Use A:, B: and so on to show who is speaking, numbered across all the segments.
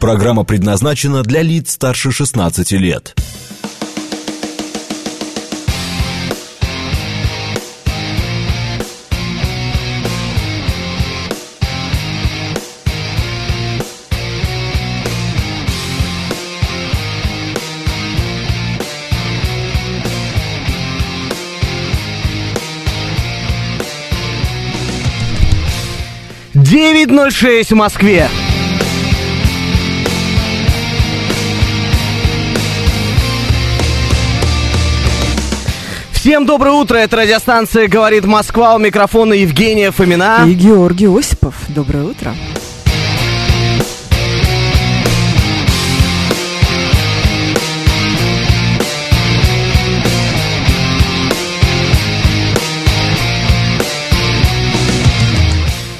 A: Программа предназначена для лиц старше 16 лет.
B: Девять ноль шесть в Москве. Всем доброе утро, это радиостанция «Говорит Москва», у микрофона Евгения Фомина.
C: И Георгий Осипов. Доброе утро.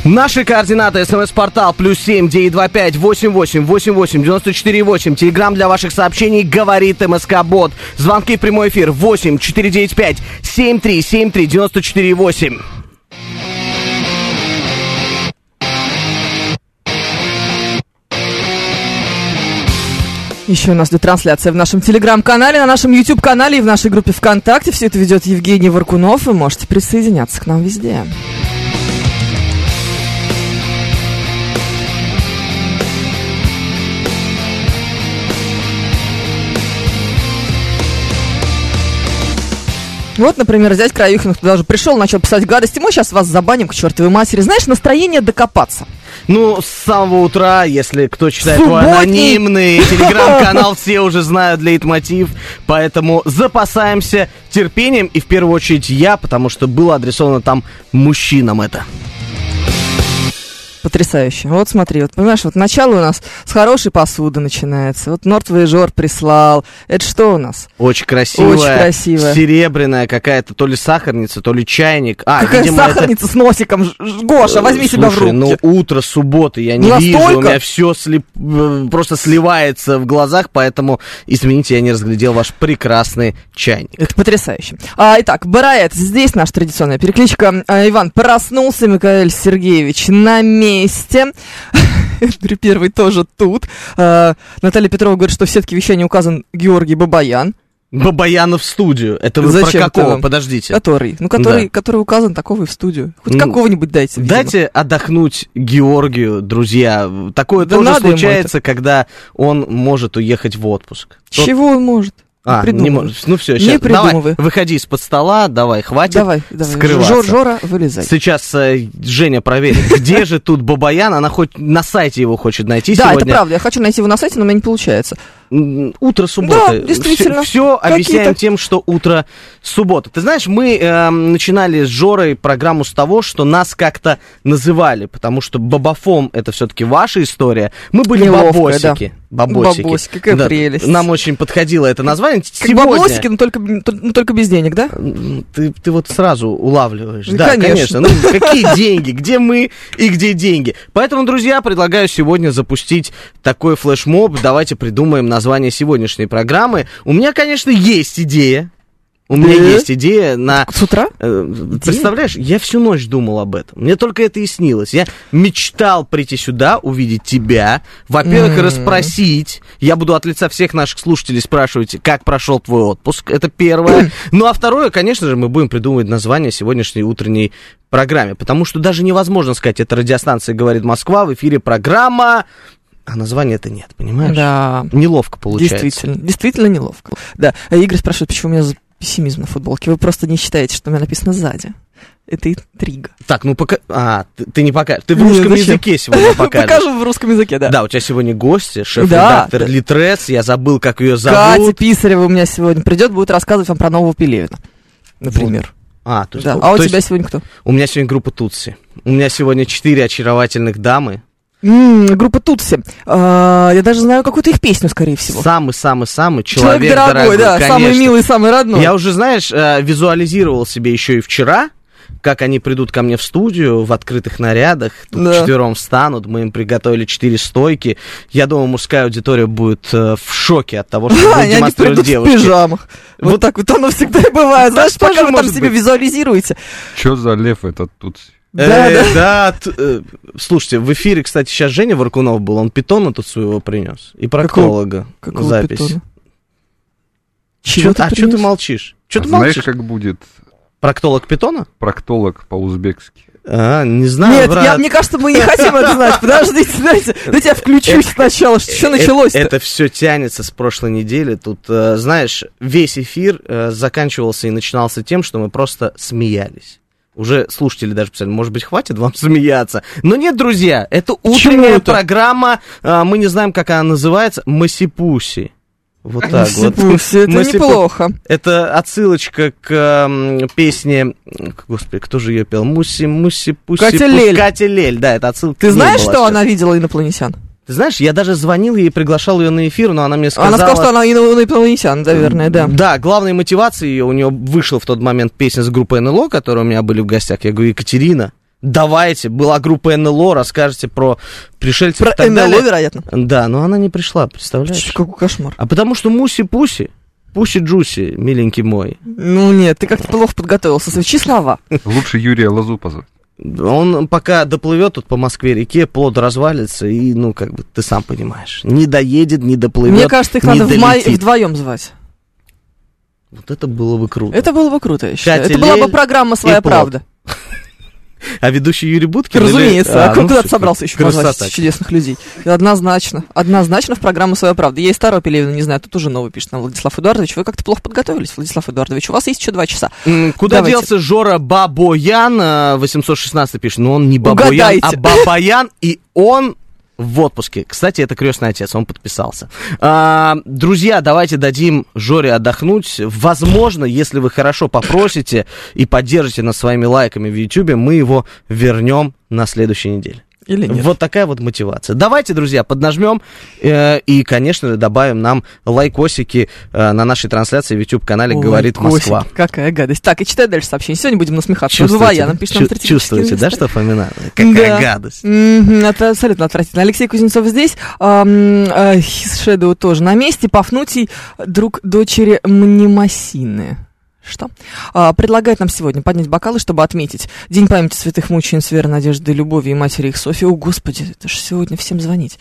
B: Наши координаты, смс-портал, плюс семь, девять, два, пять, восемь, восемь, восемь, восемь, девяносто четыре, восемь. Телеграмм для ваших сообщений говорит МСК Бот. Звонки в прямой эфир восемь, четыре, девять, пять, семь, три, семь, три, девяносто четыре, восемь.
C: Еще у нас идет трансляция в нашем телеграм-канале, на нашем YouTube-канале и в нашей группе ВКонтакте. Все это ведет Евгений Варкунов. Вы можете присоединяться к нам везде. Вот, например, взять Краюхин, кто даже пришел, начал писать гадости. Мы сейчас вас забаним к чертовой матери. Знаешь, настроение докопаться.
B: Ну, с самого утра, если кто читает твой
C: Субботний.
B: анонимный телеграм-канал, все уже знают лейтмотив, поэтому запасаемся терпением, и в первую очередь я, потому что было адресовано там мужчинам это.
C: Потрясающе. Вот смотри, вот понимаешь, вот начало у нас с хорошей посуды начинается. Вот Нортвейжор прислал. Это что у нас?
B: Очень красивая,
C: Очень красивая.
B: серебряная какая-то, то ли сахарница, то ли чайник. А,
C: Какая
B: видимо, это-
C: сахарница с носиком. Ж- ж- Гоша, возьми себя в
B: Слушай,
C: руки. Ну,
B: ну утро субботы, я не вижу, у
C: Настолько?
B: меня все просто сливается в глазах, поэтому, извините, я не разглядел ваш прекрасный чайник.
C: Это потрясающе. А, итак, Бараэт, здесь наша традиционная перекличка. А, Иван проснулся, Микаэль Сергеевич на месте. Дмитрий Первый тоже тут. А, Наталья Петрова говорит, что в сетке вещания указан Георгий Бабаян,
B: Бабаянов в студию. Это вы
C: Зачем
B: про
C: это
B: какого?
C: вам?
B: Подождите.
C: который, ну, который, который указан, такого и в студию. Хоть
B: Ну,
C: какого-нибудь дайте. видимо.
B: Дайте отдохнуть Георгию, друзья. Такое
C: Да
B: тоже
C: надо ему
B: случается, когда он может уехать в отпуск. Тот-
C: Чего он может?
B: А, не
C: Придумывай.
B: может. Ну все,
C: Не
B: сейчас. Давай,
C: придумывай.
B: выходи из-под стола, давай, хватит.
C: Давай, давай.
B: скрываться.
C: Жор- Жора, вылезай.
B: Сейчас э, Женя проверит, где же тут Бабаян, она хоть на сайте его хочет найти
C: да, это
B: сегодня.
C: правда. Я хочу найти его на сайте, но у меня не получается.
B: М, Утро субботы.
C: Да, действительно.
B: Все,
C: Какие-то-
B: объясняем тем, что утро субботы. Ты знаешь, мы эм, начинали с Жорой программу с того, что нас как-то называли, потому что бабафом это все-таки ваша история. Мы были
C: Неловкая,
B: бабосики. Бабосики.
C: Бабосики, какая прелесть.
B: Нам очень подходило это название.
C: Как
B: Сегодня-
C: бабосики, но только, но только без денег, да?
B: М, Ты, ты вот сразу улавливаешь.
C: Ну,
B: Да, конечно.
C: конечно.
B: Ну, какие деньги? Где мы и где деньги? Поэтому, друзья, предлагаю сегодня запустить такой флешмоб. Давайте придумаем название сегодняшней программы. У меня, конечно, есть идея. У меня
C: Да?
B: есть идея на...
C: С утра?
B: э, Представляешь, я всю ночь думал об этом. Мне только это и снилось. Я мечтал прийти сюда, увидеть тебя. Во-первых,
C: М.
B: расспросить. Я буду от лица всех наших слушателей спрашивать, как прошел твой отпуск. Это первое. Ну а второе, конечно же, мы будем придумывать название сегодняшней утренней программе. Потому что даже невозможно сказать, это радиостанция «Говорит Москва», в эфире программа, а названия-то нет, понимаешь?
C: Да.
B: Неловко получается.
C: Действительно, действительно неловко. Да. А Игорь спрашивает, почему у меня за- пессимизм на футболке. Вы просто не считаете, что у меня написано сзади. Это интрига.
B: Так, ну пока... А, ты, ты не покажешь. Ты в
C: Нет,
B: русском
C: зачем?
B: языке сегодня покажешь.
C: Покажу в русском языке, да.
B: Да, у тебя сегодня гости, шеф-редактор
C: Да, да.
B: Литрес, я забыл, как ее
C: Катя
B: зовут.
C: Писарева у меня сегодня придет, будет рассказывать вам про нового Пелевина. Например.
B: А, то есть-
C: Да.
B: то
C: А у
B: есть
C: тебя сегодня кто?
B: у меня сегодня группа Тутси. У меня сегодня четыре очаровательных дамы.
C: М, группа Тутси. А, я даже знаю какую-то их песню, скорее всего.
B: Самый-самый-самый человек, дорогой,
C: да, самый
B: конечно.
C: милый, самый родной.
B: Я уже, знаешь, э, визуализировал себе еще и вчера, как они придут ко мне в студию в открытых нарядах, тут
C: Да.
B: четвером встанут, мы им приготовили четыре стойки. Я думаю, мужская аудитория будет э, в шоке от того, что
C: Да,
B: будут
C: и они
B: демонстрировать
C: придут в
B: девушки.
C: пижамах. Вот,
B: Вот-
C: так вот оно всегда и бывает. Знаешь,
B: тоже
C: пока вы там
B: может
C: себе
B: быть.
C: визуализируете.
D: Что за лев этот тут?
C: Да,
B: Э,
C: да.
B: да, т- э, слушайте, в эфире, кстати, сейчас Женя Варкунов был, он питона тут своего принес. И проктолога.
C: Какого
B: ну, запись.
C: питона?
B: Чё-
C: Чего ты
B: а что ты
C: принес?
B: молчишь? Что
D: А
B: ты
D: знаешь,
B: молчишь?
D: как будет
B: Проктолог питона?
D: проктолог по-узбекски?
B: А, не знаю,
C: Нет,
B: брат.
C: я, мне кажется, мы не хотим это знать. Подождите, знаете, дайте я включусь сначала. Что что
B: Э,
C: началось-то?
B: Это, все тянется с прошлой недели. Тут, э, знаешь, весь эфир э, заканчивался и начинался тем, что мы просто смеялись. Уже слушатели даже писали, может быть, хватит вам смеяться. Но нет, друзья, это утренняя
C: это?
B: программа. э, мы не знаем, как она называется. Масипуси. Вот Ну, так вот.
C: Сипуси, это
B: Мысли
C: неплохо.
B: Это отсылочка к эм, песне, м, господи, кто же ее пел? Муси, муси, пуси.
C: Катя
B: пуси.
C: Лель.
B: Катя Лель, да, это отсылка.
C: Ты
B: к ней
C: знаешь,
B: была
C: что
B: сейчас.
C: она видела инопланетян?
B: Ты знаешь, я даже звонил ей и приглашал ее на эфир, но она мне сказала...
C: Она сказала, что она ино- инопланетян, наверное, да.
B: Да, главной мотивацией ее, у нее вышла в тот момент песня с группы НЛО, которые у меня были в гостях. Я говорю, Екатерина, давайте, была группа НЛО, расскажете про пришельцев
C: Про
B: и так
C: НЛО,
B: далее».
C: вероятно.
B: Да, но она не пришла, представляешь?
C: Чё, Какой кошмар.
B: А потому что Муси-Пуси, Пуси-Джуси, миленький мой,
C: Ну нет, ты как-то плохо подготовился. Свечи слова.
D: Лучше Юрия Лазу позвать.
B: он пока доплывет тут по Москве-реке, плод развалится, и, ну, как бы, ты сам понимаешь, не доедет, не доплывет,
C: Мне кажется, их
B: не
C: надо
B: долетит.
C: вдвоем звать.
B: Вот это было бы круто.
C: Это было бы круто, я считаю.
B: Катя
C: Это была
B: Лель
C: бы программа «Своя
B: плод.
C: правда».
B: А ведущий Юрий Будкин? или-
C: Разумеется. А,
B: ну,
C: куда
B: всё,
C: ты собрался еще
B: красота.
C: позвать чудесных людей? Однозначно. Однозначно в программу «Своя правда». Я и старого Пелевина не знаю, тут уже новый пишет нам Владислав Эдуардович. Вы как-то плохо подготовились, Владислав Эдуардович. У вас есть еще два часа.
B: М, Куда
C: Давайте.
B: делся Жора Бабоян? а, 816 пишет. Но он не Бабоян,
C: Угадайте.
B: а Бабаян, и он в отпуске. Кстати, это крестный отец, он подписался. А, друзья, давайте дадим Жоре отдохнуть. Возможно, если вы хорошо попросите и поддержите нас своими лайками в Ютубе, мы его вернем на следующей неделе.
C: Или нет?
B: Вот такая вот мотивация. Давайте, друзья, поднажмем э, и, конечно, добавим нам лайкосики э, на нашей трансляции в YouTube-канале
C: Ой,
B: «Говорит Москва».
C: Косеньки, Какая гадость. Так, и читай дальше сообщение. Сегодня будем насмехаться.
B: Чувствуете,
C: Вдвоем.
B: да?
C: Нам пишет
B: Чу-
C: нам стратегический
B: чувствуете, да, что
C: инвестор.
B: Фомина? Какая
C: Да.
B: гадость.
C: Мгм, Это абсолютно отвратительно. Алексей Кузнецов здесь. Шедоу тоже на месте. Пафнутий, друг дочери Мнемосины. Что? А, Предлагает нам сегодня поднять бокалы, чтобы отметить День памяти святых мучениц Веры, Надежды, Любови и матери их Софии. О, Господи, это же сегодня всем звонить.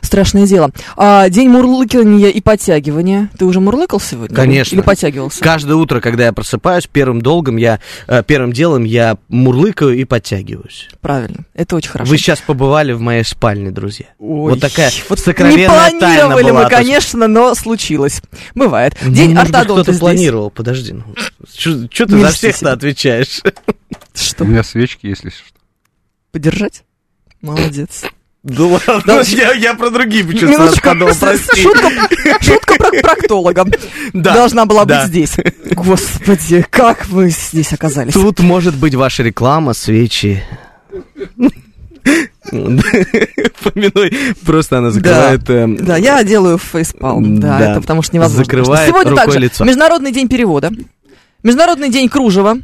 C: Страшное дело. А, День мурлыкивания и подтягивания. Ты уже мурлыкал сегодня?
B: Конечно.
C: Или подтягивался?
B: Каждое утро, когда я просыпаюсь, первым долгом я, э, первым делом я мурлыкаю и подтягиваюсь.
C: Правильно. Это очень хорошо.
B: Вы сейчас побывали в моей спальне, друзья.
C: Ой,
B: Вот такая
C: вот
B: сокровенная
C: Не
B: тайна
C: планировали
B: была,
C: мы,
B: то есть- Ну,
C: конечно, но случилось. Бывает. День
B: Может быть,
C: ортодонта
B: кто-то
C: здесь.
B: планировал, подожди. Ну, что, ты
C: Не
B: за
C: льсти себе.
B: всех-то отвечаешь?
D: У
C: Что,
D: меня свечки, если что.
C: подержать? Молодец.
B: Ну ладно,
C: Да.
B: я, я про другие почему-то раз
C: Минуточка.
B: подумал, прости.
C: Шутка, шутка про проктолога
B: Да.
C: должна была
B: да.
C: быть здесь. Господи, как вы здесь оказались?
B: Тут может быть ваша реклама, свечи. Помяной, просто она закрывает... эм,
C: Да, я делаю фейспалм, да,
B: Да.
C: это потому что невозможно.
B: Закрывает
C: Сегодня
B: рукой
C: также
B: лицо.
C: Международный день перевода, Международный день кружева,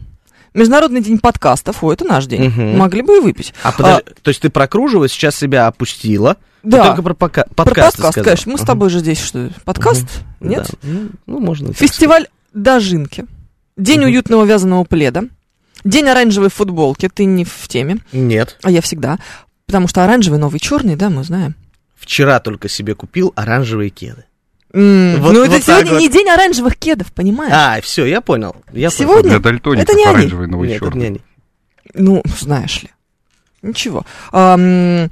C: Международный день подкастов, о, это наш день,
B: Мгм.
C: могли бы и выпить.
B: А подожди, то есть ты про кружево сейчас себя опустила? Ты
C: Да.
B: только про пока- подкаст.
C: Про подкаст,
B: ты сказала.
C: конечно. Мы с тобой же здесь что? Подкаст?
B: Мгм.
C: Нет?
B: Да. Ну, ну, можно. и так
C: Фестиваль Дожинки. День
B: Мгм.
C: уютного вязаного пледа. День оранжевой футболки. Ты не в теме,
B: сказать. Нет.
C: а я всегда. Потому что оранжевый, новый черный, да, мы знаем.
B: Вчера только себе купил оранжевые кеды.
C: М,
B: Вот-
C: ну,
B: вот так
C: это сегодня
B: вот.
C: не день оранжевых кедов, понимаешь?
B: А, все, я понял. Я
C: Сегодня
D: Для дальтоников
C: Это не они.
D: оранжевый
B: понял.
D: новый А
B: Нет,
D: черт.
B: это не они.
C: Ну, знаешь ли. Ничего. Ам,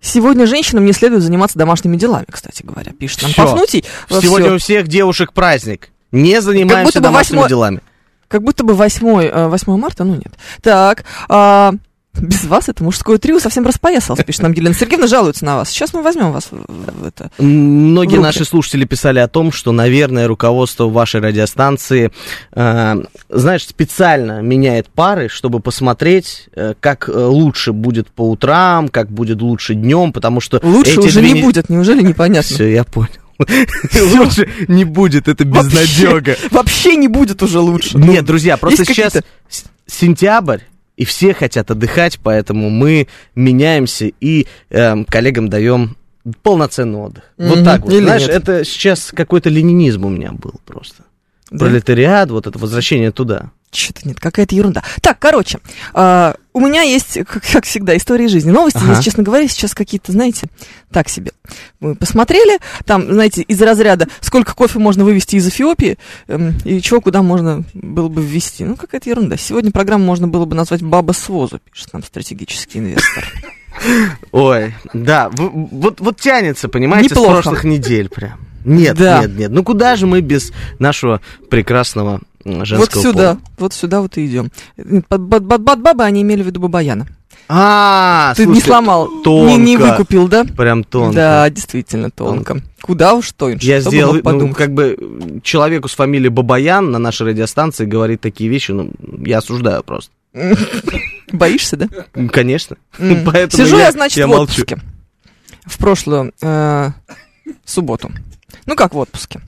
C: сегодня женщинам не следует заниматься домашними делами, кстати говоря, пишет нам
B: Всё.
C: Пафнутий. Э,
B: Сегодня
C: всё.
B: у всех девушек праздник. Не
C: будто
B: занимаемся
C: бы
B: домашними
C: восьмой-
B: делами.
C: Как будто бы 8, 8 марта, ну нет. Так, а, без вас это мужское трио совсем распоясалось, пишет нам Елена Сергеевна, жалуется на вас. Сейчас мы возьмем вас в, в это.
B: Многие
C: Руки.
B: наши слушатели писали о том, что, наверное, руководство вашей радиостанции, э, знаешь, специально меняет пары, чтобы посмотреть, э, как э, лучше будет по утрам, как будет лучше днем, потому что
C: Лучше
B: эти
C: уже
B: две
C: не будет, неужели непонятно?
B: Все, я понял. Лучше не будет, это
C: Вообще.
B: безнадега.
C: Вообще не будет уже лучше. Ну,
B: Нет, друзья, просто
C: есть
B: сейчас
C: какие-то-
B: с- сентябрь. И все хотят отдыхать, поэтому мы меняемся и эм, коллегам даем полноценный отдых. Вот
C: Мгм.
B: так вот.
C: Или
B: Знаешь,
C: нет?
B: это сейчас какой-то ленинизм у меня был просто.
C: да.
B: Пролетариат, вот это возвращение туда.
C: Что-то нет, какая-то ерунда. Так, короче, а, у меня есть, как, как всегда, истории жизни. Новости,
B: Ага.
C: если честно говоря, сейчас какие-то, знаете, так себе. Мы посмотрели, там, знаете, из разряда, сколько кофе можно вывести из Эфиопии, эм, и чего куда можно было бы ввести. Ну, какая-то ерунда. Сегодня программу можно было бы назвать «Баба с возу», пишет нам стратегический инвестор.
B: Ой, да, в- вот, вот тянется, понимаете,
C: Неплохо.
B: с прошлых недель прям. Нет,
C: Да.
B: нет, нет. Ну куда же мы без нашего прекрасного м, женского
C: Вот сюда,
B: пола?
C: вот сюда вот и идем. Э, Бабы, а они имели в виду Бабаяна.
B: А,
C: Ты не
B: слушай,
C: сломал, не, не
B: тонко.
C: выкупил, да?
B: Прям тонко.
C: Да, действительно тонко. Куда уж тоньше.
B: Я
C: что бы
B: сделал,
C: мог
B: ну,
C: подумать.
B: как бы м, человеку с фамилией Бабаян на нашей радиостанции говорит такие вещи, ну, я осуждаю просто.
C: Боишься, да?
B: М, Конечно.
C: М.
B: Поэтому
C: Сижу
B: я-
C: я, значит,
B: я
C: в
B: молчу.
C: отпуске. В прошлую э, субботу. Ну, как в отпуске.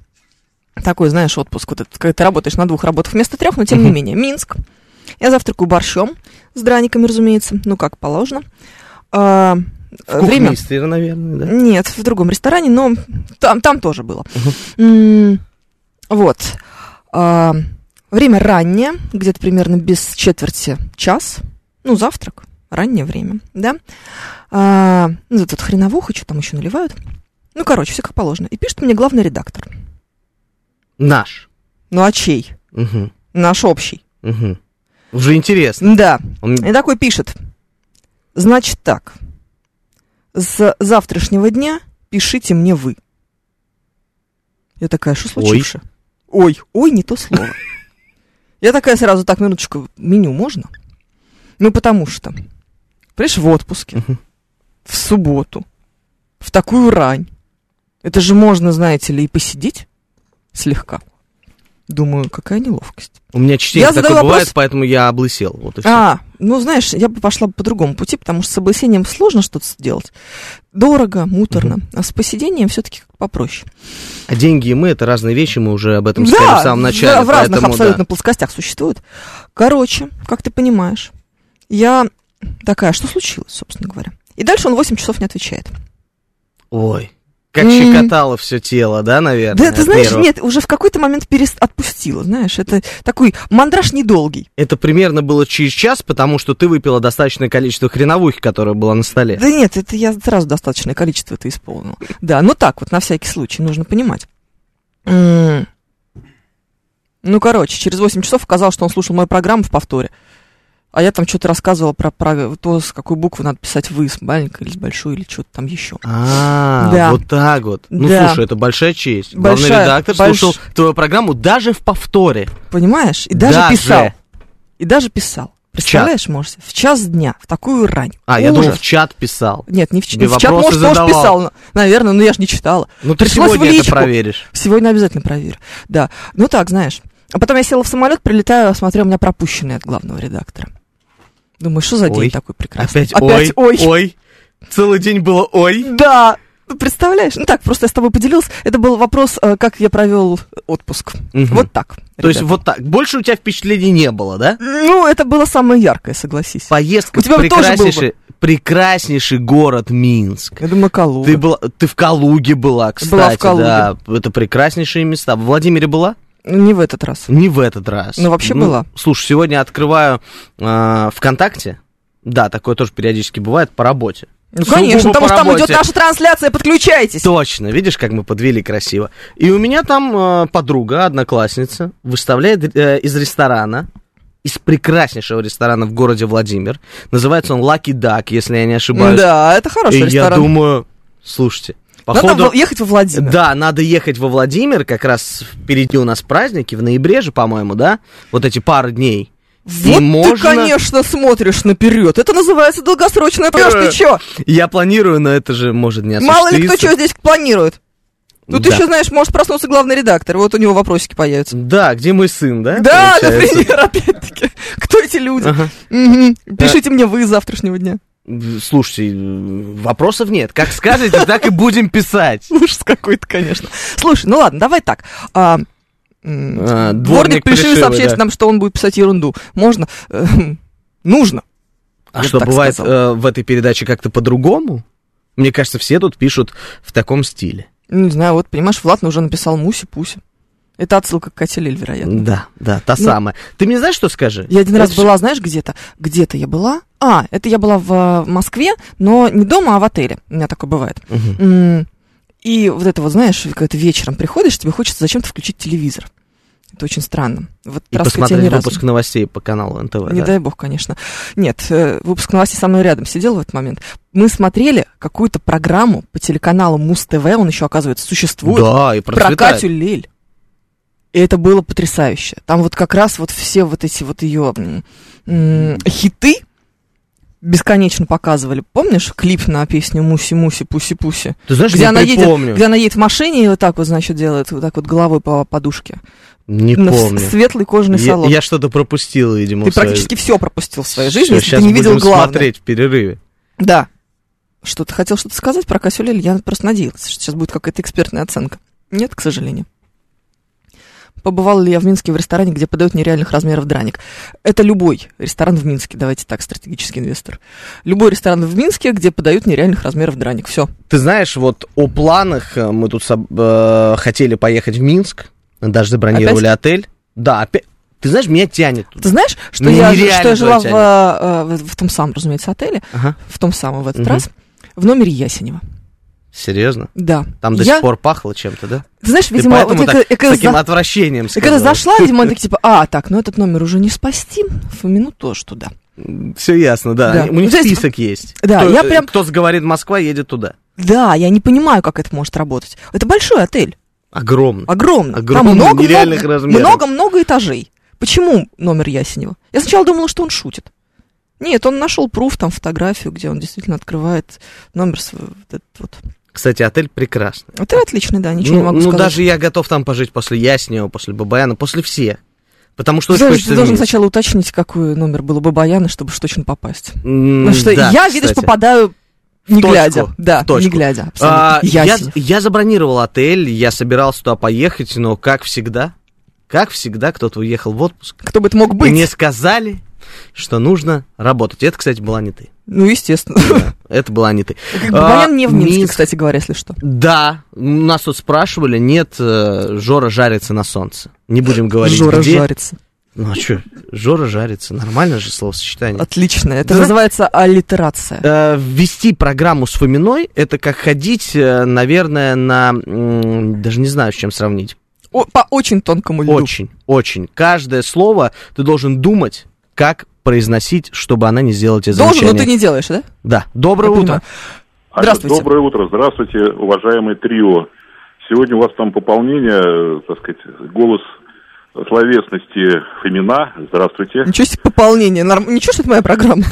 C: Такой, знаешь, отпуск. Вот этот, когда ты работаешь на двух работах вместо трех, но тем не
B: Мгм.
C: менее. Минск. Я завтракаю борщом с драниками, разумеется. Ну, как положено. А, э, время...
B: Кухмистер, наверное, да?
C: Нет, в другом ресторане, но там, там тоже было. М, Вот. А, Время раннее, где-то примерно без четверти час. Ну, завтрак, раннее время, да. А, Ну, тут хреновуха, что там еще наливают. Ну, короче, все как положено. И пишет мне главный редактор.
B: Наш.
C: Ну, а чей?
B: Мгм,
C: Наш общий.
B: мгм. Уже интересно.
C: Да.
B: Он-
C: И такой пишет. Значит так. С завтрашнего дня пишите мне вы. Я такая, что
B: Ой.
C: случилось? Ой, ой, не то слово. Я такая сразу, так, минуточку, меню можно? Ну, потому что, понимаешь, в отпуске,
B: Мгм.
C: в субботу, в такую рань. Это же можно, знаете ли, и посидеть слегка. Думаю, какая неловкость.
B: У меня чтение
C: Я
B: такое
C: задаю
B: бывает,
C: вопрос.
B: поэтому я облысел. Вот и всё.
C: А, ну знаешь, я бы пошла по другому пути, потому что с облысением сложно что-то сделать. Дорого, муторно. А с посидением все-таки попроще.
B: А деньги и мы это разные вещи, мы уже об этом
C: да,
B: сказали в самом начале.
C: да, в разных
B: поэтому, да.
C: абсолютно плоскостях существует. Короче, как ты понимаешь, я такая, «А что случилось, собственно говоря. И дальше он 8 часов не отвечает.
B: Ой. Как
C: М.
B: щекотало все тело, да, наверное?
C: да, ты
B: от
C: знаешь,
B: нервов?
C: нет, уже в какой-то момент перест... отпустила, знаешь, это такой мандраж недолгий.
B: Это примерно было через час, потому что ты выпила достаточное количество хреновухи, которая была на столе.
C: Да нет, это я сразу достаточное количество это исполнила. Да, но так вот, на всякий случай, нужно понимать. М. Ну, короче, через 8 часов оказалось, что он слушал мою программу в повторе. А я там что-то рассказывала про, про то, с какой буквы надо писать «вы», с маленькой или с большой, или что-то там еще.
B: А,
C: Да.
B: вот так вот. Ну,
C: Да.
B: слушай, это большая честь. Главный
C: Большая,
B: редактор
C: больш-
B: слушал твою программу даже в повторе.
C: Понимаешь? И даже,
B: Даже.
C: писал. И даже писал. Представляешь, можешь себе, в час дня, в такую рань.
B: А, я думал,
C: Ужас.
B: в чат писал.
C: Нет, не в, ч-
B: тебе
C: в чат,
B: вопросы
C: может, тоже
B: задавал.
C: писал, но- наверное, но я же не читала.
B: Ну, ты
C: Пришлось в
B: сегодня это
C: личку.
B: проверишь.
C: Сегодня обязательно проверю. Да. Ну так, знаешь. А потом я села в самолет, прилетаю, смотрю, у меня пропущенные от главного редактора. Думаю, что за
B: Ой.
C: день такой прекрасный?
B: Опять, ой, ой, Целый день было ой.
C: Да. Ну, представляешь? Ну так, просто я с тобой поделился. Это был вопрос, э, как я провел отпуск.
B: Мгм.
C: Вот так.
B: То есть
C: ребята.
B: вот так. Больше у тебя впечатлений не было, да?
C: Ну, это было самое яркое, согласись.
B: Поездка
C: У тебя
B: в
C: бы тоже был бы.
B: прекраснейший, прекраснейший город Минск.
C: Я думаю, Калуга.
B: Ты, была, ты в Калуге была, кстати.
C: Была в Калуге.
B: Да, это прекраснейшие места. В Владимире была?
C: Не в этот раз.
B: Не в этот раз.
C: Ну, вообще была.
B: Слушай, сегодня открываю а, ВКонтакте. Да, такое тоже периодически бывает по работе.
C: Ну,
B: Сугубо
C: конечно, потому
B: по
C: что там идет
B: работе.
C: наша трансляция, подключайтесь.
B: Точно, видишь, как мы подвели красиво. И у меня там э, подруга, одноклассница, выставляет э, из ресторана, из прекраснейшего ресторана в городе Владимир. Называется он Lucky Duck, если я не ошибаюсь.
C: Да, это хороший
B: И
C: ресторан.
B: я думаю, слушайте,
C: Надо
B: походу...
C: во- ехать во Владимир.
B: Да, надо ехать во Владимир, как раз впереди у нас праздники, в ноябре же, по-моему, да? Вот эти пары дней. И
C: Вот ты,
B: можно-
C: конечно, смотришь наперед. Это называется
B: Э,
C: долгосрочная понимаешь, ты чё?
B: Я планирую, но это же может не
C: Мало ли кто
B: осуществиться.
C: что здесь планирует. Тут
B: да.
C: еще, знаешь, может проснуться главный редактор, вот у него вопросики появятся.
B: Да, где мой сын, да?
C: Да,
B: получается? А.
C: например, опять-таки. Кто эти люди?
B: Ага.
C: Мгм. Пишите мне вы с завтрашнего дня.
B: Слушайте, э, вопросов нет. Как скажете, так и будем писать.
C: Ужас какой-то, конечно. Слушай, ну ладно, давай так. А, м,
B: А, дворник
C: Дворник пришли
B: Плешивый,
C: сообщать
B: да.
C: нам, что он будет писать ерунду. Можно? Э, Нужно.
B: А
C: Я бы
B: что,
C: так
B: бывает
C: сказала.
B: э, в этой передаче как-то по-другому? Мне кажется, все тут пишут в таком стиле.
C: Ну, Не знаю, вот, понимаешь, Влад уже написал Муси-Пуси. Это отсылка к Кате Лель, вероятно.
B: Да, да, та
C: Ну.
B: самая. Ты мне знаешь, что скажи?
C: Я один раз
B: Это ж-
C: была, знаешь, где-то? Где-то я была. А, это я была в э, Москве, но не дома, а в отеле. У меня такое бывает.
B: Мгм.
C: М, И вот это вот, знаешь, когда ты вечером приходишь, тебе хочется зачем-то включить телевизор. Это очень странно. Вот
B: И
C: раз хотя ни
B: посмотреть
C: разу.
B: выпуск новостей по каналу НТВ.
C: Не
B: да.
C: дай бог, конечно. Нет, э, выпуск новостей со мной рядом сидел в этот момент. Мы смотрели какую-то программу по телеканалу Муз-ТВ, он еще, оказывается, существует.
B: Да, и
C: Про
B: процветает.
C: Катю Лель. И это было потрясающе. Там вот как раз вот все вот эти вот ее м, м, хиты бесконечно показывали. Помнишь клип на песню «Муси-муси, пуси-пуси»?
B: Ты знаешь,
C: Где
B: я
C: она, едет,
B: помню.
C: где она едет в машине и вот так вот, значит, делает вот так вот головой по подушке.
B: Не
C: На в-
B: помню.
C: Светлый кожаный
B: Я,
C: салон.
B: я что-то пропустил, видимо.
C: Ты
B: в своей-
C: практически все пропустил в своей жизни,
B: Всё,
C: если
B: Сейчас
C: ты не
B: будем
C: видел главное.
B: смотреть в перерыве.
C: Да. Что, ты хотел что-то сказать про Касю Лель? Я просто надеялась, что сейчас будет какая-то экспертная оценка. Нет, к сожалению. Побывала ли я в Минске в ресторане, где подают нереальных размеров драник? Это любой ресторан в Минске, давайте так, стратегический инвестор. Любой ресторан в Минске, где подают нереальных размеров драник. Все.
B: Ты знаешь, вот о планах э, мы тут соб- э, хотели поехать в Минск, даже забронировали отель. Да, опять. Ты знаешь, меня тянет. туда.
C: Ты знаешь, что,
B: Ну,
C: я,
B: нереально
C: что я жила в,
B: тянет.
C: э, в- в том самом, разумеется, отеле,
B: Ага.
C: в том самом в этот
B: Мгм.
C: раз, в номере Ясенева.
B: Серьезно?
C: Да.
B: Там до
C: Я-
B: сих пор пахло чем-то, да?
C: Ты знаешь, видимо,
B: поэтому
C: вот эко-
B: С
C: эко-
B: таким отвращением
C: И когда
B: сказала.
C: зашла, видимо, они такие, типа, а, так, ну этот номер уже не спасти, Фомину тоже туда.
B: Все ясно, да.
C: Да. Ну,
B: Они- У них
C: То есть-
B: список есть.
C: Да,
B: кто,
C: я
B: э,
C: прям-
B: Кто сговорит Москва, едет туда.
C: Да, я не понимаю, как это может работать. Это большой отель,
B: Огромно.
C: огромный.
B: Огромный,
C: Там много,
B: нереальных
C: много,
B: размеров.
C: Много-много этажей. Почему номер Ясенева? Я сначала думала, что он шутит. Нет, он нашел пруф, там фотографию, где он действительно открывает номер свой. Вот этот вот.
B: Кстати, отель прекрасный.
C: Отель отличный, да, ничего
B: ну,
C: не могу
B: ну,
C: сказать.
B: даже я готов там пожить после Яснева, после Бабаяна, после всех. Потому что очень
C: Подожди,
B: хочется
C: ты должен
B: в Минск.
C: сначала уточнить, какой номер был у Бабаяна, чтобы уж точно попасть.
B: М,
C: Потому что
B: да,
C: я, видишь,
B: кстати.
C: попадаю не
B: точку,
C: глядя. Да,
B: в точку.
C: не глядя.
B: А,
C: абсолютно.
B: я,
C: Ясенев.
B: я забронировал отель, я собирался туда поехать, но как всегда, как всегда, кто-то уехал в отпуск.
C: Кто бы это мог
B: И
C: быть?
B: мне сказали, что нужно работать. Это, кстати, была не ты.
C: Ну, естественно.
B: Да, Это была не ты.
C: Как бы Баян не в Минске,
B: А, Минск.
C: кстати говоря, если что.
B: Да, нас тут спрашивали, нет, э, Жора жарится на солнце. Не будем говорить,
C: Жора
B: где.
C: жарится.
B: Ну а что, Жора жарится, нормально же словосочетание.
C: Отлично. Это
B: Да.
C: называется аллитерация.
B: Э, Ввести программу с Фоминой, это как ходить, э, наверное, на... м, Даже не знаю, с чем сравнить.
C: О- по очень тонкому льду.
B: Очень, очень. Каждое слово ты должен думать, как произносить, чтобы она не сделала тебе
C: Должен,
B: замечание.
C: но ты не делаешь, да?
B: Да. Доброе
C: Я
B: утро.
C: понимаю. Здравствуйте.
E: Доброе утро, здравствуйте, уважаемый трио. Сегодня у вас там пополнение, э, так сказать, голос словесности Фомина. Здравствуйте.
C: Ничего себе пополнение. Норм- Ничего, что это моя программа.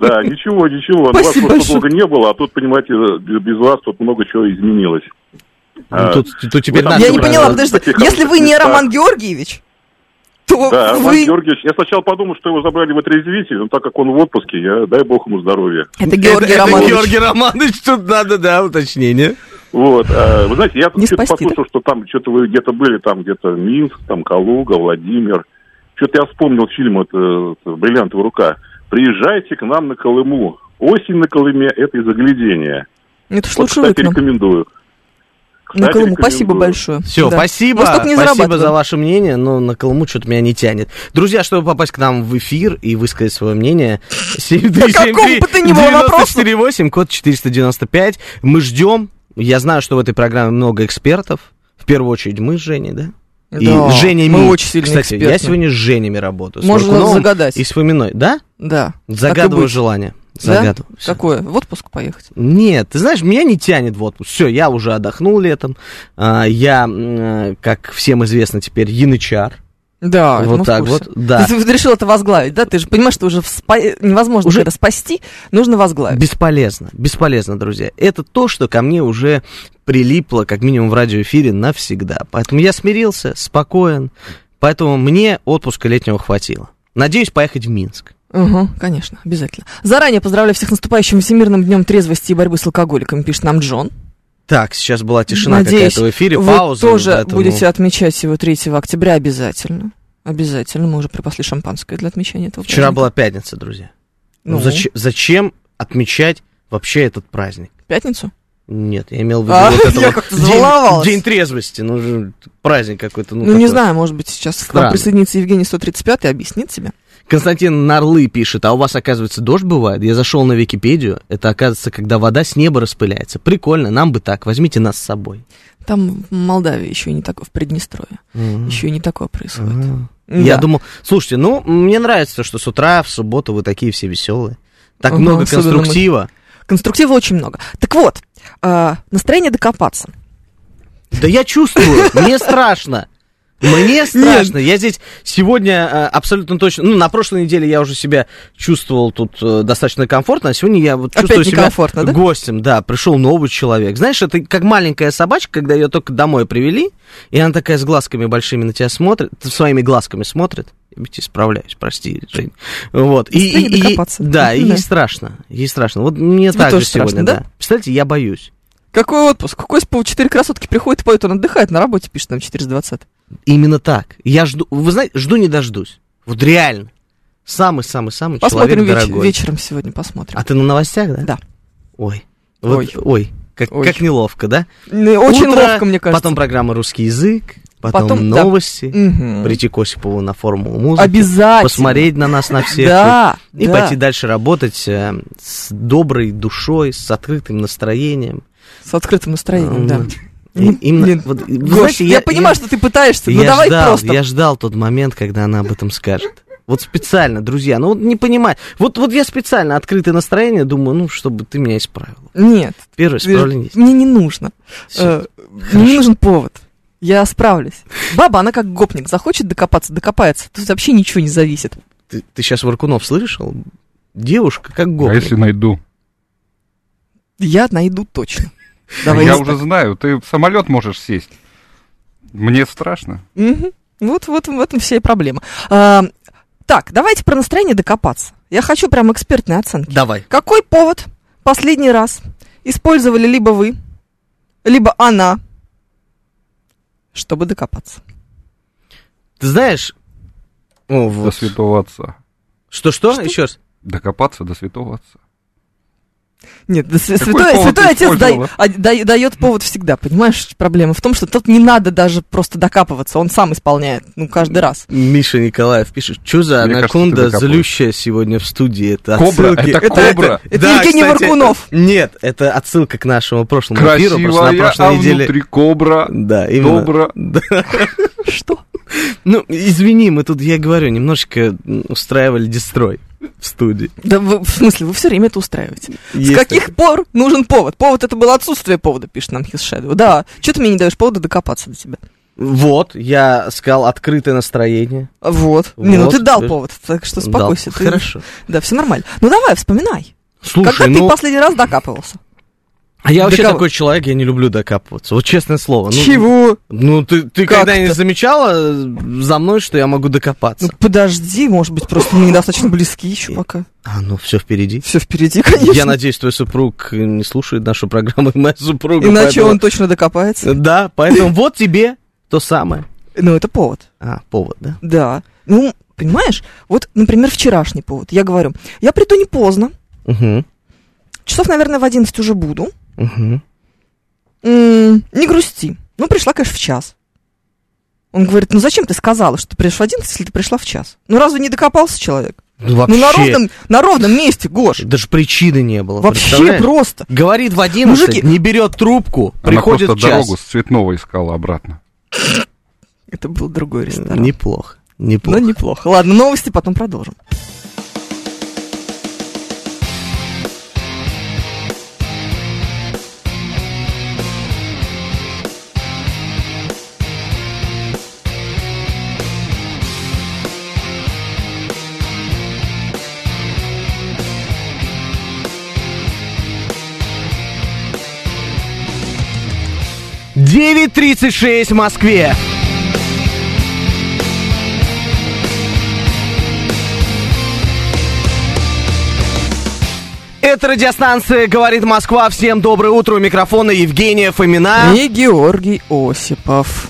E: Да, ничего, ничего. Ну, Вас
C: Спасибо
E: просто
C: большое.
E: долго не было, а тут, понимаете, без без вас тут много чего изменилось.
B: Ну,
E: А,
B: Тут, тут теперь
E: вы там
B: наш
C: Я не
B: вопрос.
E: доброе.
C: поняла, подожди.
E: Таких
C: Если вы не
E: хороших
C: Роман Георгиевич, то
E: Да, Иван
C: Ну, вы...
E: Георгиевич, я сначала подумал, что его забрали в отрезвитель, но так как он в отпуске, я дай бог ему здоровья.
C: Это
B: Это,
C: Георгий
B: это
C: Романович.
B: Георгий Романович, тут надо, да, уточнение.
E: Вот, а, вы знаете, я
C: Не
E: тут что-то
C: спасти,
E: послушал, что там что-то вы где-то были, там где-то Минск, там Калуга, Владимир. Что-то я вспомнил фильм вот, э, «Бриллиантовая рука». Приезжайте к нам на Колыму. Осень на Колыме – это и заглядение.
C: Это ж
E: Вот,
C: лучше вы
E: кстати,
C: к нам.
E: рекомендую.
C: На Колыму.
E: Кстати, рекомендую.
C: Спасибо большое.
B: Все,
C: Да.
B: спасибо.
C: Ну, чтоб не
B: спасибо
C: зарабатывали.
B: за ваше мнение, но на Колыму что-то меня не тянет. Друзья, чтобы попасть к нам в эфир и высказать свое мнение, 7373
C: какому бы то ни было вопросу.
B: 94,8, код 495. Мы ждем. Я знаю, что в этой программе много экспертов. В первую очередь мы с Женей, да? И
C: Да,
B: с Женей
C: мы
B: Ми.
C: очень сильно
B: Кстати, я
C: экспертны.
B: сегодня с Женями работаю. с
C: Можно
B: Маркуновым
C: загадать.
B: И с Фоминой, да?
C: Да.
B: Загадываю
C: быть.
B: желание.
C: Да?
B: Загадываю. Всё.
C: Какое? В отпуск поехать?
B: Нет, ты знаешь, меня не тянет в отпуск. Все, я уже отдохнул летом. А, Я, м, э, как всем известно теперь, янычар.
C: Да, А, это мы
B: вот
C: в
B: так
C: курсе.
B: вот, да.
C: Ты, ты решил это возглавить, да? Ты же понимаешь, что уже вспа- невозможно
B: Уже-
C: уже спасти, нужно возглавить.
B: Бесполезно, бесполезно, друзья. Это то, что ко мне уже прилипло, как минимум в радиоэфире, навсегда. Поэтому я смирился, спокоен. Поэтому мне отпуска летнего хватило. Надеюсь поехать в Минск.
C: Угу, конечно, обязательно. Заранее поздравляю всех с наступающим Всемирным днем трезвости и борьбы с алкоголиками, пишет нам Джон.
B: Так, сейчас была тишина
C: Надеюсь,
B: какая-то в эфире,
C: Вы
B: пауза.
C: тоже
B: поэтому-
C: будете отмечать его 3 октября обязательно. Обязательно, мы уже припасли шампанское для отмечания этого
B: Вчера
C: праздника.
B: была пятница, друзья. Ну,
C: Ну,
B: зач- зачем отмечать вообще этот праздник?
C: в пятницу?
B: Нет, я имел в виду
C: А,
B: вот это
C: я
B: вот
C: как-то
B: день-
C: заволновалась.
B: день, трезвости, ну же праздник какой-то. Ну,
C: Ну, не
B: такой.
C: знаю, может быть, сейчас к
B: Странно.
C: нам присоединится Евгений 135 и объяснит тебе.
B: Константин Нарлы пишет, а у вас, оказывается, дождь бывает? Я зашел на Википедию, это, оказывается, когда вода с неба распыляется. Прикольно, нам бы так, возьмите нас с собой.
C: Там в Молдавии еще не такое, в Приднестровье. Еще не такое происходит.
B: Я
C: А. Да.
B: думал, слушайте, ну, мне нравится, что с утра в субботу вы такие все веселые. Так
C: Ага,
B: много
C: особенно мы.
B: конструктива.
C: Конструктива очень много. Так вот, а, настроение докопаться.
B: Да я чувствую, мне страшно. Мне страшно. Я здесь сегодня э, абсолютно точно... Ну, на прошлой неделе я уже себя чувствовал тут э, достаточно комфортно, а сегодня я вот
C: Опять
B: чувствую себя
C: некомфортно, да?
B: гостем. Да, пришел новый человек. Знаешь, это как маленькая собачка, когда ее только домой привели, и она такая с глазками большими на тебя смотрит, своими глазками смотрит. Я ведь исправляюсь, прости, Жень. Вот. И,
C: Настроение
B: и- и-
C: докопаться.
B: да, и
C: Да.
B: ей страшно. Ей страшно. Вот мне
C: Тебе
B: так же
C: тоже страшно,
B: сегодня,
C: да?
B: да. Представляете, я боюсь.
C: Какой отпуск? Косьпов 4 красотки приходит и поет, он отдыхает, на работе пишет нам 420.
B: Именно так. Я жду, вы знаете, жду не дождусь. Вот реально. Самый-самый-самый
C: Посмотрим
B: человек
C: веч-
B: дорогой.
C: вечером сегодня, посмотрим.
B: А ты на новостях, да?
C: Да.
B: Ой. Вот,
C: Ой.
B: ой. Как,
C: Ой.
B: как неловко, да?
C: Ну, Очень
B: Утро,
C: ловко, мне кажется.
B: Потом программа «Русский язык», потом,
C: Потом, да.
B: новости,
C: Мгм.
B: прийти к Осипову на форму музыки,
C: Обязательно.
B: посмотреть на нас, на всех.
C: Да,
B: И
C: да.
B: пойти дальше работать э, с доброй душой, с открытым настроением.
C: С открытым настроением, да.
B: М, и- именно-
C: Блин,
B: вот, вы
C: Гош,
B: знаете,
C: я, понимаю, что ты пытаешься, но
B: я
C: Ну, давай
B: ждал,
C: просто.
B: Я ждал тот момент, когда она об этом скажет. Вот специально, друзья, ну вот не понимаю. Вот, вот я специально открытое настроение, думаю, ну, чтобы ты меня исправила.
C: Нет,
B: Первое
C: ты же-
B: исправление есть.
C: мне не нужно.
B: Всё.
C: Э, Мне нужен повод. Я справлюсь. Баба, она как гопник, захочет докопаться, докопается. Тут вообще ничего не зависит.
B: Ты, сейчас Варкунов слышал? Девушка как
D: А
B: гопник.
D: если найду?
C: Я найду точно.
B: Давай
D: я
B: не
D: уже знаю, ты в самолет можешь сесть. Мне страшно.
C: Мгм. Вот, вот в этом вся и проблема. А, так, давайте про настроение докопаться. Я хочу прям экспертной оценки.
B: Давай.
C: Какой повод последний раз использовали либо вы, либо она, чтобы докопаться?
B: Ты знаешь... О,
D: До
B: вот.
D: святого отца.
B: Что-что?
C: Что?
B: Еще раз.
D: Докопаться до святого отца.
C: Нет, да св-
D: Какой
C: святой,
D: повод
C: святой
D: ты
C: отец дай-
D: использовала?
C: а- дай- дает повод всегда, понимаешь? Проблема в том, что тут не надо даже просто докапываться, он сам исполняет, ну, каждый раз.
B: Миша Николаев пишет, что за
D: Мне кажется,
B: анаконда
D: ты докапываешься.
B: злющая сегодня в студии? Это
D: Кобра,
B: отсылки-
D: это кобра.
C: Это Евгений Варкунов.
B: Нет, это отсылка к нашему прошлому эфиру. Просто на
D: Красивая,
B: прошлой
D: а
B: неделе...
D: внутри кобра.
B: Да, именно.
D: Добра.
B: Да.
C: Что?
B: Ну, извини, мы тут, я говорю, немножечко м, устраивали дестрой в студии.
C: Да вы- в смысле, вы все время это устраиваете.
B: Есть
C: С каких пор нужен повод? Повод это было отсутствие повода, пишет нам Хис Шэдоу. Да, что ты мне не даешь повода докопаться до тебя?
B: Вот, я сказал открытое настроение.
C: Вот. Не, ну
B: Вот,
C: ты дал
B: теперь-
C: повод, так что
B: Дал.
C: успокойся. ты-
B: Хорошо.
C: Да, все нормально. Ну давай, вспоминай.
B: Слушай,
C: Когда
B: ну,
C: ты последний раз докапывался?
B: а я вообще
C: докап-
B: такой человек, я не люблю докапываться. Вот честное слово. Ну,
C: Чего?
B: Ну, ты, ты
C: Как
B: когда не
C: это?
B: замечала э, за мной, что я могу
C: Ну
B: докопаться?
C: подожди, может быть, просто мы недостаточно близки еще пока.
B: А, ну, все впереди.
C: Все впереди, конечно.
B: Я надеюсь, твой супруг э, не слушает нашу программу, и моя супруга.
C: Иначе
B: поэтому-
C: он точно докопается.
B: Да, поэтому вот тебе то самое.
C: Ну, это повод.
B: А, повод, да?
C: Да. Ну, понимаешь, вот, например, вчерашний повод. Я говорю, я приду не поздно,
B: Угу,
C: часов, наверное, в 11 уже буду.
B: угу.
C: М, не грусти. Ну, пришла, конечно, в час. Он говорит, ну зачем ты сказала, что ты пришла в 11, если ты пришла в час? Ну разве не докопался человек?
B: Ну, вообще,
C: Ну на ровном, на ровном месте, Гош.
B: даже причины не было.
C: Вообще
B: представляешь?
C: просто.
B: Говорит в 11,
C: Мужики-
B: не берет трубку,
D: Она
B: приходит
D: просто
B: в час.
D: дорогу с цветного искала обратно.
C: Это был другой ресторан.
B: Неплохо.
C: Но
B: Ну, Неплохо.
C: неплохо. Ладно, новости потом продолжим.
B: девять 9.36 в Москве. Это радиостанция «Говорит Москва». Всем доброе утро. У микрофона Евгения Фомина.
C: И Георгий Осипов.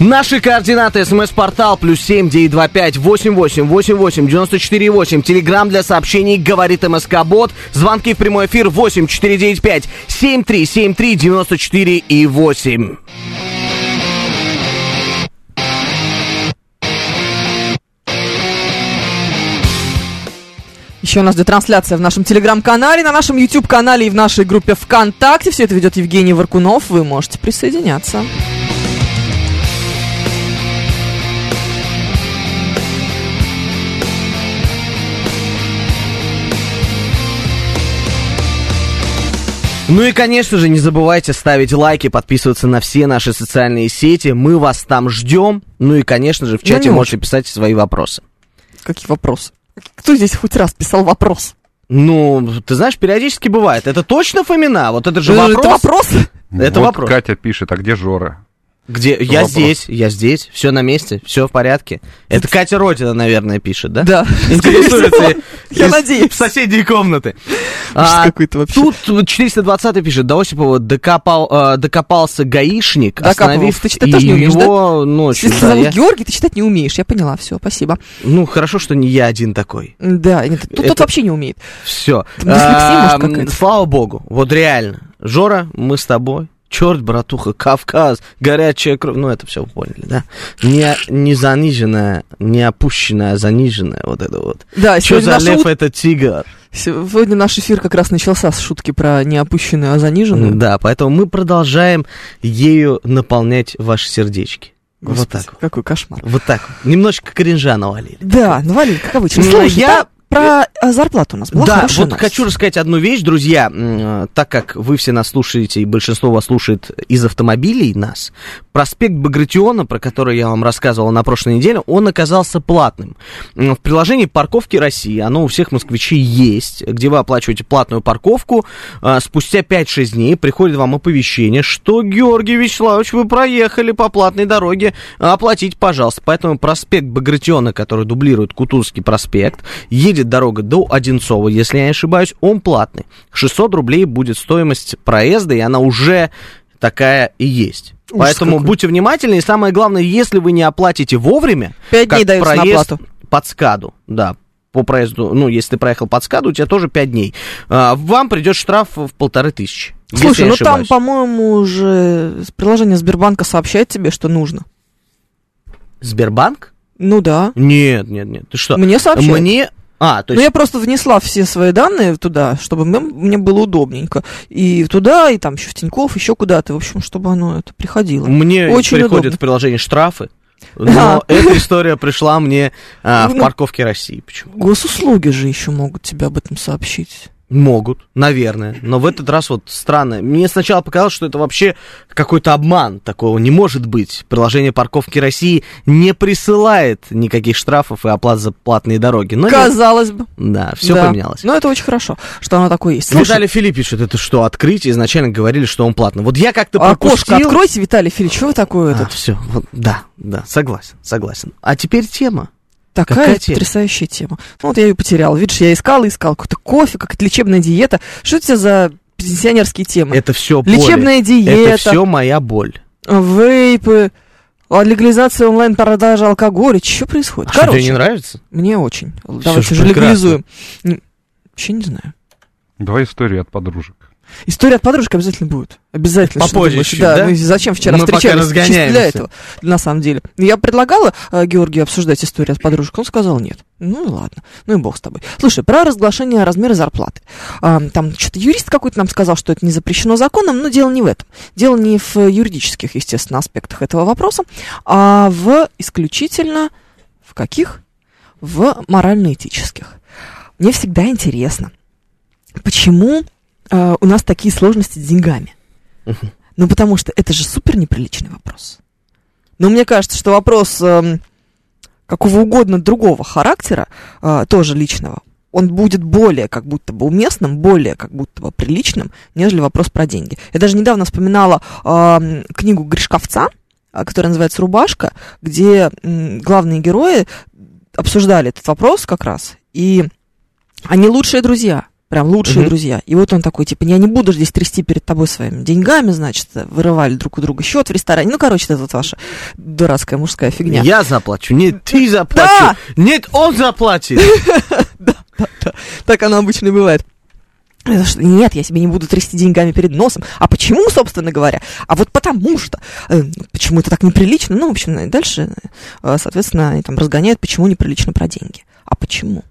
B: Наши координаты. СМС-портал плюс семь девять два пять восемь восемь восемь восемь девяносто четыре восемь. Телеграмм для сообщений говорит МСК Бот. Звонки в прямой эфир восемь четыре девять пять семь три семь три девяносто четыре и восемь.
C: Еще у нас идет трансляция в нашем телеграм-канале, на нашем YouTube-канале и в нашей группе ВКонтакте. Все это ведет Евгений Варкунов. Вы можете присоединяться.
B: Ну и, конечно же, не забывайте ставить лайки, подписываться на все наши социальные сети. Мы вас там ждем. Ну и, конечно же, в
C: Да не
B: чате
C: очень.
B: можете писать свои вопросы.
C: Какие вопросы? Кто здесь хоть раз писал вопрос?
B: Ну, ты знаешь, периодически бывает. Это точно Фомина? Вот Э, это же вопрос.
C: Это вопрос?
B: Это
D: вот
B: вопрос.
D: Катя пишет, а где Жора?
B: Где? Я
D: вопрос.
B: здесь, я здесь, все на месте, все в порядке. Это Катя Родина, наверное, пишет, да?
C: Да.
B: Интересуется
C: Скорее всего. Я
B: из
C: надеюсь.
B: соседней комнаты.
C: Ужас
B: А,
C: какой-то вообще.
B: Тут 420 пишет, до Осипова докопал, э, докопался гаишник,
C: Докапывался.
B: остановив
C: Ты читать тоже не умеешь, да?
B: его ночью.
C: Если
B: да,
C: зовут
B: я-
C: Георгий, ты читать не умеешь. Я поняла, все, спасибо.
B: Ну, хорошо, что не я один такой.
C: М, Да, нет, тут, тут
B: Это-
C: вообще не умеет.
B: Все.
C: Дислексия, может, какая-то?
B: слава богу, вот реально. Жора, мы с тобой. Черт, братуха, Кавказ, горячая кровь. Ну, это все вы поняли, да? Не, не заниженная, не опущенная, а заниженная вот это вот.
C: Да,
B: Что
C: А сегодня
B: за
C: наш,
B: лев,
C: ут-
B: это тигр.
C: сегодня наш эфир как раз начался с шутки про не опущенную, а заниженную.
B: Да, поэтому мы продолжаем ею наполнять ваши сердечки. вот
C: Господи,
B: так вот.
C: Какой кошмар.
B: Вот так. вот. Немножко кринжа навалили.
C: Да, ну, Валерий, как обычно.
B: Ну,
C: Слушай,
B: я-
C: я... про а, зарплату у нас была
B: да,
C: хорошая
B: вот
C: новость.
B: хочу рассказать одну вещь, друзья. М, э, Так как вы все нас слушаете, и большинство вас слушает из автомобилей нас, проспект Багратиона, про который я вам рассказывал на прошлой неделе, он оказался платным. М, В приложении «Парковки России», оно у всех москвичей есть, где вы оплачиваете платную парковку, а, спустя 5-6 дней приходит вам оповещение, что, Георгий Вячеславович, вы проехали по платной дороге, а, оплатите, пожалуйста. Поэтому проспект Багратиона, который дублирует Кутузский проспект, едет дорога до Одинцова, если я не ошибаюсь, он платный. 600 рублей будет стоимость проезда, и она уже такая и есть.
C: Ужас
B: Поэтому
C: какой.
B: будьте внимательны, и самое главное, если вы не оплатите вовремя,
C: Пять
B: как
C: дней дается на
B: проезд
C: оплату.
B: под скаду, да, по проезду, ну, если ты проехал под скаду, у тебя тоже 5 дней. А, вам придет штраф в полторы тысячи. если
C: Слушай,
B: я
C: ну
B: не
C: там,
B: ошибаюсь.
C: по-моему, уже с- приложение Сбербанка сообщает тебе, что нужно.
B: Сбербанк?
C: Ну да.
B: Нет, нет, нет, ты что?
C: Мне сообщает.
B: Мне... А, то
C: Ну,
B: есть...
C: я просто внесла все свои данные туда, чтобы мне, мне было удобненько. И туда, и там еще в Тинькофф, еще куда-то. В общем, чтобы оно это приходило.
B: Мне
C: Очень
B: приходят
C: удобно.
B: в приложение штрафы,
C: Да.
B: но эта история пришла мне а, в
C: Ну.
B: парковке России. Почему?
C: Госуслуги же еще могут тебе об этом сообщить.
B: Могут, наверное. Но в этот раз вот странно. Мне сначала показалось, что это вообще какой-то обман. Такого не может быть. Приложение парковки России не присылает никаких штрафов и оплат за платные дороги. Но Ну, нет.
C: Казалось бы.
B: да, все
C: Да.
B: поменялось.
C: Но это очень хорошо, что оно такое есть. Слушай,
B: Виталий Филипп пишет, это что, открытие? Изначально говорили, что он платный. Вот я как-то
C: окошко
B: пропустил...
C: откройте, Виталий Филич, что вы такое?
B: А,
C: этот?
B: все, да, да, согласен, согласен. А теперь тема.
C: Такая
B: какая тема?
C: потрясающая тема. Ну, вот я ее потеряла. Видишь, я искала, искала. Какой-то кофе, какая-то лечебная диета. Что это у тебя за пенсионерские темы?
B: Это все
C: Лечебная
B: Это
C: диета,
B: все моя боль.
C: вейпы, а, легализация онлайн-продажи алкоголя. Что происходит?
B: А что, тебе
C: Короче,
B: не нравится?
C: мне очень.
B: же
C: Давайте же
B: прекрасно.
C: легализуем. Не- Вообще не знаю.
D: Давай историю от подружек.
C: История от подружки обязательно будет. Обязательно. что
B: Попозже
C: думаешь?
B: чуть,
C: да,
B: да?
C: мы зачем вчера
B: Мы пока
C: встречались? Чисто
B: разгоняемся.
C: для этого, на самом деле. Я предлагала э, Георгию обсуждать историю от подружек, он сказал нет. Ну и ладно, ну и бог с тобой. Слушай, про разглашение размера зарплаты. А, там что-то юрист какой-то нам сказал, что это не запрещено законом, но дело не в этом. Дело не в юридических, естественно, аспектах этого вопроса, а в исключительно в каких? В морально-этических. Мне всегда интересно, почему э, у нас такие сложности с деньгами?
B: Мгм.
C: Ну, потому что это же супер неприличный вопрос. Но мне кажется, что вопрос эм, какого угодно другого характера, э, тоже личного, он будет более как будто бы уместным, более как будто бы приличным, нежели вопрос про деньги. Я даже недавно вспоминала эм, книгу Гришковца, а, которая называется «Рубашка», где м, главные герои обсуждали этот вопрос как раз, и они лучшие друзья. прям лучшие
B: Мгм.
C: друзья. И вот он такой, типа, я не буду ж здесь трясти перед тобой своими деньгами, значит, вырывали друг у друга счет в ресторане. Ну, короче, это вот ваша дурацкая мужская фигня.
B: Я заплачу. Нет, ты заплачу. Нет, он заплатит.
C: Так оно обычно и бывает. Это что, Нет, я себе не буду трясти деньгами перед носом. А почему, собственно говоря? А вот потому что. Э, ну, Почему это так неприлично? Ну, в общем, и дальше, э, соответственно, они там разгоняют, почему неприлично про деньги. А почему?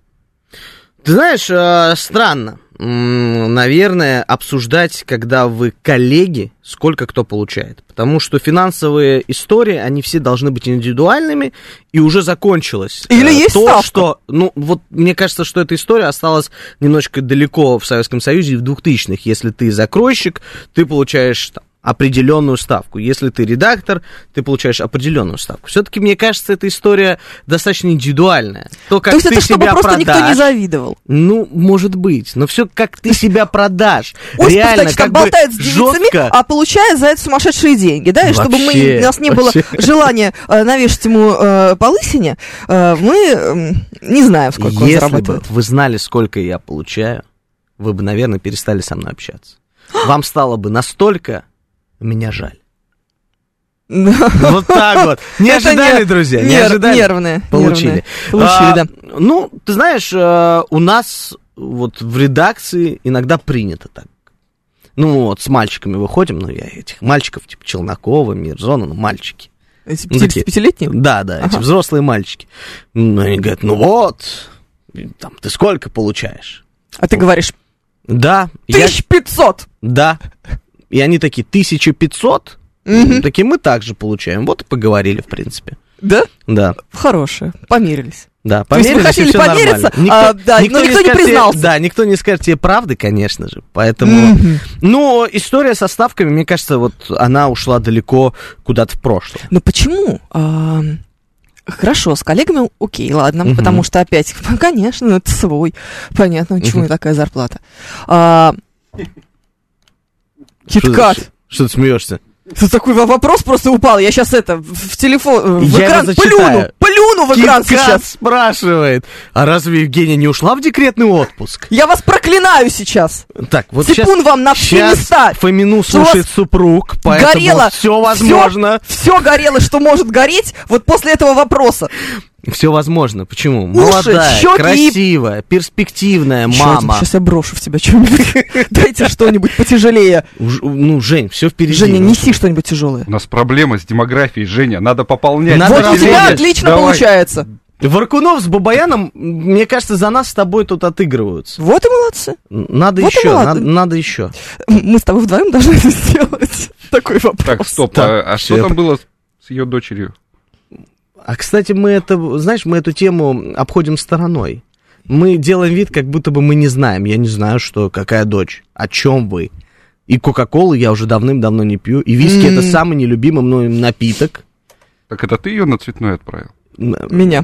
B: Ты знаешь, э, странно, м, наверное, обсуждать, когда вы коллеги, сколько кто получает. Потому что финансовые истории, они все должны быть индивидуальными, и уже закончилось. э,
C: Или есть
B: то,
C: ставка.
B: что... Ну, вот мне кажется, что эта история осталась немножечко далеко в Советском Союзе и в 2000-х. Если ты закройщик, ты получаешь там, определенную ставку. Если ты редактор, ты получаешь определенную ставку. Все-таки, мне кажется, эта история достаточно индивидуальная. То, как
C: То есть
B: ты
C: это чтобы
B: себя
C: просто никто не
B: продашь,
C: завидовал.
B: ну, может быть, но все как ты себя продашь.
C: Осипов,
B: Реально,
C: значит,
B: как
C: там
B: бы
C: болтает с девицами,
B: жёстко.
C: а получает за это сумасшедшие деньги, да? И чтобы мы,
B: Вообще,
C: у нас не было
B: вообще.
C: желания э, навешать ему э, по лысине, э, мы м, не знаем, сколько он
B: Если бы
C: зарабатывает.
B: вы знали, сколько я получаю, вы бы, наверное, перестали со мной общаться. Вам стало бы настолько меня жаль. Вот так вот. Не
C: Это
B: ожидали,
C: не-
B: друзья, не
C: Нер-
B: ожидали.
C: Нервные.
B: Получили.
C: нервные. Получили,
B: А,
C: да.
B: Ну, ты знаешь, э, у нас вот в редакции иногда принято так. Ну вот, с мальчиками выходим, ну я этих мальчиков, типа Челнокова, Мирзона, ну мальчики.
C: Эти
B: Ну,
C: пяти-
B: такие.
C: пятилетние?
B: Да, да, эти
C: Ага.
B: взрослые мальчики. Ну, они говорят, ну вот, и там, ты сколько получаешь?
C: А ты говоришь,
B: Да, я,
C: 1500!
B: да. И они такие, 1500?
C: Мгм.
B: Такие мы также получаем. Вот и поговорили, в принципе.
C: Да?
B: Да,
C: Хорошие, помирились.
B: да.
C: То есть вы
B: Померились, и
C: хотели
B: всё
C: помериться,
B: нормально.
C: а, да, но никто не
B: скажет тебе-
C: признался.
B: да, никто не скажет тебе правды, конечно же. Поэтому...
C: Мгм.
B: Но история со ставками, мне кажется, вот она ушла далеко куда-то в прошлое.
C: Но Ну почему? ам, Хорошо, с коллегами окей, ладно,
B: Мгм.
C: потому что опять, ну, конечно, это свой, понятно, почему
B: Мгм.
C: такая зарплата. А,
B: Что ты-
C: Киткат.
B: Что ты смеешься?
C: Тут такой во- вопрос просто упал. Я сейчас это в в телефон, э, в
B: Я
C: экран
B: его
C: плюну,
B: зачитаю.
C: плюну в экран
B: Кит Кат
C: сейчас.
B: спрашивает, а разве Евгения не ушла в декретный отпуск?
C: Я вас проклинаю сейчас.
B: Так, вот сейчас...
C: Типун вам на все места.
B: Фомину
C: Что у вас
B: слушает супруг, поэтому
C: горело?
B: все возможно.
C: Все горело, что может гореть вот после этого вопроса.
B: Все? возможно. Почему? Молодая,
C: щеки и-
B: красивая, перспективная мама.
C: Сейчас я брошу в тебя что-нибудь. Дайте что-нибудь потяжелее.
B: Уж- Ну, Жень, все впереди.
C: Женя,
B: Ну,
C: неси что-нибудь тяжелое.
D: У нас проблема с демографией, Женя. Надо пополнять.
B: Надо
C: Вот у тебя
B: пополнять.
C: отлично
D: Давай.
C: получается.
B: Варкунов с Бабаяном, мне кажется, за нас с тобой тут отыгрываются.
C: Вот и молодцы.
B: Надо
C: Вот и
B: еще,
C: молодцы.
B: надо, надо еще.
C: Мы с тобой вдвоем должны это сделать. Такой вопрос.
D: Так, стоп,
B: Так,
D: а, а
B: всё,
D: что
B: я
D: там было с- с ее дочерью?
B: А, кстати, мы это, знаешь, мы эту тему обходим стороной. Мы делаем вид, как будто бы мы не знаем. Я не знаю, что, какая дочь, о чем вы. И Кока-Колу я уже давным-давно не пью. И виски
C: М.
B: это самый нелюбимый мной напиток.
D: Так это ты ее на цветной отправил?
B: М,
C: Меня.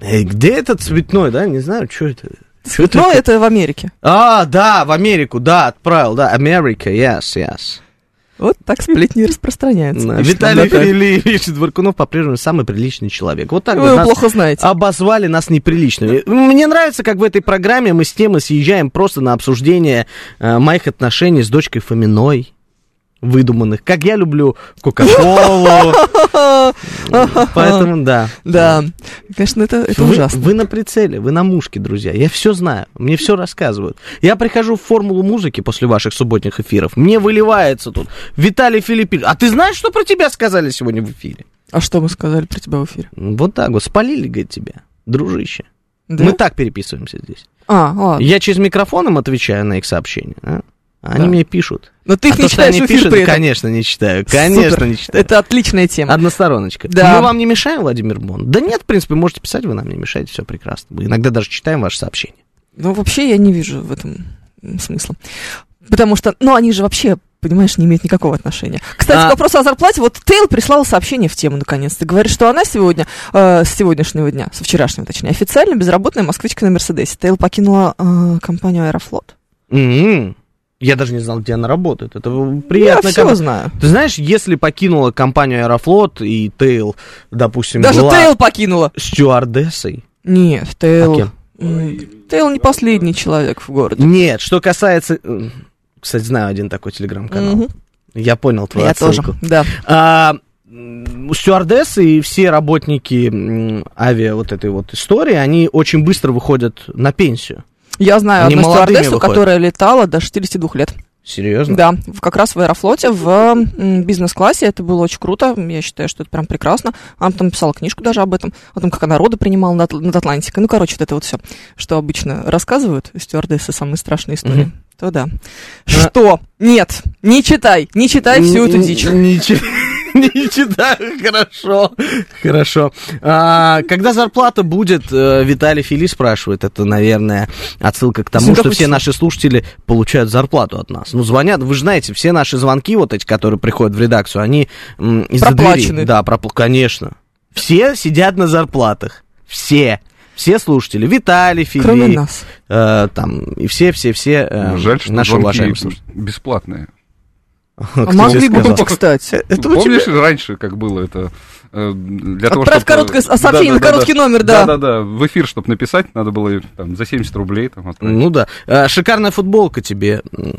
B: Эй, где этот цветной, да? Не знаю, что это. Чё это?
C: Но это в Америке.
B: А, да, в Америку, да, отправил, да. Америка, yes, yes.
C: Вот так сплетни и распространяются.
B: Да,
C: Пишет нам
B: Виталий
C: Наталья.
B: Ильич Дворкунов по-прежнему самый приличный человек. Вот так
C: Вы
B: вот
C: его
B: нас А-
C: плохо знаете.
B: обозвали нас неприличными. Мне нравится, как в этой программе мы с темы съезжаем просто на обсуждение э, моих отношений с дочкой Фоминой выдуманных. Как я люблю Кока-Колу. Поэтому да.
C: Да. Конечно, это, это
B: вы,
C: ужасно.
B: вы на прицеле, вы на мушке, друзья. Я все знаю, мне все рассказывают. Я прихожу в формулу музыки после ваших субботних эфиров. Мне выливается тут Виталий Филиппин. А ты знаешь, что про тебя сказали сегодня в эфире?
C: А что мы сказали про тебя в эфире?
B: Вот так вот, спалили, говорит, тебя, дружище.
C: Да?
B: Мы так переписываемся здесь.
C: А, ладно.
B: Я через микрофон им отвечаю на их сообщения. а? А Они
C: Да.
B: мне пишут.
C: Но ты
B: а
C: их
B: то,
C: не
B: что
C: читаешь в
B: они
C: эфир
B: пишут,
C: при этом.
B: конечно, не читаю. Конечно,
C: Супер.
B: не читаю.
C: Это отличная тема.
B: Одностороночка.
C: Да.
B: Мы вам не мешаем, Владимир Бон? Да нет, в принципе, можете писать, вы нам не мешаете, все прекрасно. Мы иногда даже читаем ваши сообщения.
C: Ну, вообще я не вижу в этом м, смысла. Потому что, ну, они же вообще, понимаешь, не имеют никакого отношения. Кстати,
B: А.
C: к вопросу о зарплате. Вот Тейл прислала сообщение в тему, наконец-то. Говорит, что она сегодня, э, с сегодняшнего дня, с вчерашнего, точнее, официально безработная москвичка на Мерседесе. Тейл покинула э, компанию Аэрофлот.
B: М-м. Я даже не знал, где она работает. Это
C: я
B: приятно.
C: все
B: когда-
C: знаю.
B: Ты знаешь, если покинула компанию Аэрофлот и Тейл, допустим,
C: Даже
B: была
C: Тейл покинула.
B: стюардессой,
C: Нет,
B: а
C: Тейл...
B: кем?
C: М, Тейл не последний человек в городе.
B: Нет, что касается... э, Кстати, знаю один такой телеграм-канал.
C: Мгм.
B: Я понял твою
C: Я тоже,
B: отсылку.
C: да.
B: А, м, стюардессы и все работники м, авиа вот этой вот истории, они очень быстро выходят на пенсию.
C: Я знаю
B: Они
C: одну
B: молодыми
C: стюардессу,
B: выходят.
C: которая летала до 62 лет.
B: Серьезно?
C: Да, в- как раз в Аэрофлоте, в м, бизнес-классе. Это было очень круто. Я считаю, что это прям прекрасно. Она потом писала книжку даже об этом, о том, как она роды принимала над, над Атлантикой. Ну, короче, вот это вот все, что обычно рассказывают стюардессы, самые страшные истории.
B: Мгм. Ну, а
C: То да. Что? Нет, не читай, не читай всю эту
B: Н-
C: дичь.
B: н- Не, чи- не читаю, хорошо, хорошо. А, когда зарплата будет, э, Виталий Фили спрашивает, это, наверное, отсылка к тому,
C: Ну,
B: что
C: какой
B: все
C: число?
B: наши слушатели получают зарплату от нас. Ну, звонят, вы же знаете, все наши звонки вот эти, которые приходят в редакцию, они м, из-за двери.
C: Проплачены.
B: Да, пропла- конечно. Все сидят на зарплатах, все. Все слушатели, Виталий, Фили,
C: Кроме нас.
B: э, там, и все-все-все э,
D: Ну, Жаль, что
B: наши
D: звонки
B: уважаемые слушатели.
D: бесплатные. Ну,
C: А
B: Кто
C: могли
B: тебе
C: бы
B: сказал? Э,
C: быть, кстати.
B: Это у
D: Помнишь раньше, как было это? э, Для того,
C: Отправь
D: чтобы-
C: короткое с- сообщение на
D: Да-да-да-да.
C: короткий номер, да.
D: Да-да-да, в эфир, чтобы написать, надо было там, за 70 рублей там, отправить.
B: Ну да. Э, Шикарная футболка тебе м,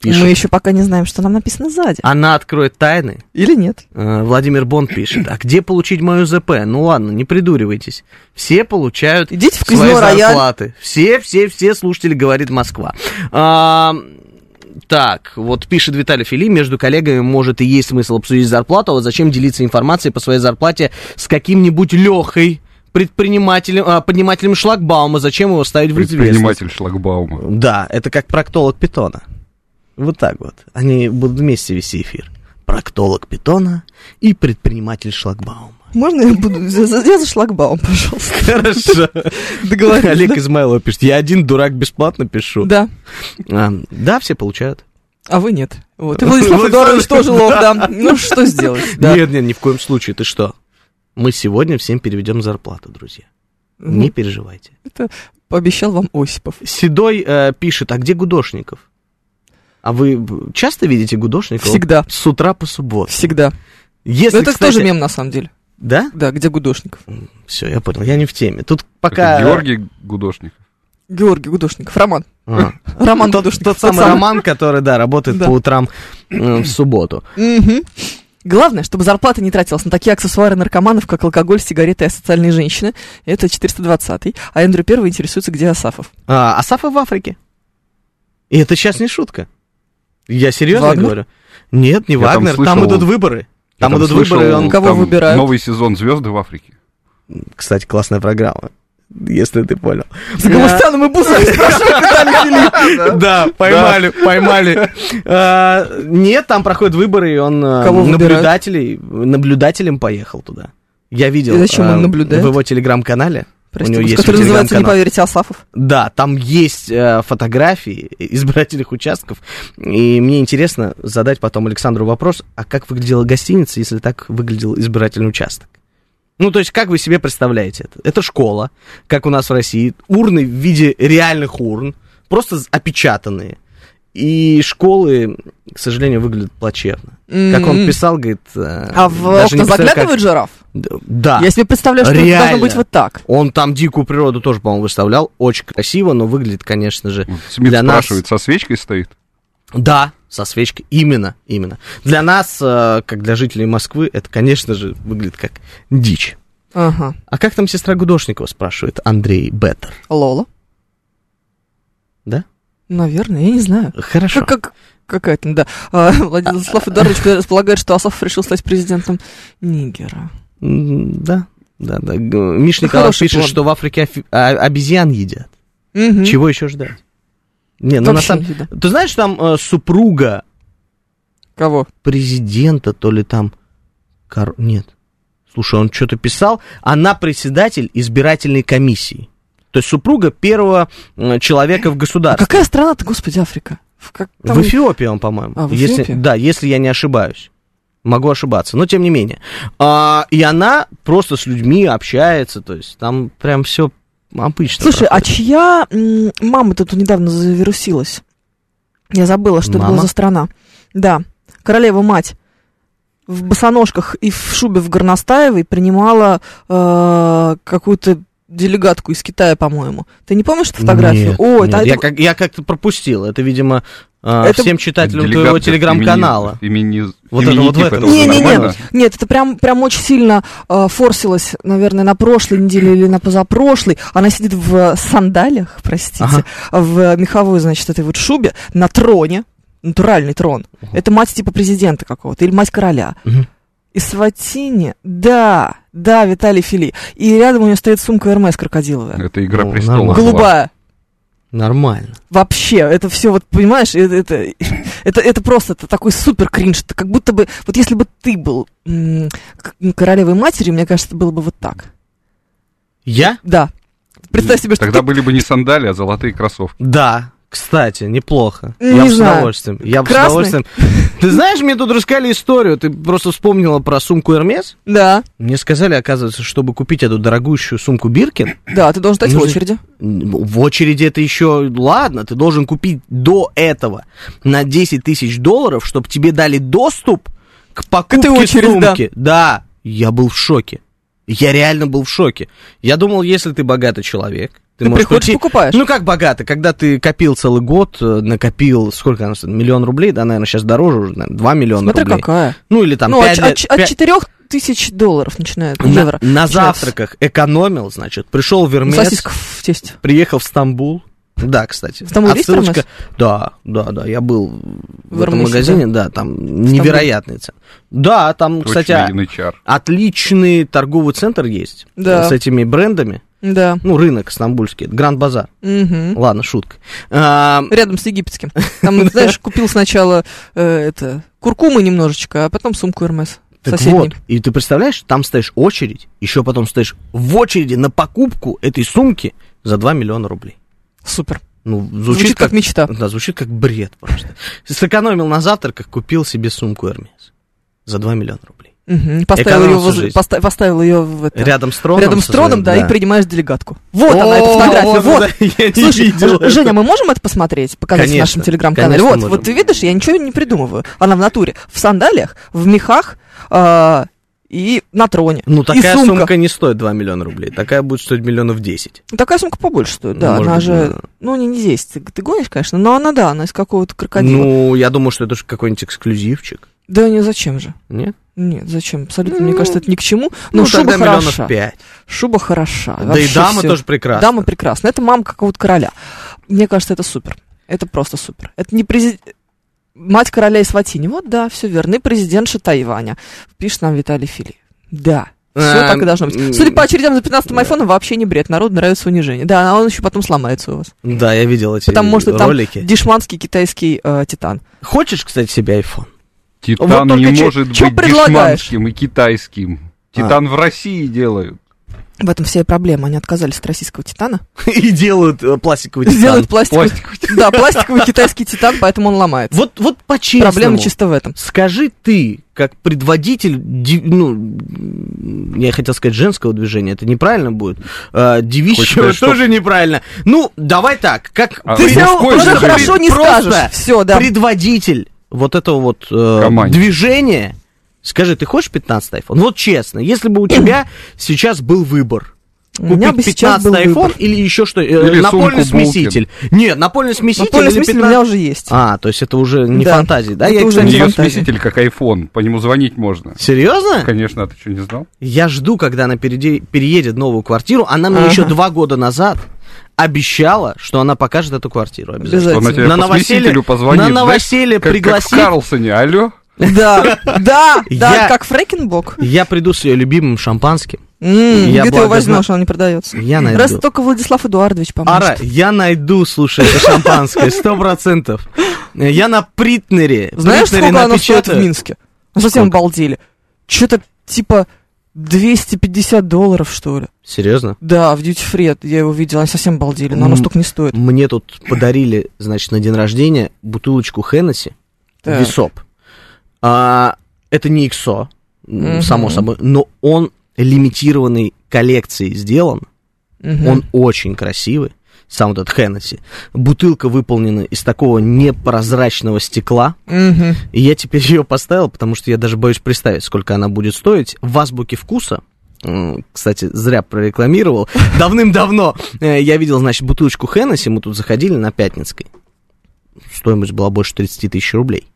B: пишет.
C: Мы еще пока не знаем, что нам написано сзади.
B: Она откроет тайны.
C: Или нет?
B: Э, Владимир Бонд пишет. А где получить мою ЗП? Ну ладно, не придуривайтесь. Все получают
C: Идите в
B: свои
C: казино «Рояль».
B: зарплаты. Все, все, все слушатели говорит Москва. А, так, вот пишет Виталий Фили, между коллегами может и есть смысл обсудить зарплату, а вот зачем делиться информацией по своей зарплате с каким-нибудь Лехой, предпринимателем, а, поднимателем шлагбаума, зачем его ставить в известность?
D: Предприниматель шлагбаума.
B: Да, это как проктолог питона. Вот так вот. Они будут вместе вести эфир. Проктолог питона и предприниматель шлагбаума.
C: Можно я буду? Я за я за шлагбаум, пожалуйста.
B: Хорошо.
C: Договорились,
B: Олег
C: да?
B: Измайлов пишет. Я один дурак бесплатно пишу.
C: Да.
B: А, Да, все получают.
C: А вы нет. Вот. И Владислав Эдуардович тоже лох, да. Ну, что сделать, да.
B: Нет, нет, ни в коем случае. Ты что? Мы сегодня всем переведем зарплату, друзья. Не
C: Ну,
B: переживайте.
C: Пообещал вам Осипов.
B: Седой э, пишет, а где Гудошников? А вы б, часто видите Гудошникова?
C: Всегда.
B: С утра по субботу.
C: Всегда.
B: Если,
C: Ну, это
B: кстати-
C: тоже мем, на самом деле.
B: Да?
C: Да, где Гудошников?
B: Все, я понял, я не в теме. Тут пока... э,
D: Это Георгий Гудошник.
C: Георгий Гудошников. Роман.
B: А.
C: Роман
B: тот, тот
C: Гудошников.
B: самый Роман, который, да, работает
C: Да.
B: по утрам э, в субботу.
C: Мгм. Главное, чтобы зарплата не тратилась на такие аксессуары наркоманов, как алкоголь, сигареты и асоциальные женщины. Это 420-й. А Эндрю Первый интересуется, где Асафов.
B: А, Асафа в Африке. И это сейчас не шутка. Я серьезно
C: Вагнер?
B: говорю? Нет, не
D: Я там
B: Вагнер. Там,
D: слышал-
B: идут выборы.
D: Я
B: Там, идут
D: слышал,
B: выборы, и он...
C: Кого
D: там
C: выбирают?
D: Новый сезон «Звезды в Африке».
B: Кстати, классная программа. Если ты понял.
C: С Галустяном и Бусовым спрашивают,
B: Да, поймали, поймали. А, Нет, там проходят выборы, и он а,
C: Кого выбирают?
B: наблюдателей, наблюдателем поехал туда. Я видел
C: И зачем он
B: а,
C: наблюдает?
B: в его телеграм-канале.
C: Прости,
B: него
C: господи,
B: есть
C: который называется, не
B: телеграм-канал.
C: поверите, Асафов.
B: Да, там есть э, фотографии избирательных участков, и мне интересно задать потом Александру вопрос, а как выглядела гостиница, если так выглядел избирательный участок? Ну, то есть, как вы себе представляете это? Это школа, как у нас в России, урны в виде реальных урн, просто з- опечатанные. И школы, к сожалению, выглядят плачевно. Как он
C: М.
B: писал, говорит... э,
C: А в
B: даже не представляю,
C: окна
B: как-
C: заглядывает жираф?
B: Да.
C: Я себе представляю, что это
B: Реально.
C: должно быть вот так.
B: Он там дикую природу тоже, по-моему, выставлял. Очень красиво, но выглядит, конечно же,
D: Вот Смит
B: Для нас-
D: спрашивает, со свечкой стоит?
B: Да, со свечкой. Именно, именно. Для нас, э, как для жителей Москвы, это, конечно же, выглядит как дичь.
C: Ага.
B: А как там сестра Гудошникова, спрашивает Андрей Беттер.
C: Лола.
B: Да?
C: Наверное, я не знаю.
B: Хорошо.
C: Как, как- какая там, да. А, Владислав Эдуардович располагает, что Асафов решил стать президентом Нигера.
B: М, Да, да, да. Г- Миш
C: Да
B: Николаев
C: хороший
B: пишет,
C: план.
B: что в Африке афи- а- обезьян едят.
C: Мгм.
B: Чего еще ждать? Не, ну на
C: Вообще
B: самом...
C: не видно.
B: Ты знаешь, там э, супруга
C: Кого?
B: президента, то ли там... кор- Нет. Слушай, он что-то писал. Она председатель избирательной комиссии. То есть супруга первого м, человека в
C: А
B: государстве.
C: какая страна-то, господи, Африка? В, как, там-
B: В Эфиопии он, по-моему.
C: А, в
B: Если-
C: Эфиопии?
B: да, если я не ошибаюсь. Могу ошибаться, но тем не менее. А, и она просто с людьми общается, то есть там прям все обычно.
C: Слушай, а
B: проходит.
C: чья м, мама тут недавно завирусилась? Я забыла, что это
B: Мама?
C: была за страна. Да, королева-мать в босоножках и в шубе в Горностаевой принимала э, какую-то делегатку из Китая, по-моему. Ты не помнишь эту фотографию?
B: Нет,
C: О,
B: нет.
C: это-
B: я,
C: это-
B: как, я как-то пропустил. Это, видимо, а,
C: Это-
B: всем читателям
D: Делегатка
B: твоего телеграм-канала.
D: фемини- фемини-
B: Вот это вот в
D: феминитив,
B: этом.
D: Ну, уже
C: Не-не-не.
D: нормально?
C: Нет, это прям, прям очень сильно э, форсилось, наверное, на прошлой неделе или на позапрошлой. Она сидит в э, сандалиях, простите,
B: Ага.
C: в меховой, значит, этой вот шубе, на троне, натуральный трон.
B: Ого.
C: Это мать типа президента какого-то или мать короля.
B: Мгм.
C: И Сватини, да, да, Виталий Фили. И рядом у нее стоит сумка РМС крокодиловая.
D: Это игра
B: Ну,
D: престолов.
B: нормально.
D: была.
C: Голубая.
B: Нормально.
C: Вообще, это все, вот понимаешь, это, это, это, это просто это такой супер кринж. Это как будто бы, вот если бы ты был м, к- ну, королевой матерью, мне кажется, было бы вот так.
B: Я?
C: Да. Представь себе, что
D: Тогда
C: ты-
D: были бы не сандали, а золотые кроссовки.
B: Да. Кстати, неплохо.
C: Не
B: я бы с
C: знаю.
B: удовольствием. Я бы с
C: Красный?
B: удовольствием. Ты знаешь, мне тут рассказали историю. Ты просто вспомнила про сумку Эрмес.
C: Да,
B: Мне сказали, оказывается, чтобы купить эту дорогущую сумку Биркин,
C: да, ты должен стать в
B: Нужно-
C: очереди.
B: в очереди это еще ладно, ты должен купить до этого на 10 тысяч долларов, чтобы тебе дали доступ к покупке
C: очереди,
B: сумки. Да. я был в шоке. Я реально был в шоке. Я думал, если ты богатый человек, ты,
C: Ты,
B: можешь
C: приходишь
B: прийти-
C: и покупаешь.
B: ну как богато, когда ты копил целый год, э, накопил, сколько она стоит, миллион рублей, да, наверное, сейчас дороже уже, наверное, 2 миллиона
C: Смотри,
B: рублей.
C: какая.
B: Ну или там
C: ну, от,
B: пять лет-
C: от, от
B: пять-
C: 4 тысяч долларов начинает,
B: на,
C: евро.
B: на
C: начинается.
B: завтраках экономил, значит, пришел в
C: Ну,
B: Вермес,
C: Сосиска в тесте.
B: приехал в Стамбул. Да, кстати.
C: В Стамбуле есть
B: Отсылочка- Да, да, да. Я был в,
C: В
B: этом
C: Эрмесе,
B: магазине, да, там невероятные цены. Да, там, кстати,
D: Очень
B: а-
D: ледяный чар.
B: отличный торговый центр есть
C: Да.
B: э, с этими брендами.
C: Да.
B: Ну, рынок стамбульский, Гранд Базар.
C: Мгм.
B: Ладно, шутка. А,
C: Рядом с египетским. Там, знаешь, купил сначала э, это куркумы немножечко, а потом сумку РМС.
B: Так
C: соседний.
B: вот, и ты представляешь, там стоишь очередь, еще потом стоишь в очереди на покупку этой сумки за 2 миллиона рублей.
C: Супер.
B: Ну, звучит,
C: Звучит, как мечта.
B: Да, звучит как бред просто. Сэкономил на завтраках, купил себе сумку Hermes за 2 миллиона рублей.
C: Мгм. Поставил,
B: Экономил
C: ее
B: всю
C: возле-
B: жизнь.
C: поста- поставил ее в это-
B: Рядом с троном.
C: рядом с
B: со своим-
C: троном, да, и принимаешь делегатку. Вот она, эта
B: О,
C: фотография, вот.
B: это Я не
C: Слушай,
B: видел
C: Ж- Женя,
B: это.
C: мы можем это посмотреть, показать
B: Конечно,
C: в нашем телеграм-канале?
B: конечно,
C: Вот,
B: можем.
C: вот ты видишь, я ничего не придумываю. Она в натуре, в сандалиях, в мехах а, и на троне.
B: Ну, такая
C: и сумка.
B: сумка не стоит 2 миллиона рублей. Такая будет стоить миллионов 10.
C: Ну, Такая сумка побольше стоит,
B: Ну,
C: да,
B: может
C: она
B: быть,
C: же,
B: да.
C: ну не, не 10, ты, ты гонишь, конечно, но она, да, она из какого-то крокодила.
B: Ну, я думаю, что это же какой-нибудь эксклюзивчик.
C: Да не, зачем же?
B: Нет?
C: Нет, зачем? Абсолютно,
B: Ну,
C: мне кажется, это ни к чему. Но Ну, шуба
B: тогда
C: хороша.
B: миллионов 5.
C: Шуба хороша.
B: Да
C: вообще
B: и дама
C: всё.
B: тоже прекрасна.
C: Дама прекрасна. Это мама какого-то короля. Мне кажется, это супер. Это просто супер. Это не президент... Мать короля Сватини. Вот, да, все верно. И президентша Тайваня. Пишет нам Виталий Фили. Да. Все
B: Эм,
C: так и должно быть. Судя по очередям за 15-м айфоном, вообще не бред. Народу нравится унижение. Да, а он еще потом сломается у вас.
B: Да, я видел эти
C: Потому что там
B: ролики.
C: дешманский китайский э, титан.
B: Хочешь, кстати, себе iPhone?
D: Титан
C: только
D: не
C: чё-
D: может
C: чё
D: быть
C: предлагаешь?
D: дешманским и китайским.
B: А.
D: Титан в России делают.
C: В этом вся и проблема. Они отказались от российского титана.
B: И делают э, пластиковый титан.
C: Сделают пластиковый... Да, пластиковый китайский титан, поэтому он ломается.
B: Вот, вот по-честному.
C: Проблема чисто в этом.
B: Скажи ты, как предводитель, ди- ну, я хотел сказать женского движения, это неправильно будет. А,
D: Хочешь
B: девичьего
D: сказать,
B: тоже
D: что-
B: неправильно. Ну, давай так, как
D: А
C: Ты
D: Мужской
C: все равно уже
D: же
C: хорошо не
B: Просто
C: скажешь. Все, да.
B: предводитель вот этого вот э,
D: Команде.
B: движения, скажи, ты хочешь 15 iPhone? Вот честно, если бы у тебя сейчас был выбор,
C: У
B: купить
C: меня бы сейчас
B: 15
C: был
B: iPhone
C: выбор.
B: или еще что, э,
D: Или
B: напольный
D: сумку Булкин.
B: смеситель. Нет, напольный смеситель
C: Напольный
B: или
C: смеситель у
B: 15
C: меня уже есть.
B: А, то есть это уже не
C: Да.
B: фантазии, да?
C: Это
B: Я,
C: уже
D: У
B: кстати,
C: не
D: нее
C: фантазия.
D: смеситель как iPhone, по нему звонить можно.
B: Серьезно?
D: Конечно, а ты что, не знал?
B: Я жду, когда она переде- переедет в новую квартиру. Она мне
C: Ага.
B: еще два года назад обещала, что она покажет эту квартиру обязательно.
C: Обязательно.
D: Она тебе
B: На
D: по
B: новоселье,
D: смесителю позвонит.
B: на
D: знаешь,
B: новоселье
D: как- как
B: пригласит.
D: в Карлсоне, алло?
C: Да, да,
B: Я-
C: да, как Фрекенбок.
B: Я приду с ее любимым шампанским.
C: М,
B: Я
C: Где ты его
B: благо
C: возьмешь, он не продается.
B: Я найду.
C: Раз только Владислав Эдуардович
B: Ара,
C: поможет.
B: я найду, слушай, это шампанское, сто процентов. Я на Притнере.
C: Знаешь,
B: Притнере
C: сколько оно стоит в
B: напечатаю.
C: Минске? Ну, Совсем
B: Сколько?
C: обалдели. Что-то типа 250 долларов, что ли.
B: Серьезно?
C: Да, в Duty Free я его видел, они совсем обалдели, но
B: М.
C: оно столько не стоит.
B: Мне тут подарили, значит, на день рождения бутылочку Хеннесси,
C: Так.
B: Висоп. А, это не иксо, м,
C: Мгм.
B: само собой, но он лимитированной коллекцией сделан.
C: Мгм.
B: Он очень красивый, сам этот Хеннесси. Бутылка выполнена из такого непрозрачного стекла.
C: Мгм.
B: И я теперь ее поставил, потому что я даже боюсь представить, сколько она будет стоить. В азбуке вкуса м, кстати, зря прорекламировал. Давным-давно э, я видел, значит, бутылочку Хеннесси, мы тут заходили на Пятницкой. Стоимость была больше 30 тысяч рублей.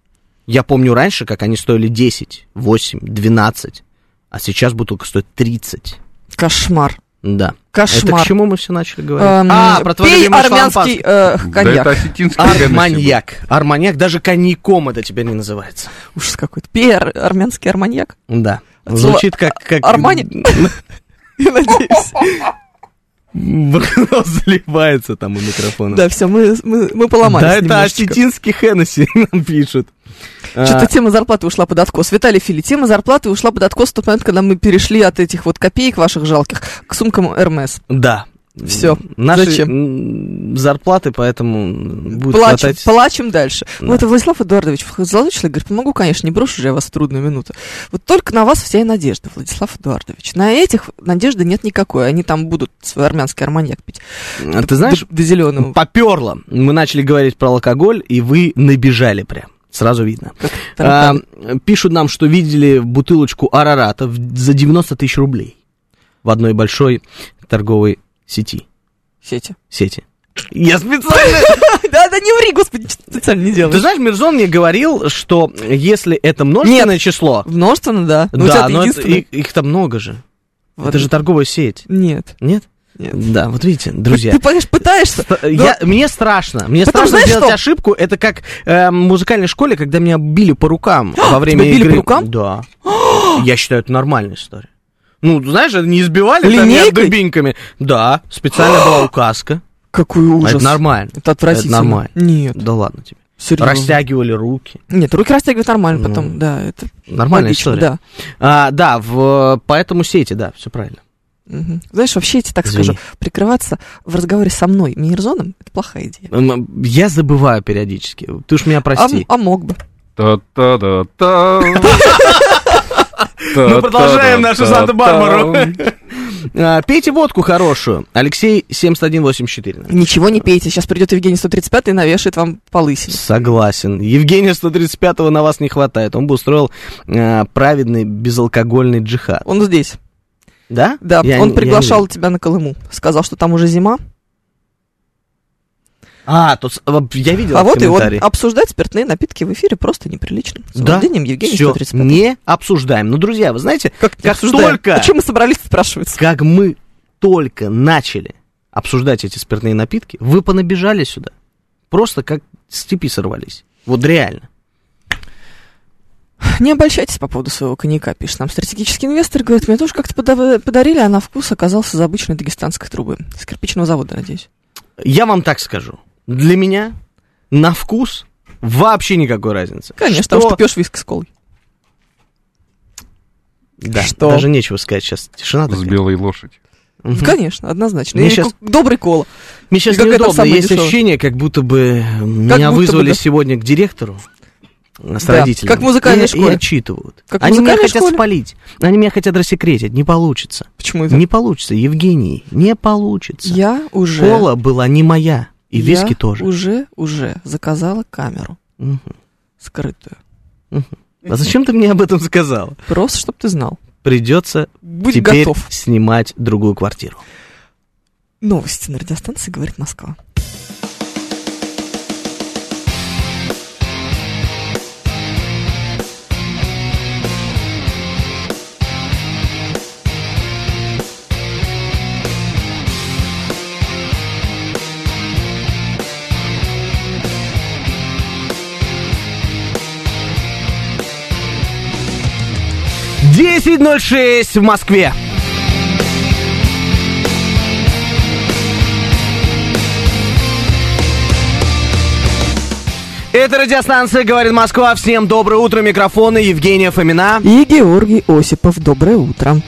B: Я помню раньше, как они стоили 10, 8, 12, а сейчас бутылка стоит 30.
C: Кошмар.
B: Да. Это к
C: Кошмар.
B: чему мы все начали говорить?
C: Эм,
B: а, про твой
C: пей
B: любимый
C: армянский
B: шампанское.
C: э,
D: Да это
C: коньяк.
D: осетинский Хеннесси
B: Арманьяк. Арманьяк, даже коньяком это теперь не называется.
C: Ужас какой-то. Пей ар- армянский арманьяк.
B: Да.
C: Слово
B: Звучит как... как
C: Армани? Я надеюсь.
B: Бро заливается там у микрофона.
C: Да, все, мы, мы, мы поломались
B: Да, это
C: немножечко.
B: осетинский Хеннесси нам пишут.
C: Что-то
B: А,
C: тема зарплаты ушла под откос. Виталий Фили, тема зарплаты ушла под откос в тот момент, когда мы перешли от этих вот копеек ваших жалких к сумкам РМС.
B: Да.
C: Всё.
B: Наши
C: Зачем?
B: м, зарплаты, поэтому будет
C: Плачем,
B: хватать...
C: плачем дальше. Ну,
B: Да.
C: это Владислав Эдуардович Золотой человек говорит, помогу, конечно, не брошу же я вас в трудную минуту. Вот только на вас вся и надежда, Владислав Эдуардович. На этих надежды нет никакой. Они там будут свой армянский арманьяк пить.
B: А Ты знаешь,
C: До, зеленого.
B: поперло. Мы начали говорить про алкоголь, и вы набежали прям. Сразу видно.
C: тараканы.
B: А, пишут нам, что видели бутылочку Арарата в- за 90 тысяч рублей в одной большой торговой сети.
C: Сети.
B: сети. Я специально...
C: Да, да не ври, господи, что ты специально не
B: Ты
C: делаешь.
B: знаешь, Мирзон мне говорил, что если это множественное число...
C: Множественно, ну да. Но у
B: да,
C: тебя-то
B: но это-
C: единственное.
B: и- их-то много же.
C: Вот.
B: Это же торговая сеть.
C: Нет.
B: Нет?
C: Нет.
B: Да, вот видите, друзья.
C: Ты, понимаешь, пытаешься.
B: Ст- я- мне страшно. Мне страшно
C: Потому знаешь
B: делать
C: что?
B: ошибку. Это как э, в музыкальной школе, когда меня били по рукам во время
C: А, били
B: игры.
C: по рукам? А!
B: Да. Я считаю, это нормальная история. Ну, знаешь, не избивали там меня
C: Линейкой?
B: дубинками. Да, специально была указка. А
C: Какой ужас.
B: Это нормально.
C: Это отвратительно.
B: Это нормально.
C: Нет,
B: Да ладно тебе.
C: серьезно.
B: Растягивали руки.
C: Нет, руки растягивают нормально
B: Ну,
C: потом, да, это
B: Нормальная
C: логично,
B: история. А, да, в, поэтому сети, да, все правильно.
C: да. Мгм. Знаешь, вообще, я тебе так
B: Извини.
C: скажу, прикрываться в разговоре со мной Мирзоном, это плохая идея.
B: М, Я забываю периодически. Ты уж меня
C: А,
B: прости.
C: м- а мог бы.
D: Та-та-да-та.
B: Мы продолжаем нашу Санта-Барбару.
D: Та-та-та-та.
B: А, пейте водку хорошую. Алексей 7184.
C: Ничего не пейте, сейчас придет Евгений 135 и навешает вам полысину.
B: Согласен. Евгения 135-го на вас не хватает. Он бы устроил а, праведный безалкогольный джихад.
C: Он здесь,
B: Да?
C: да,
B: Я не-
C: он
B: я
C: приглашал
B: не-
C: тебя на Колыму, сказал, что там уже зима,
B: А, то, с- а, я видел
C: а вот и вот
B: комментарий.
C: обсуждать спиртные напитки в эфире просто неприлично. С
B: Да.
C: рождением Евгений
B: Всё,
C: 135.
B: не обсуждаем. Ну, друзья, вы знаете,
C: Как, А
B: Как только-
C: О чем мы собрались, спрашивается.
B: как мы только начали обсуждать эти спиртные напитки, вы понабежали сюда. Просто как с цепи сорвались. Вот реально.
C: Не обольщайтесь по поводу своего коньяка, пишет нам стратегический инвестор. Говорит, мне тоже как-то пода- подарили, а на вкус оказался из обычной дагестанской трубы. С кирпичного завода, надеюсь.
B: Я вам так скажу. Для меня на вкус вообще никакой разницы.
C: Конечно,
B: Что-
C: потому что пьешь виски с колой.
B: Да,
C: что-
B: даже нечего сказать сейчас. Тишина
D: С
B: такая.
D: белой лошадь.
B: Мгм.
C: Конечно, однозначно.
B: Мне
C: Или
B: щас-
C: ку- Добрый кола.
B: Мне сейчас
C: И какая там
B: неудобно.
C: самая
B: Есть
C: дешевая?
B: ощущение, как будто бы меня
C: будто бы,
B: вызвали
C: да.
B: сегодня к директору э, с
C: Да,
B: родителями.
C: как в музыкальной
B: и,
C: школе.
B: И отчитывают.
C: Как в
B: Они меня
C: музыкальной
B: хотят
C: школе.
B: спалить. Они меня хотят рассекретить. Не получится.
C: Почему это?
B: Не получится, Евгений. Не получится.
C: Я уже...
B: Кола была не моя. И
C: я
B: виски тоже.
C: уже, уже заказала камеру
B: Мгм.
C: скрытую.
B: А зачем ты мне об этом сказал?
C: Просто, чтобы ты знал.
B: Придется
C: Будь
B: теперь
C: готов.
B: снимать другую квартиру.
C: Новости на радиостанции «Говорит Москва».
B: Десять ноль шесть в Москве. Это радиостанция «Говорит Москва». Всем доброе утро. Микрофоны Евгения Фомина.
C: И Георгий Осипов. Доброе утро.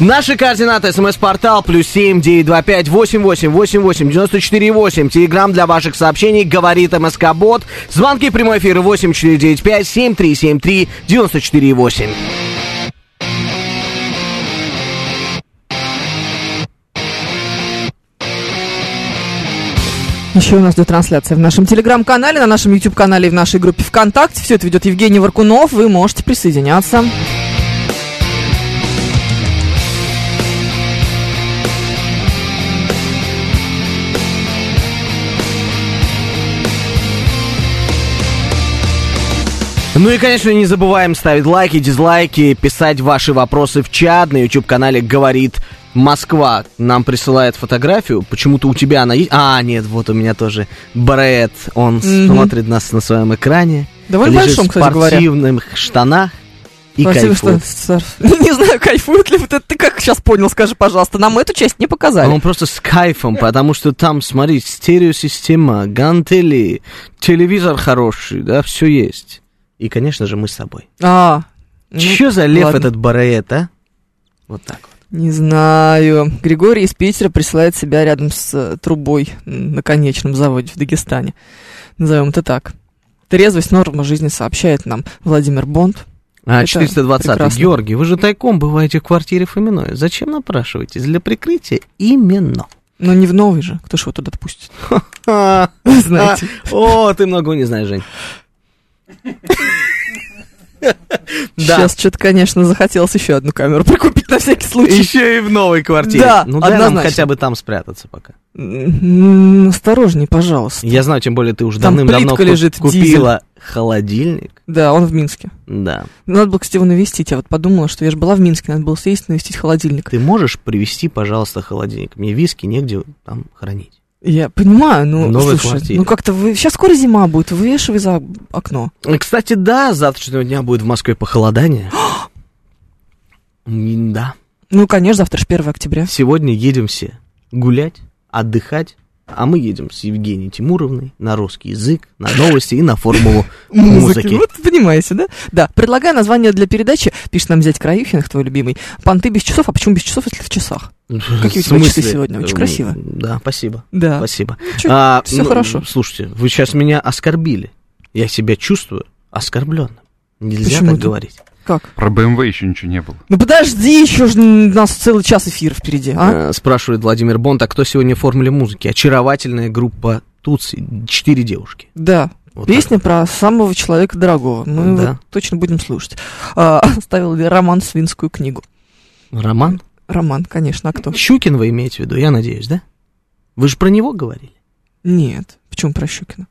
B: Наши координаты. СМС-портал плюс семь девять два пять восемь восемь восемь восемь девяносто четыре восемь. Телеграмм для ваших сообщений. Говорит МСК Бот. Звонки в прямой эфир восемь четыре девять пять семь три семь три девяносто четыре восемь.
C: Еще у нас идет трансляция в нашем телеграм-канале, на нашем YouTube-канале и в нашей группе ВКонтакте. Все это ведет Евгений Варкунов. Вы можете присоединяться.
B: Ну и, конечно, не забываем ставить лайки, дизлайки, писать ваши вопросы в чат на YouTube-канале «Говорит Москва». Нам присылает фотографию. Почему-то у тебя она есть. А, нет, вот у меня тоже Брэд. Он
C: Мгм.
B: смотрит нас на своем экране.
C: Довольно
B: лежит
C: большом,
B: в
C: кстати говоря.
B: спортивных штанах и
C: Спасибо,
B: кайфует.
C: что- Сар- Не знаю, кайфуют ли вот это. Ты как сейчас понял, скажи, пожалуйста. Нам эту часть не
B: А
C: показали.
B: Он просто с кайфом, потому что там, смотри, стереосистема, гантели, телевизор хороший, да, все есть. И, конечно же, мы с собой.
C: А, ну,
B: Че за лев
C: ладно.
B: этот Бараэт, а? Вот так вот.
C: ну, не знаю. Григорий из Питера присылает себя рядом с э, трубой м, на конечном заводе в Дагестане. Назовем это так. Трезвость норма жизни сообщает нам Владимир Бонд.
B: А,
C: Это
B: 420
C: прекрасно.
B: Георгий, вы же тайком бываете в квартире Фоминой. Зачем напрашиваетесь? Для прикрытия именно.
C: Но не в новый же. Кто ж его туда пустит?
B: О,
C: Вы знаете.
B: ты многого не знаешь, Жень. Да,
C: Сейчас что-то, конечно, захотелось еще одну камеру прикупить на всякий случай.
B: еще и в новой квартире.
C: Да,
B: ну дай нам
C: однозначно.
B: хотя бы там спрятаться пока. М-м-м,
C: М, Осторожней, пожалуйста.
B: Я знаю, тем более ты уже
C: Там
B: давным-давно
C: плитка
B: ку-
C: лежит,
B: купила холодильник.
C: Да, он в Минске.
B: Да.
C: Надо было, кстати, его навестить. Я вот подумала, что я же была в Минске, надо было съездить, навестить холодильник.
B: Ты можешь привезти, пожалуйста, холодильник? Мне виски негде там хранить.
C: Я понимаю, ну,
B: В новой
C: слушай,
B: квартире.
C: ну как-то вы... Сейчас скоро зима будет, вывешивай за окно.
B: Э, Кстати, да, с завтрашнего дня будет в Москве похолодание. М, да.
C: Ну, конечно, завтра же 1 октября.
B: Сегодня едем все гулять, отдыхать. А мы едем с Евгенией Тимуровной на русский язык, на новости и на формулу музыки.
C: Вот понимаете, да? Да, предлагаю название для передачи, пишет нам взять Краюхиных, твой любимый. Понты без часов, а почему без часов, если в часах? Какие у тебя
B: В смысле?
C: часы сегодня? Очень
B: Эм,
C: красиво.
B: Да, спасибо.
C: Да.
B: Спасибо.
C: Чё,
B: А,
C: всё
B: ну,
C: хорошо.
B: Слушайте, вы сейчас меня оскорбили. Я себя чувствую оскорбленным. Нельзя
C: Почему
B: так
C: это?
B: говорить.
C: Как?
D: Про БМВ еще ничего не было.
C: Ну подожди, еще же у нас целый час эфира впереди, а?
B: Э, спрашивает Владимир Бонд, а кто сегодня в формуле музыки? Очаровательная группа Тутси, четыре девушки.
C: Да.
B: Вот так
C: Песня про самого человека дорогого. Мы
B: Да.
C: вот точно будем слушать. А, Оставил ли Роман свинскую книгу?
B: вот. Роман?
C: Роман, конечно, а кто?
B: Щукин вы имеете в виду, я надеюсь, да? Вы же про него говорили.
C: Нет. Почему про Щукина?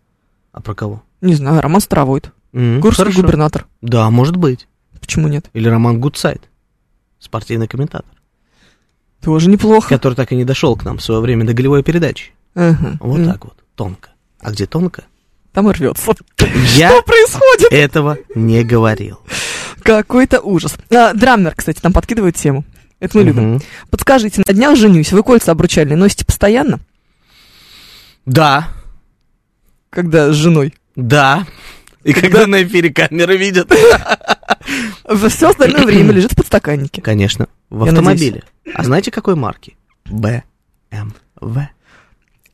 B: А про кого?
C: Не знаю, Роман Старовойт.
B: М,
C: Курский
B: Ну, хорошо.
C: губернатор.
B: Да, может быть.
C: Почему нет?
B: Или Роман Гудсайд, спортивный комментатор,
C: Тоже неплохо.
B: который так и не дошел к нам в свое время до голевой передачи.
C: Ага.
B: Вот
C: М,
B: так вот, тонко. А где тонко?
C: Там и рвется.
B: Я
C: Что происходит?
B: этого не говорил.
C: Какой-то ужас. А, Драммер, кстати, там подкидывает тему. Это мы любим.
B: Мгм.
C: Подскажите, на днях женюсь. Вы кольца обручальные носите постоянно,
B: Да,
C: когда с женой?
B: да. И когда на эфире камеры видят.
C: Все остальное время лежит в подстаканнике.
B: Конечно, в
C: Я
B: автомобиле. А знаете, какой марки? Эм БМВ.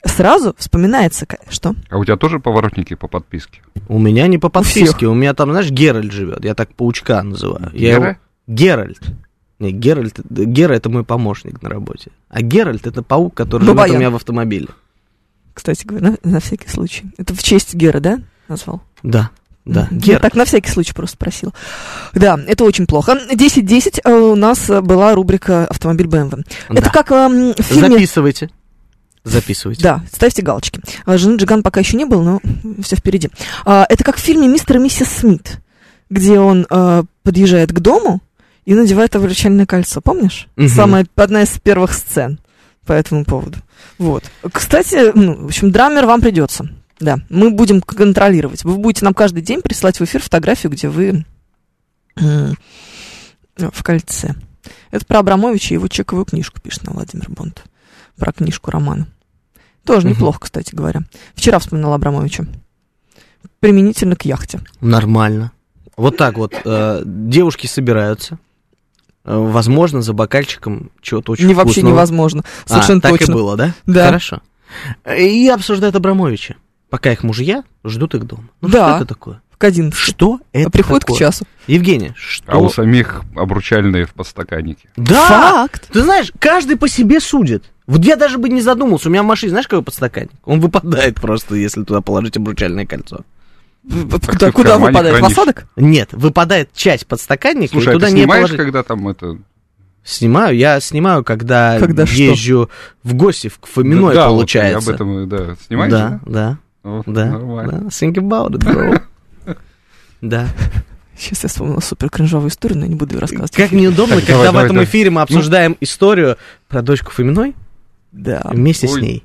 C: Сразу вспоминается, ка- что?
D: А у тебя тоже поворотники по подписке?
B: У меня не по
C: всех.
B: подписке, у меня там, знаешь, Геральт живет, я так паучка называю. А, Я
D: Гера?
B: его- Геральт. Не, Геральт, Гера это мой помощник на работе. А Геральт это паук, который живет у
C: Бабаян.
B: меня в автомобиле.
C: Кстати говоря, на, на всякий случай. Это в честь Гера, да, назвал?
B: Да, да,
C: Мгм. Я
B: Геральт.
C: так на всякий случай просто спросил. Да, это очень плохо. 10-10 э, у нас э, была рубрика «Автомобиль БМВ». Это
B: Да.
C: как эм, в фильме...
B: Записывайте. Записывайте.
C: Да, ставьте галочки. А, Жены Джиган пока еще не было, но все впереди. А, Это как в фильме «Мистер и миссис Смит», где он э, подъезжает к дому и надевает обручальное кольцо, помнишь?
B: Мгм.
C: Самая, одна из первых сцен по этому поводу. Вот. Кстати, ну, в общем, драмер вам придется. Да, мы будем к- контролировать. Вы будете нам каждый день присылать в эфир фотографию, где вы м, в кольце. Это про Абрамовича и его чековую книжку, пишет нам Владимир Бонд. Про книжку романа. Тоже
B: Мгм.
C: неплохо, кстати говоря. Вчера вспоминала Абрамовича. Применительно к яхте.
B: Нормально. Вот так вот. э, девушки собираются. э, возможно, за бокальчиком чего-то очень
C: Не вообще
B: вкусного.
C: невозможно.
B: А,
C: Совершенно
B: так
C: точно.
B: и было, да?
C: Да.
B: Хорошо. Э, И обсуждают Абрамовича. Пока их мужья ждут их дома. Ну
C: Да.
B: что это такое?
C: В 11.
B: Что это
C: А приходит
B: такое?
C: к часу.
B: Евгений, что?
D: А у самих обручальные в подстаканнике.
B: Да!
C: Факт.
B: Ты знаешь, каждый по себе судит. Вот я даже бы не задумался. У меня в машине, знаешь, какой подстаканник? Он выпадает просто, если туда положить обручальное кольцо.
C: Вот
D: Как
C: куда-
D: ты в
C: Куда
D: кармане
C: выпадает? В
D: хранишь?
C: осадок?
B: Нет, выпадает часть подстаканника,
D: Слушай,
B: и
D: а
B: туда
D: ты
B: не
D: снимаешь,
B: положить.
D: когда там это...
B: Снимаю, я снимаю, когда,
C: Когда что?
B: езжу в гости, в Фоминой,
D: Да, вот,
B: получается.
D: об этом, да, снимаешь?
B: Да, да,
D: Вот,
B: да,
D: Нормально.
B: да. Think about it, bro. Да.
C: Сейчас я вспомнила супер кринжовую историю, но не буду ее рассказывать.
B: Как неудобно,
D: Так,
B: когда
D: давай, давай,
B: в этом
D: давай. Ну.
B: эфире мы обсуждаем историю про дочку Фоминой
C: Да.
B: вместе с
D: Ой.
B: ней.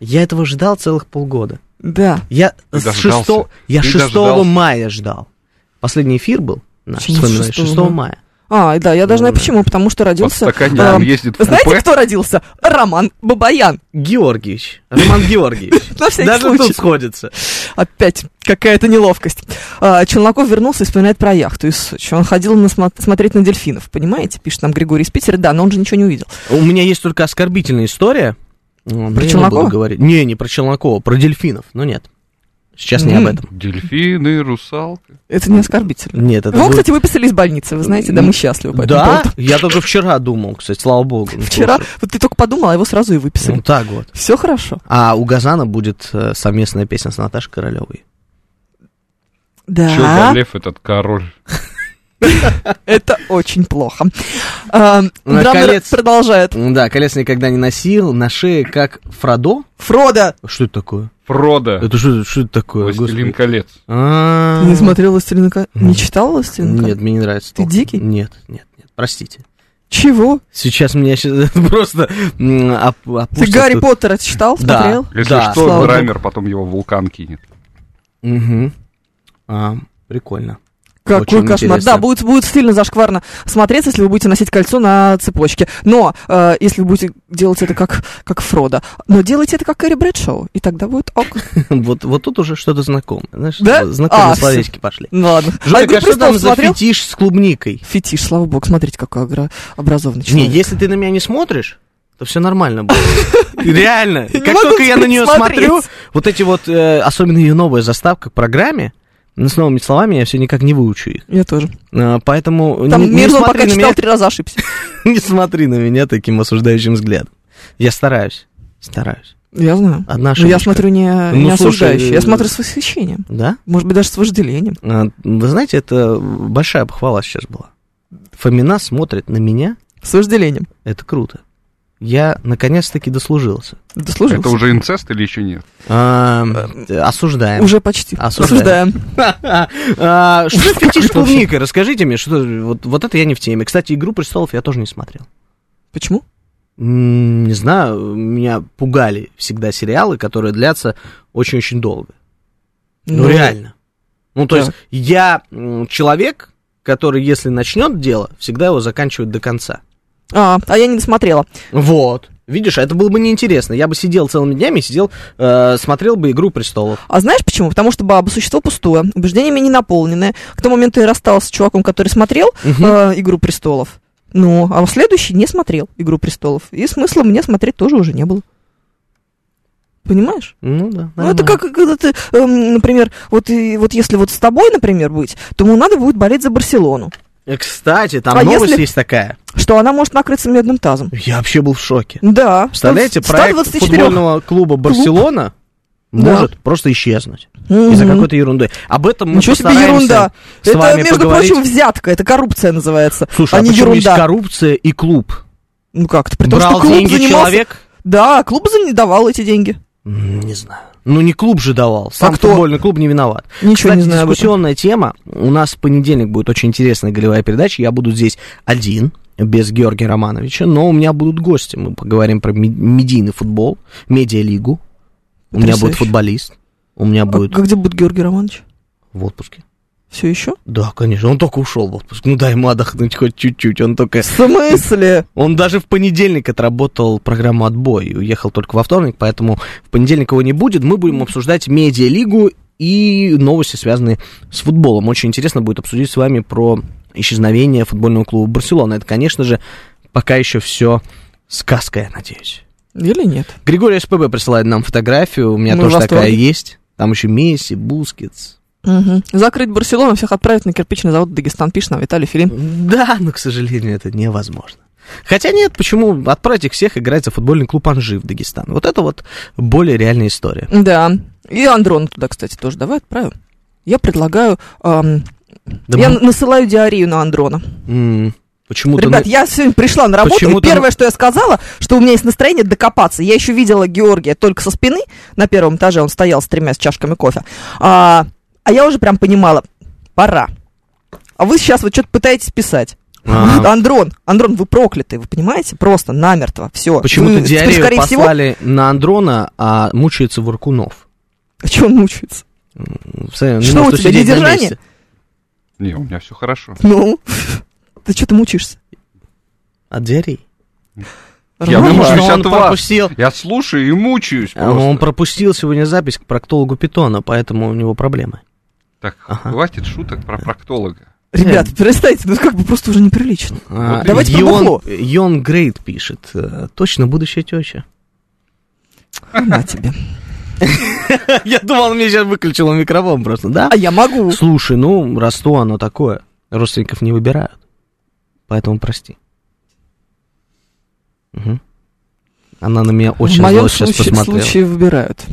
B: Я этого ждал целых полгода.
C: Да.
B: Я
D: Ты
B: с
D: дождался.
B: шесто- я
D: Ты
B: 6
D: дождался.
B: мая ждал. Последний эфир был наш
C: Почему
B: с Фоминой
C: 6
B: 6 мая.
C: А, да, я должна...
B: Ну да.
C: Почему? Потому что родился...
D: Подстаканник,
C: эм,
D: он ездит в
C: Знаете,
D: купе.
C: кто родился? Роман Бабаян.
B: Георгиевич. Роман Георгиевич.
C: На всякий
B: Даже
C: случай.
B: тут сходится.
C: Опять какая-то неловкость. А, Челноков вернулся и вспоминает про яхту из Сочи. Он ходил на смо- смотреть на дельфинов, понимаете? Пишет нам Григорий из Питера. Да, но он же ничего не увидел.
B: У меня есть только оскорбительная история. Ну, мне не
C: Челнокова?
B: буду говорить. Не, не про Челнокова, про дельфинов. Ну нет. Сейчас не об
C: М.
B: этом.
D: Дельфины, русалка.
C: Это не оскорбительно.
B: Нет, это
C: Его,
B: был-
C: Ну, кстати, выписали из больницы, вы знаете, да, мы счастливы. по этому
B: Да?
C: поводу.
B: Я только вчера думал, кстати, слава богу. Ну,
C: Вчера,
B: слушай,
C: вот ты только подумала, а его сразу и
B: Ну
C: выписали.
B: так вот.
C: Все хорошо.
B: А у Газана будет э, совместная песня с Наташей Королевой.
D: Чё за
C: Да,
D: лев этот король?
C: это очень плохо. А,
B: На
C: Драмнер
B: колец.
C: продолжает.
B: Да, колец никогда не носил, на шее как Фродо.
C: Фродо!
B: Что это такое?
D: Фродо,
B: Это что, что это такое?
D: Властелин
B: господи?
D: колец.
B: А.
C: Не смотрел «Властелин колец»? Не
B: Нет.
C: читал «Властелин колец»?
B: Нет, мне не нравится.
C: Ты
B: толком.
C: дикий?
B: Нет, нет, нет. Простите.
C: Чего?
B: Сейчас меня сейчас просто м, оп-
C: Ты
B: опустят
C: Гарри
B: тут.
C: Поттера читал,
B: Да.
C: смотрел?
D: Если
B: Да,
C: слава
D: что,
C: богу.
D: Драмер потом его в вулкан кинет.
B: Мгм. А, прикольно.
C: Какой
B: Очень
C: кошмар.
B: интересно.
C: Да, будет, будет сильно зашкварно смотреться, если вы будете носить кольцо на цепочке. Но э, если вы будете делать это как, как Фродо. Но делайте это как Кэрри Брэдшоу, и тогда будет ок.
B: Вот, вот тут уже что-то знакомое. Знаешь,
C: Да?
B: знакомые
C: А,
B: словечки пошли.
C: Ну ладно.
B: Жорик,
C: «Игру
B: а что там
C: престолов»
B: за
C: смотрел?
B: фетиш с клубникой?
C: Фетиш, слава богу, смотрите, какой огра- образованный человек.
B: Не, если ты на меня не смотришь, то все нормально будет. Реально.
C: Я не
B: Как
C: могу
B: только я на нее
C: смотреть.
B: смотрю, вот эти вот, э, особенно ее новая заставка к программе, ну, с новыми словами я все никак не выучу их.
C: Я тоже.
B: А, Поэтому
C: Там
B: не- не
C: Мирзон
B: смотри
C: пока
B: на
C: читал,
B: меня
C: три раза ошибся.
B: Не смотри на меня таким осуждающим взглядом. Я стараюсь. Стараюсь.
C: Ну, Я знаю.
B: Одна
C: Но я
B: ошибочка.
C: смотрю не, не
B: Ну, слушай,
C: осуждающе, я
B: э,
C: смотрю с восхищением.
B: Да?
C: Может быть, даже с вожделением.
B: А, Вы знаете, это большая похвала сейчас была. Фомина смотрит на меня.
C: С вожделением.
B: Это круто. Я наконец-таки дослужился.
C: Дослужился.
D: Это уже инцест или еще нет?
B: А, Осуждаем.
C: Уже почти.
B: Осуждаем.
C: Осуждаем.
B: А, Что за
C: Как
B: фетиш с
C: это вообще?
B: клубникой? Расскажите мне, что вот, вот это я не в теме. Кстати, «Игру престолов» я тоже не смотрел.
C: Почему?
B: М, Не знаю, меня пугали всегда сериалы, которые длятся очень-очень долго. Ну, реально. Ну, то
C: Да.
B: есть, я м, человек, который, если начнет дело, всегда его заканчивает до конца.
C: А, а я не досмотрела.
B: Вот. Видишь, а это было бы неинтересно. Я бы сидел целыми днями, сидел, э, смотрел бы «Игру престолов».
C: А знаешь почему? Потому что баба существо пустое, убеждениями не наполненное. К тому моменту я рассталась с чуваком, который смотрел э, «Игру престолов». Ну, а следующий не смотрел «Игру престолов». И смысла мне смотреть тоже уже не было. Понимаешь?
B: Ну, да.
C: Ну, это
B: нормально.
C: как когда ты, эм, например, вот, и, вот если вот с тобой, например, быть, то ему надо будет болеть за Барселону,
B: Э, Кстати, там
C: А
B: новость
C: если-
B: есть такая.
C: что она может накрыться медным тазом.
B: Я вообще был в шоке.
C: Да.
B: Представляете,
C: Ст-
B: проект
C: 124.
B: футбольного клуба «Барселона»
C: Да.
B: может просто исчезнуть из-за
C: Мгм.
B: какой-то ерунды. Об этом мы
C: Ничего себе
B: постараемся
C: ерунда.
B: с
C: это,
B: вами
C: между
B: поговорить.
C: прочим, взятка, это коррупция называется,
B: Слушай, а,
C: а не
B: почему есть
C: ерунда.
B: коррупция и клуб?
C: Ну как-то, при том,
B: Брал
C: что клуб
B: деньги
C: занимался...
B: человек?
C: Да, клуб за- давал эти деньги.
B: М, Не знаю. Ну, не клуб же давал. Сам
C: А кто?
B: футбольный клуб не виноват.
C: Ничего
B: Кстати,
C: не знаю об этом.
B: дискуссионная тема. У нас в понедельник будет очень интересная голевая передача. Я буду здесь один, без Георгия Романовича. Но у меня будут гости. Мы поговорим про ми- медийный футбол, медиалигу. У меня будет
C: Потрясающе.
B: футболист. У меня
C: А
B: будет
C: г- где будет Георгий Романович?
B: в отпуске.
C: Все еще?
B: Да, конечно. Он только ушел в отпуск. Ну, дай ему отдохнуть хоть чуть-чуть. Он только...
C: В смысле?
B: Он даже в понедельник отработал программу «Отбой» и уехал только во вторник, поэтому в понедельник его не будет. Мы будем обсуждать медиалигу и новости, связанные с футболом. Очень интересно будет обсудить с вами про исчезновение футбольного клуба «Барселона». Это, конечно же, пока еще все сказка, я надеюсь.
C: Или нет?
B: Григорий СПБ присылает нам фотографию, у меня
C: Мы в
B: тоже такая
C: восторге.
B: есть. Там еще Месси, Бускетс.
C: Мгм. Закрыть Барселону, всех отправить на кирпичный завод в Дагестан, пишет нам Виталий Филин.
B: Да, но, к сожалению, это невозможно. Хотя нет, почему отправить их всех играть за футбольный клуб Анжи в Дагестан? Вот это вот более реальная история.
C: Да. И Андрон туда, кстати, тоже давай отправим. Я предлагаю... эм,
B: Да
C: я
B: мы-
C: насылаю диарею на Андрона.
B: М, Почему-то...
C: Ребят, я сегодня пришла на работу, и
B: Почему-то-
C: первое, что я сказала, что у меня есть настроение докопаться. Я еще видела Георгия только со спины на первом этаже, он стоял с тремя с чашками кофе. А, а я уже прям понимала, пора. А вы сейчас вот что-то пытаетесь писать.
B: А.
C: Вот, Андрон, Андрон, вы проклятый, вы понимаете? Просто намертво, все.
B: Почему-то диарею послали на Андрона, а мучается Воркунов.
C: всего... Чего А он мучается?
B: Сэ, не
C: Что
B: может
C: у тебя,
B: усидеть на
C: недержание?
B: месте.
D: Не, у меня все хорошо.
C: Ну, ты что ты мучишься?
B: От диареи?
D: Я
C: Роман,
D: Ну,
B: Потому
D: мучаюсь.
B: что
D: может,
B: он
D: от вас.
B: пропустил.
D: Я слушаю и мучаюсь
B: А,
D: просто.
B: Он пропустил сегодня запись к проктологу Питона, поэтому у него проблемы.
D: Так,
B: Ага.
D: хватит шуток про проктолога.
C: Ребят, перестаньте, ну как бы просто уже неприлично.
B: А,
C: Давайте про
B: Йон,
C: бухло.
B: Йон Грейт пишет. э, Точно будущая теща.
C: Ну, На тебе.
B: Я думал, он меня сейчас выключил микрофон просто, да?
C: А я могу.
B: Слушай, ну, Ростов оно такое. Родственников не выбирают. Поэтому прости. Мгм. Она на меня очень
C: в моем
B: зло сейчас
C: случае,
B: посмотрела.
C: случае выбирают.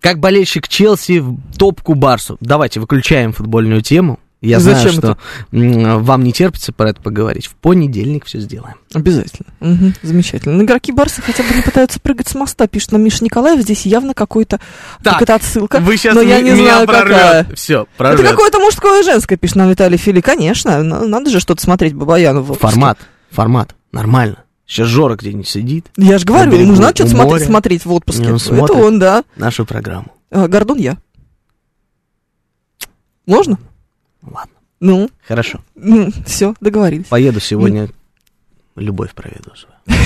B: Как болельщик Челси в топку Барсу. Давайте выключаем футбольную тему. Я знаю,
C: Зачем
B: что м, вам не терпится про это поговорить. В понедельник все сделаем.
C: Обязательно. Мгм, замечательно. Ну, Игроки Барса хотя бы не пытаются прыгать с моста, пишет нам Миша Николаев. Здесь явно какой-то,
B: Так,
C: какая-то отсылка.
B: Вы сейчас
C: но я не знаю, какая.
B: Все,
C: Это какое-то мужское и женское, пишет нам Виталий Фили. Конечно, на- надо же что-то смотреть Бабаяну в отпуске.
B: Формат, формат, нормально. Сейчас Жора где-нибудь сидит,
C: Я же говорю,
B: На берегу
C: ему же надо что-то
B: у
C: смотреть,
B: моря.
C: смотреть в отпуске.
B: Не, он
C: Это
B: смотрит.
C: он, да.
B: нашу программу.
C: А, Гордон я. Можно?
B: Ладно,
C: Ну,
B: хорошо.
C: все, договорились.
B: Поеду сегодня, любовь проведу свою.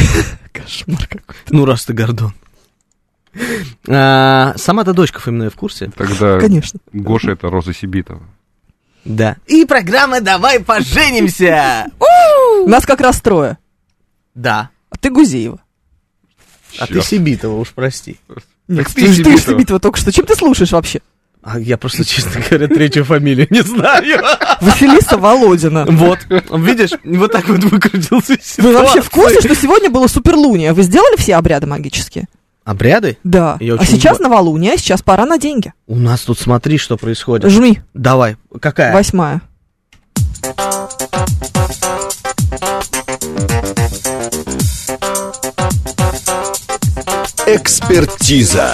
C: Кошмар какой.
B: Ну, раз ты гордон. А, Сама-то дочка Фоминой в курсе?
D: Тогда
C: Конечно.
D: Гоша это Роза Сибитова.
B: Да. И программа «Давай поженимся!»
C: Нас как раз трое.
B: Да.
C: А ты Гузеева.
B: А ты
D: Чёрт.
B: Сибитова, уж прости.
C: Нет, ты,
D: ты
C: ж- ты ж
D: Сибитова.
C: Сибитова только что. Чем ты слушаешь вообще?
B: А я просто, честно говоря, третью фамилию не знаю.
C: Василиса Володина.
B: Вот, видишь, вот так вот выкрутился
C: Вы вообще в курсе, что сегодня было суперлуния? Вы сделали все обряды магические?
B: Обряды?
C: Да.
B: Я
C: а
B: очень
C: сейчас
B: люблю.
C: новолуние, сейчас пора на деньги.
B: У нас тут смотри, что происходит.
C: Жми,
B: Давай, какая?
C: восьмая.
A: Экспертиза.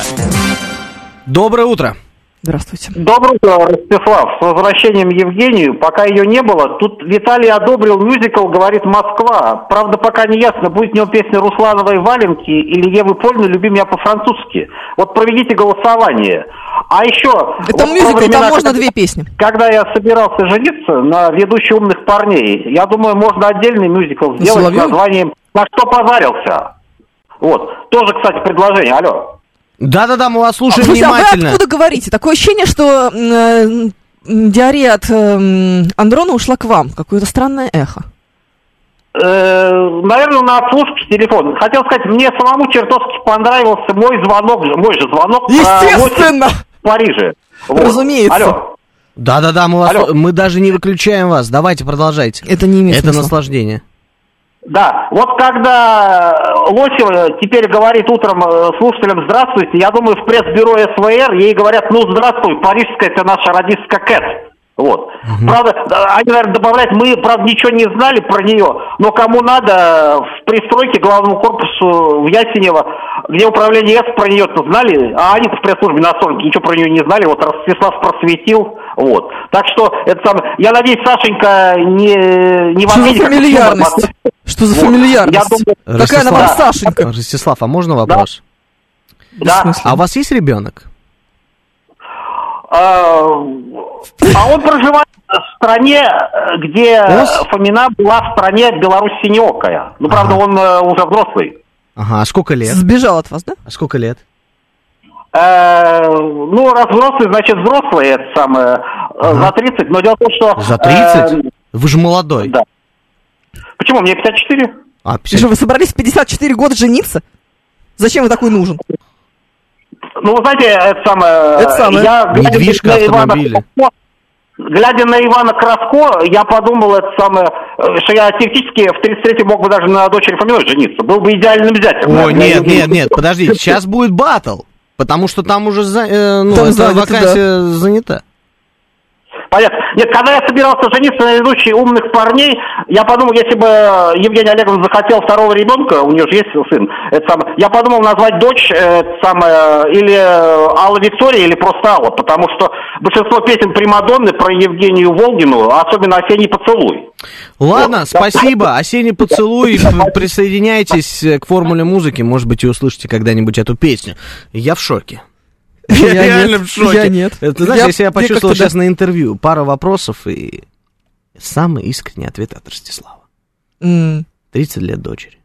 B: Доброе утро.
C: Здравствуйте.
F: Доброе утро, Ростислав. С возвращением Евгению. Пока ее не было, тут Виталий одобрил мюзикл «Говорит Москва». Правда, пока не ясно, будет в нем песня Руслановой «Валенки» или Евы Польны «Люби меня по-французски». Вот проведите голосование. А еще... вот
C: Это
F: про
C: мюзикл,
F: времена,
C: там можно
F: когда-
C: две песни.
F: Когда я собирался жениться на ведущих умных парней, я думаю, можно отдельный мюзикл сделать с
C: Соловьёва?
F: названием «На что позарился?». Вот. Тоже, кстати, предложение. Алло.
B: Да-да-да, мы вас слушаем
C: Слушайте, а вы
B: внимательно.
C: откуда говорите? Такое ощущение, что м, э, м, диарея от эм, Андрона ушла к вам. Какое-то странное эхо.
F: Э, Наверное, на отслушке телефон. Хотел сказать, мне самому чертовски понравился мой звонок, мой же
B: А,
F: звонок про офис
C: Естественно!
F: в Париже. Вот.
C: Разумеется.
F: Алло.
B: Да-да-да, мы, вас-
F: Алло.
B: мы даже не выключаем вас. Давайте, продолжайте.
C: Это не имеет
B: Это
C: смысла.
B: наслаждение.
F: Да, вот когда Лосева теперь говорит утром э, слушателям «Здравствуйте», я думаю, в пресс-бюро СВР ей говорят «Ну, здравствуй, парижская ты наша радистка Кэт». Вот. Правда, да, они, наверное, добавляют, мы, правда, ничего не знали про нее, но кому надо, в пристройке к главному корпусу в Ясенево, где управление С про нее знали, а они в пресс-службе на Сорге ничего про нее не знали, вот Ростислав просветил, вот. Так что, это самое, я надеюсь, Сашенька не, не в
C: Что за
F: обиде, как
C: фамильярность? Что за
F: Вот. Я
C: фамильярность?
F: думаю,
C: Какая она вам
F: Ростислав.
C: Сашенька?
B: Ростислав, а можно вопрос?
F: да.
B: А у вас есть ребенок?
F: А, а он проживает в стране, э, где
B: Ос?
F: Фомина была в стране Беларусь синеокая. Ну, правда,
B: Ага.
F: он э, уже взрослый.
B: Ага, а сколько лет?
C: Сбежал от вас, да?
B: А сколько лет?
F: Э, ну, раз взрослый, значит взрослый, это самое, э,
B: Ага.
F: за 30. Но дело в том, что...
B: За
F: э,
B: 30? Вы же молодой.
F: да. Почему? Мне 54.
B: А,
C: И
B: 50.
C: что, вы собрались в 54 года жениться? Зачем вы такой нужен?
F: Ну, вы знаете, это самое...
C: Это самое.
F: Я, глядя
B: Недвижка,
F: на Ивана
B: автомобили.
F: Попко, глядя на Ивана Краско, я подумал, это самое, э, что я теоретически в 33-м мог бы даже на дочери Фоминой жениться. Был бы идеальным зятем.
B: О,
F: На- на
B: нет,
F: Юлии.
B: нет, нет, подожди, сейчас будет батл. Потому что там уже за- э, ну,
C: Там
B: эта
C: занято,
B: вакансия занята.
F: Понятно. Нет, когда я собирался жениться на ведущей умных парней, я подумал, если бы Евгений Олеговна захотел второго ребенка, у нее же есть сын, это самое, я подумал назвать дочь э, это самое, или э, Алла Виктория, или просто Алла, потому что большинство песен Примадонны про Евгению Волгину, особенно «Осенний поцелуй».
B: Ладно, спасибо. Осенний поцелуй. П- Присоединяйтесь э, к формуле музыки. Может быть, и услышите когда-нибудь эту песню. Я в шоке. Я,
C: Я
B: реально
C: нет,
B: в шоке.
C: я нет.
B: Э, Ты знаешь,
C: Я-
B: если я
C: я
B: почувствовал
C: как-то да.
B: сейчас на интервью пара вопросов и самый искренний ответ от Ростислава.
C: М,
B: 30 лет дочери.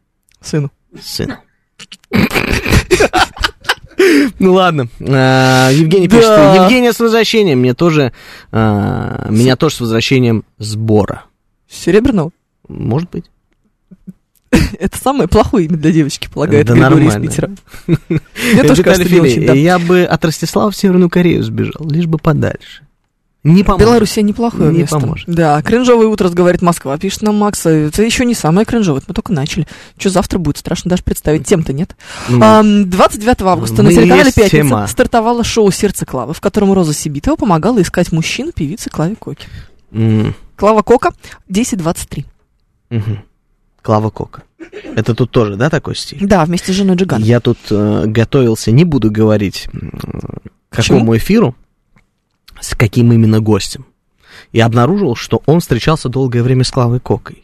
C: Сыну.
B: Сыну. Ну ладно, А, Евгений
C: Да.
B: пишет, Евгения с возвращением, мне тоже, а, меня тоже с возвращением сбора.
C: Серебряного.
B: Может быть.
C: Это самое плохое имя для девочки, полагает
B: Да
C: Григорий из
B: нормально.
C: Питера. Мне тоже
B: Виталий
C: кажется, не
B: Филипп,
C: очень, да.
B: Я бы от Ростислава в Северную Корею сбежал, лишь бы подальше. Не поможет.
C: Белоруссия неплохое
B: э, Не
C: место.
B: поможет.
C: Да, кринжовое утро, говорит Москва, пишет нам Макс. Э, Это еще не самое кринжовое, это мы только начали. Что завтра будет, страшно даже представить, тем-то нет.
B: Ну,
C: Ам, 29 августа на
B: Мы
C: телеканале
B: есть
C: «Пятница»
B: тема.
C: стартовало шоу «Сердце Клавы», в котором Роза Сибитова помогала искать мужчин певицы Клаве Коки.
B: м,
C: Клава Кока, 10.23.
B: мгм. Клава Кока. Это тут тоже, да, такой стиль?
C: Да, вместе с женой Джиган.
B: Я тут э, готовился, не буду говорить, м, к
C: Почему?
B: какому эфиру, с каким именно гостем. И обнаружил, что он встречался долгое время с Клавой Кокой.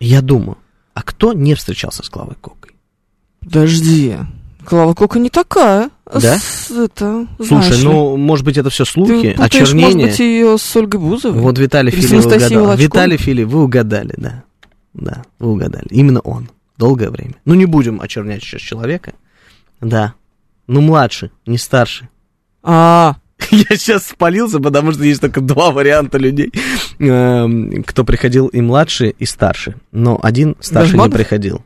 B: Я думаю, а кто не встречался с Клавой Кокой?
C: Подожди, Клава Кока не такая. А
B: Да?
C: С- это, знаешь
B: Слушай,
C: ли.
B: ну, может быть, это все слухи,
C: Ты путаешь,
B: очернения.
C: может быть, ее с Ольгой Бузовой?
B: Вот Виталий
C: Или с
B: Фили
C: Анастасией
B: угадал.
C: Волочко?
B: Виталий Фили, вы угадали, да. Да, вы угадали. Именно он. Долгое время. Ну, не будем очернять сейчас человека. Да. Ну, младше, не старше.
C: А,
B: Я сейчас спалился, потому что есть только два варианта людей, эм, кто приходил и младше, и старше. Но один старше не
C: Газманов?
B: приходил.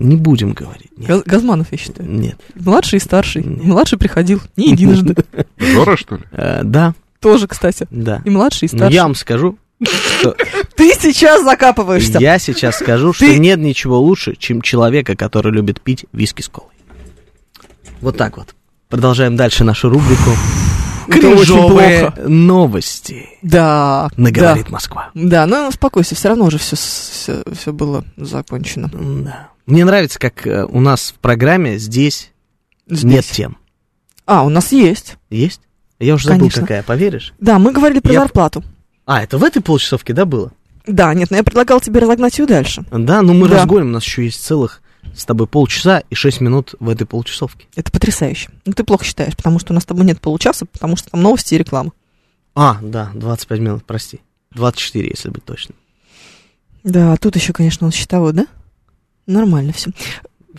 B: Не будем говорить. Нет.
C: Газ- Газманов, я считаю.
B: Нет.
C: Младший и старший.
B: Нет.
C: Младший приходил не единожды.
D: Жора, что ли?
B: Э, да,
C: Тоже, кстати.
B: да.
C: И младший, и
B: Но Ну, я
C: старший.
B: вам скажу, что
C: Ты сейчас закапываешься.
B: Я сейчас скажу, что
C: Ты-
B: нет ничего лучше, чем человека, который любит пить виски с колой. Вот так вот. Продолжаем дальше нашу рубрику.
C: Это очень
B: Кринжовые
C: плохо.
B: новости.
C: Да. Да.
B: Наговорит Москва.
C: Да, но успокойся, все равно уже все, все, было закончено.
B: Да. Мне нравится, как э, у нас в программе здесь,
C: Здесь.
B: нет тем.
C: А, у нас есть.
B: Есть? Я уже забыл,
C: Конечно.
B: какая, поверишь?
C: Да, мы говорили про
B: Я-
C: зарплату.
B: А, это в этой полчасовке, да, было?
C: Да, нет, но я предлагал тебе разогнать ее дальше.
B: Да, ну мы
C: Да.
B: разгоним, у нас еще есть целых с тобой полчаса и шесть минут в этой полчасовке.
C: Это потрясающе. Ну, ты плохо считаешь, потому что у нас с тобой нет получаса, потому что там новости и реклама.
B: А, да, 25 минут, прости. 24, если быть точным.
C: Да, а тут еще, конечно, он счетовод, да? Нормально все.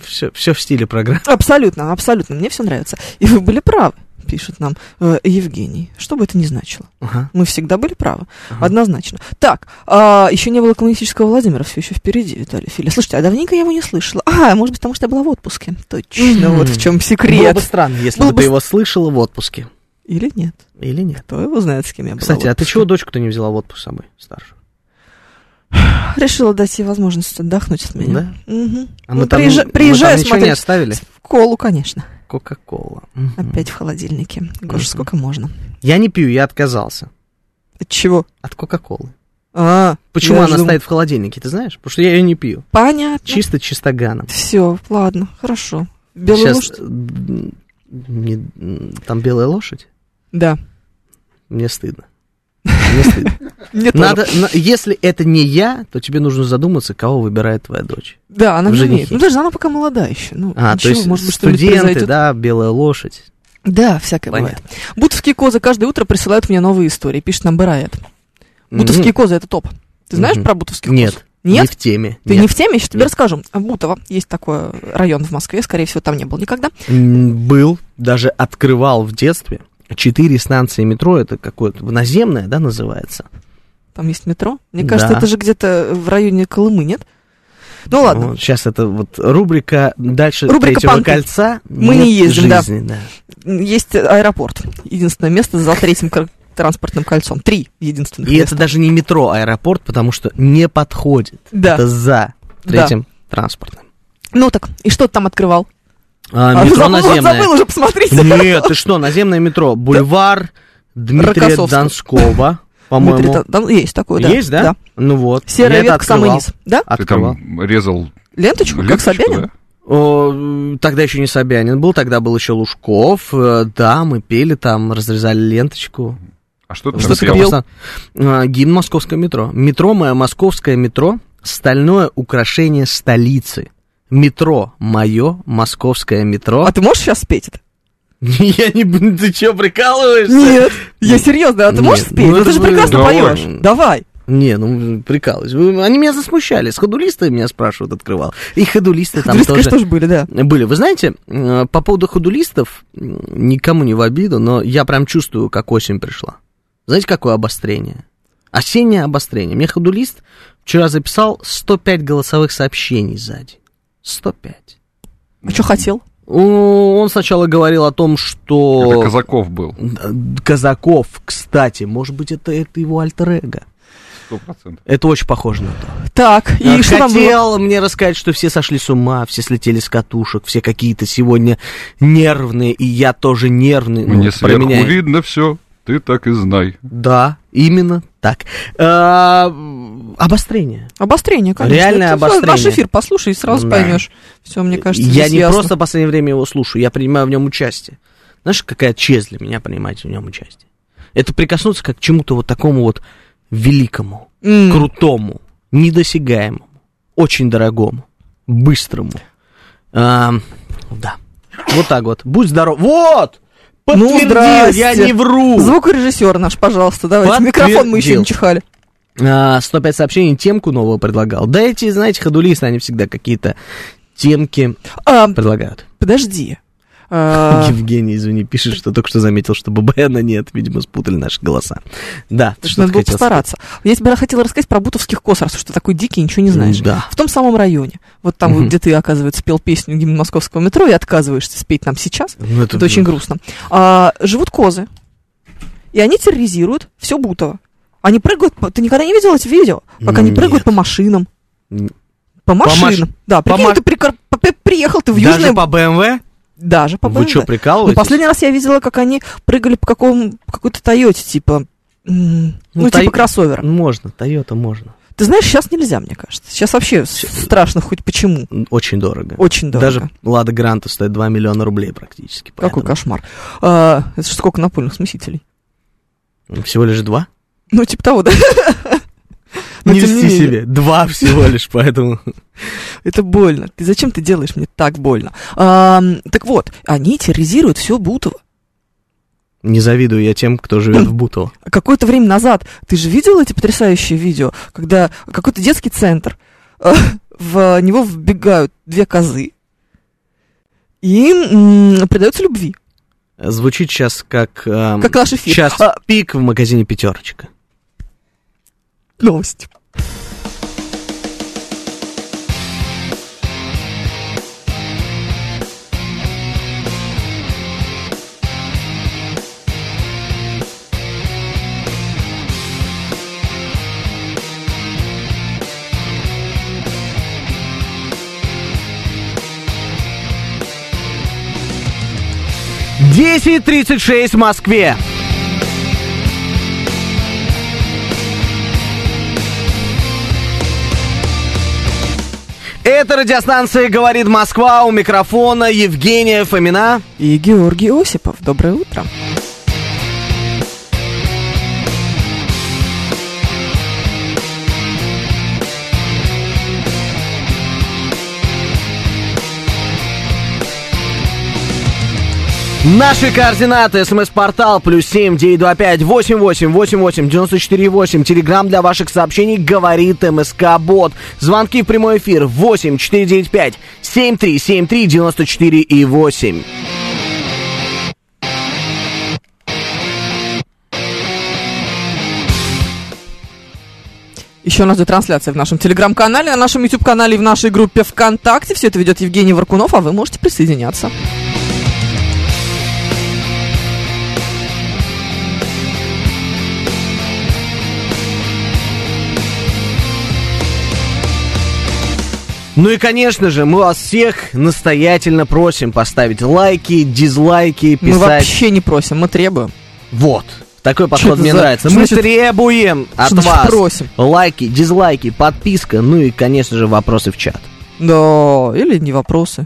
B: Все, все в стиле программы.
C: Абсолютно, абсолютно. Мне все нравится. И вы были правы, пишет нам э, Евгений. Что бы это ни значило.
B: Ага.
C: Мы всегда были правы.
B: Ага.
C: Однозначно. Так, а, еще не было коммунистического Владимира, все еще впереди, Виталий Филя. Слушайте, а давненько я его не слышала. А, может быть, потому что я была в отпуске. Точно,
B: Мгм.
C: вот в чем
B: Было
C: секрет.
B: бы странно, если
C: Было
B: бы
C: бы
B: ты его слышала в отпуске.
C: Или нет.
B: Или нет.
C: Кто его знает, с кем я была.
B: Кстати,
C: в
B: а ты
C: отпуске.
B: чего дочку-то не взяла в отпуск с собой, старшую?
C: Решила дать ей возможность отдохнуть от меня. Мгм.
B: А
C: Ну,
B: там-
C: приезжа-
B: мы там
C: приезжаю
B: ничего не
C: смотреть
B: оставили?
C: в колу, конечно.
B: Кока-кола.
C: Опять в холодильнике. Гоша,
B: Мгм.
C: сколько можно?
B: Я не пью, я отказался.
C: От чего?
B: От Кока-колы.
C: А,
B: Почему
C: я
B: она
C: же думала-
B: стоит в холодильнике, ты знаешь? Потому что я ее не пью.
C: Понятно.
B: Чисто чистоганом.
C: Все, ладно, хорошо. Белый
B: Сейчас,
C: лошадь?
B: э, м, не- м, там белая лошадь?
C: Да.
B: Мне стыдно. Мне стыдно.
C: Мне тоже.
B: Надо, на- если это не я, то тебе нужно задуматься, кого выбирает твоя дочь.
C: Да, она
B: в
C: не
B: женихе.
C: умеет. Ну, даже она пока молода еще. Ну,
B: А,
C: ничего,
B: то есть
C: может быть, что-нибудь
B: студенты,
C: произойдет.
B: да, белая лошадь.
C: Да, всякое
B: Понятно.
C: бывает. Бутовские козы каждое утро присылают мне новые истории, пишет нам Барает. Бутовские козы это топ. Ты знаешь
B: Мгм.
C: про бутовских
B: Мгм.
C: коз?
B: Нет.
C: Нет?
B: Не в теме.
C: Ты
B: Нет.
C: не в теме, сейчас тебе
B: Нет.
C: расскажу. А Бутово, есть такой э, район в Москве, скорее всего, там не был никогда.
B: М, Был, даже открывал в детстве. Четыре станции метро, это какое-то наземное, да, называется?
C: Там есть метро. Мне кажется,
B: Да.
C: это же где-то в районе Колымы, нет? Ну ладно.
B: сейчас это вот рубрика дальше
C: Рубрика
B: третьего
C: «Панты».
B: кольца.
C: Мы
B: Нет
C: не ездим, да.
B: жизни, да.
C: Есть аэропорт. Единственное место за третьим кор- транспортным кольцом. Три единственных.
B: И это даже не метро, а аэропорт, потому что не подходит.
C: Да.
B: Это за третьим транспортным.
C: Ну так, и что ты там открывал?
B: А,
C: А,
B: метро
C: забыл, вот
B: наземное.
C: забыл уже, посмотрите.
B: Нет, ты что, наземное метро. Бульвар Дмитрия
C: Рокоссовского.
B: Донского, по-моему.
C: Дмитрий, там есть такое, да.
B: Есть, да? Ну вот.
C: Серая
B: Я это
C: ветка, самый
B: открывал.
C: низ. Да?
D: Ты
B: Открывал.
D: там резал
C: Ленточку, как
D: ленточку,
C: Собянин?
D: да?
B: О, м, тогда еще не Собянин был, тогда был еще Лужков. Э, Да, мы пели там, разрезали ленточку.
D: А что ты
B: Что
D: там
B: ты
D: делал?
B: пел? Э, Гимн московского метро. Метро мое московское метро, стальное украшение столицы. Метро мое московское метро.
C: А ты можешь сейчас спеть это?
B: Я не... б- Ты че, прикалываешься?
C: Нет, я серьезно, а ты
B: Нет.
C: можешь спеть?
B: Ну,
C: Ну
B: это
C: ты же
B: вы-
C: прекрасно
D: Давай.
C: поешь. Давай.
B: Не, ну прикалываюсь. Вы- Они меня засмущали. С ходулисты меня спрашивают, открывал. И ходулисты там
C: Туристы,
B: тоже.
C: конечно, тоже были, да.
B: Были. Вы знаете, э, по поводу ходулистов, м, никому не в обиду, но я прям чувствую, как осень пришла. Знаете, какое обострение? Осеннее обострение. Мне ходулист вчера записал 105 голосовых сообщений за день. 105.
C: А что хотел?
B: О, Он сначала говорил о том, что...
D: Это Казаков был,
B: Д- Казаков, кстати, может быть, это, это его альтер -эго.
D: сто процентов.
B: Это очень похоже на то.
C: Так, и
B: А,
C: что там было?
B: Хотел мне рассказать, что все сошли с ума, все слетели с катушек, все какие-то сегодня нервные, и я тоже нервный. Ну,
D: Мне
B: про
D: сверху
B: меня-
D: видно все, ты так и знай.
B: Да, именно так. А, обострение.
C: Обострение, конечно.
B: Реальное
C: Это всё, Наш
B: обострение.
C: эфир послушай и сразу
B: Да.
C: поймешь. Все, мне кажется,
B: я
C: здесь
B: не
C: ясно.
B: просто в последнее время его слушаю, я принимаю в нем участие. Знаешь, какая честь для меня принимать в нем участие? Это прикоснуться как к чему-то вот такому вот великому,
C: М.
B: крутому, недосягаемому, очень дорогому, быстрому. Ам, да. Вот так вот. Будь здоров. Вот!
C: Ну,
B: Подтвердил, я
C: здрасте.
B: не вру.
C: Звукорежиссер наш, пожалуйста, давайте.
B: Подтвердил.
C: Микрофон мы еще не чихали.
B: А, 105 сообщений темку новую предлагал. Да эти, знаете, ходулисты, они всегда какие-то темки
C: А,
B: предлагают.
C: подожди. А,
B: Евгений, извини, пишет, что только что заметил, что Бабаяна нет. Видимо, спутали наши голоса. Да, ты что
C: Надо было
B: хотел
C: постараться. Я тебе хотела рассказать про бутовских кос, раз уж ты такой дикий, ничего не знаешь.
B: Да.
C: В том самом районе. Вот там, вот,
B: Мгм.
C: где ты, оказывается, пел песню гимн московского метро и отказываешься спеть нам сейчас.
B: сказать? Ну,
C: Это очень грустно. А, живут козы. И они терроризируют все Бутово. Они прыгают... по- Ты никогда не видел эти видео? Как они
B: Нет.
C: прыгают по машинам.
B: М.
C: По
B: маш-
C: машинам. Да,
B: по
C: прикинь,
B: маш-
C: ты прикор- по- по- приехал ты в
B: Даже
C: Южное...
B: по БМВ?
C: Даже по
B: Вы
C: BMW.
B: что,
C: Ну,
B: прикалываетесь?
C: последний раз я видела, как они прыгали по какому по какой-то Тойоте, типа... м, Ну,
B: Ну,
C: типа
B: Тойо-
C: кроссовера.
B: Можно, Тойота можно.
C: Ты знаешь, сейчас нельзя, мне кажется. Сейчас вообще с- страшно хоть почему.
B: Очень дорого.
C: Очень дорого.
B: Даже Лада Гранта стоит 2 миллиона рублей практически.
C: Какой
B: поэтому-
C: кошмар. А, это же сколько напольных смесителей.
B: Всего лишь два?
C: Ну, типа того, да. Но
B: не
C: тем не
B: вести
C: менее.
B: себе. Два всего лишь, поэтому...
C: Это больно. Ты зачем ты делаешь мне так больно? Ам, так вот, они терроризируют все Бутово.
B: Не завидую я тем, кто живет в Бутово.
C: Какое-то время назад, ты же видел эти потрясающие видео, когда какой-то детский центр, э, в него вбегают две козы, и м, предаются любви,
B: Звучит сейчас как... эм,
C: как наш эфир.
B: Сейчас
C: А,
B: пик в магазине «Пятерочка».
C: новости.
B: Десять тридцать шесть в Москве. Это радиостанция «Говорит Москва» у микрофона Евгения Фомина.
C: И Георгий Осипов, доброе утро.
B: Наши координаты. СМС-портал плюс семь девять два пять восемь восемь восемь восемь девяносто четыре восемь. Телеграмм для ваших сообщений говорит МСК Бот. Звонки в прямой эфир восемь четыре девять пять семь три семь три девяносто четыре и восемь.
C: Еще у нас идет трансляция в нашем телеграм-канале, на нашем YouTube-канале и в нашей группе ВКонтакте. Все это ведет Евгений Варкунов, а вы можете присоединяться.
B: Ну и, конечно же, мы вас всех настоятельно просим поставить лайки, дизлайки, писать.
C: Мы вообще не просим, мы требуем.
B: Вот. Такой подход
C: это
B: мне
C: за-
B: нравится.
C: что
B: Мы
C: значит-
B: требуем от
C: что значит
B: вас
C: просим?
B: лайки, дизлайки, подписка, ну и, конечно же, вопросы в чат.
C: Да, или не вопросы.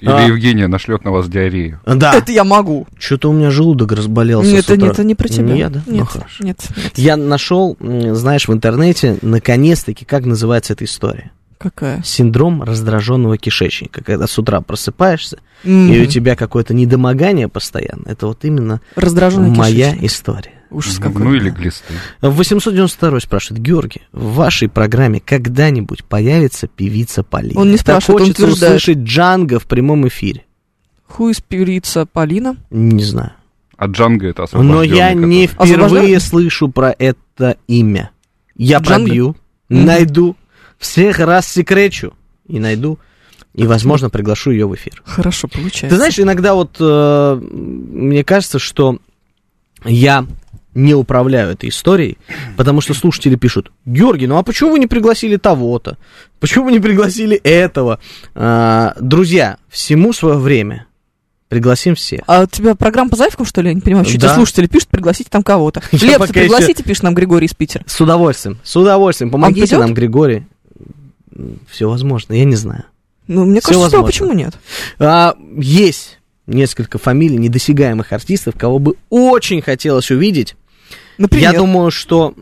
D: Или
B: А.
D: Евгения нашлет на вас диарею.
B: Да.
C: Это я могу.
B: Что-то у меня желудок разболелся.
C: Нет,
B: с утра.
C: Ну, это, нет, это не про тебя.
B: Не я, да? Ну,
C: Нет,
B: хорошо.
C: нет, нет.
B: Я нашел, м, знаешь, в интернете, наконец-таки, как называется эта история.
C: Какая?
B: Синдром раздраженного кишечника. Когда с утра просыпаешься,
C: М,
B: и у тебя какое-то недомогание постоянно. Это вот именно
C: Раздраженный
B: моя
C: кишечник.
B: история.
C: Ужас
D: Ну,
C: какой.
D: Ну или глисты.
B: 892 спрашивает, Георгий, в вашей программе когда-нибудь появится певица Полина?
C: Он не
B: Так
C: спрашивает, он
B: хочется
C: утверждает.
B: услышать Джанго в прямом эфире.
C: Хуй спирится Полина.
B: Не знаю.
D: А Джанго это освобожденный.
B: Но я не
D: который.
B: впервые
C: Освобожденный?
B: слышу про это имя. Я
C: Джанго?
B: пробью,
C: Мгм.
B: найду, всех раз секречу и найду, и, возможно, приглашу ее в эфир.
C: Хорошо получается.
B: Ты знаешь, иногда вот э, мне кажется, что я не управляю этой историей, потому что слушатели пишут, Георгий, ну а почему вы не пригласили того-то? Почему вы не пригласили этого? А, друзья, всему свое время. Пригласим всех.
C: А у тебя программа по заявкам, что ли? Я не понимаю, что
B: Да.
C: тебе слушатели пишут, пригласите там кого-то.
B: Я
C: Лепса,
B: пока
C: пригласите, пишет нам Григорий из Питера.
B: С удовольствием, с удовольствием. Помогите
C: придет?
B: нам, Григорий. Все возможно, я не знаю.
C: Ну, мне
B: Всё
C: кажется, что
B: возможно.
C: почему нет?
B: А, есть несколько фамилий недосягаемых артистов, кого бы очень хотелось увидеть.
C: Например,
B: Я думаю, что...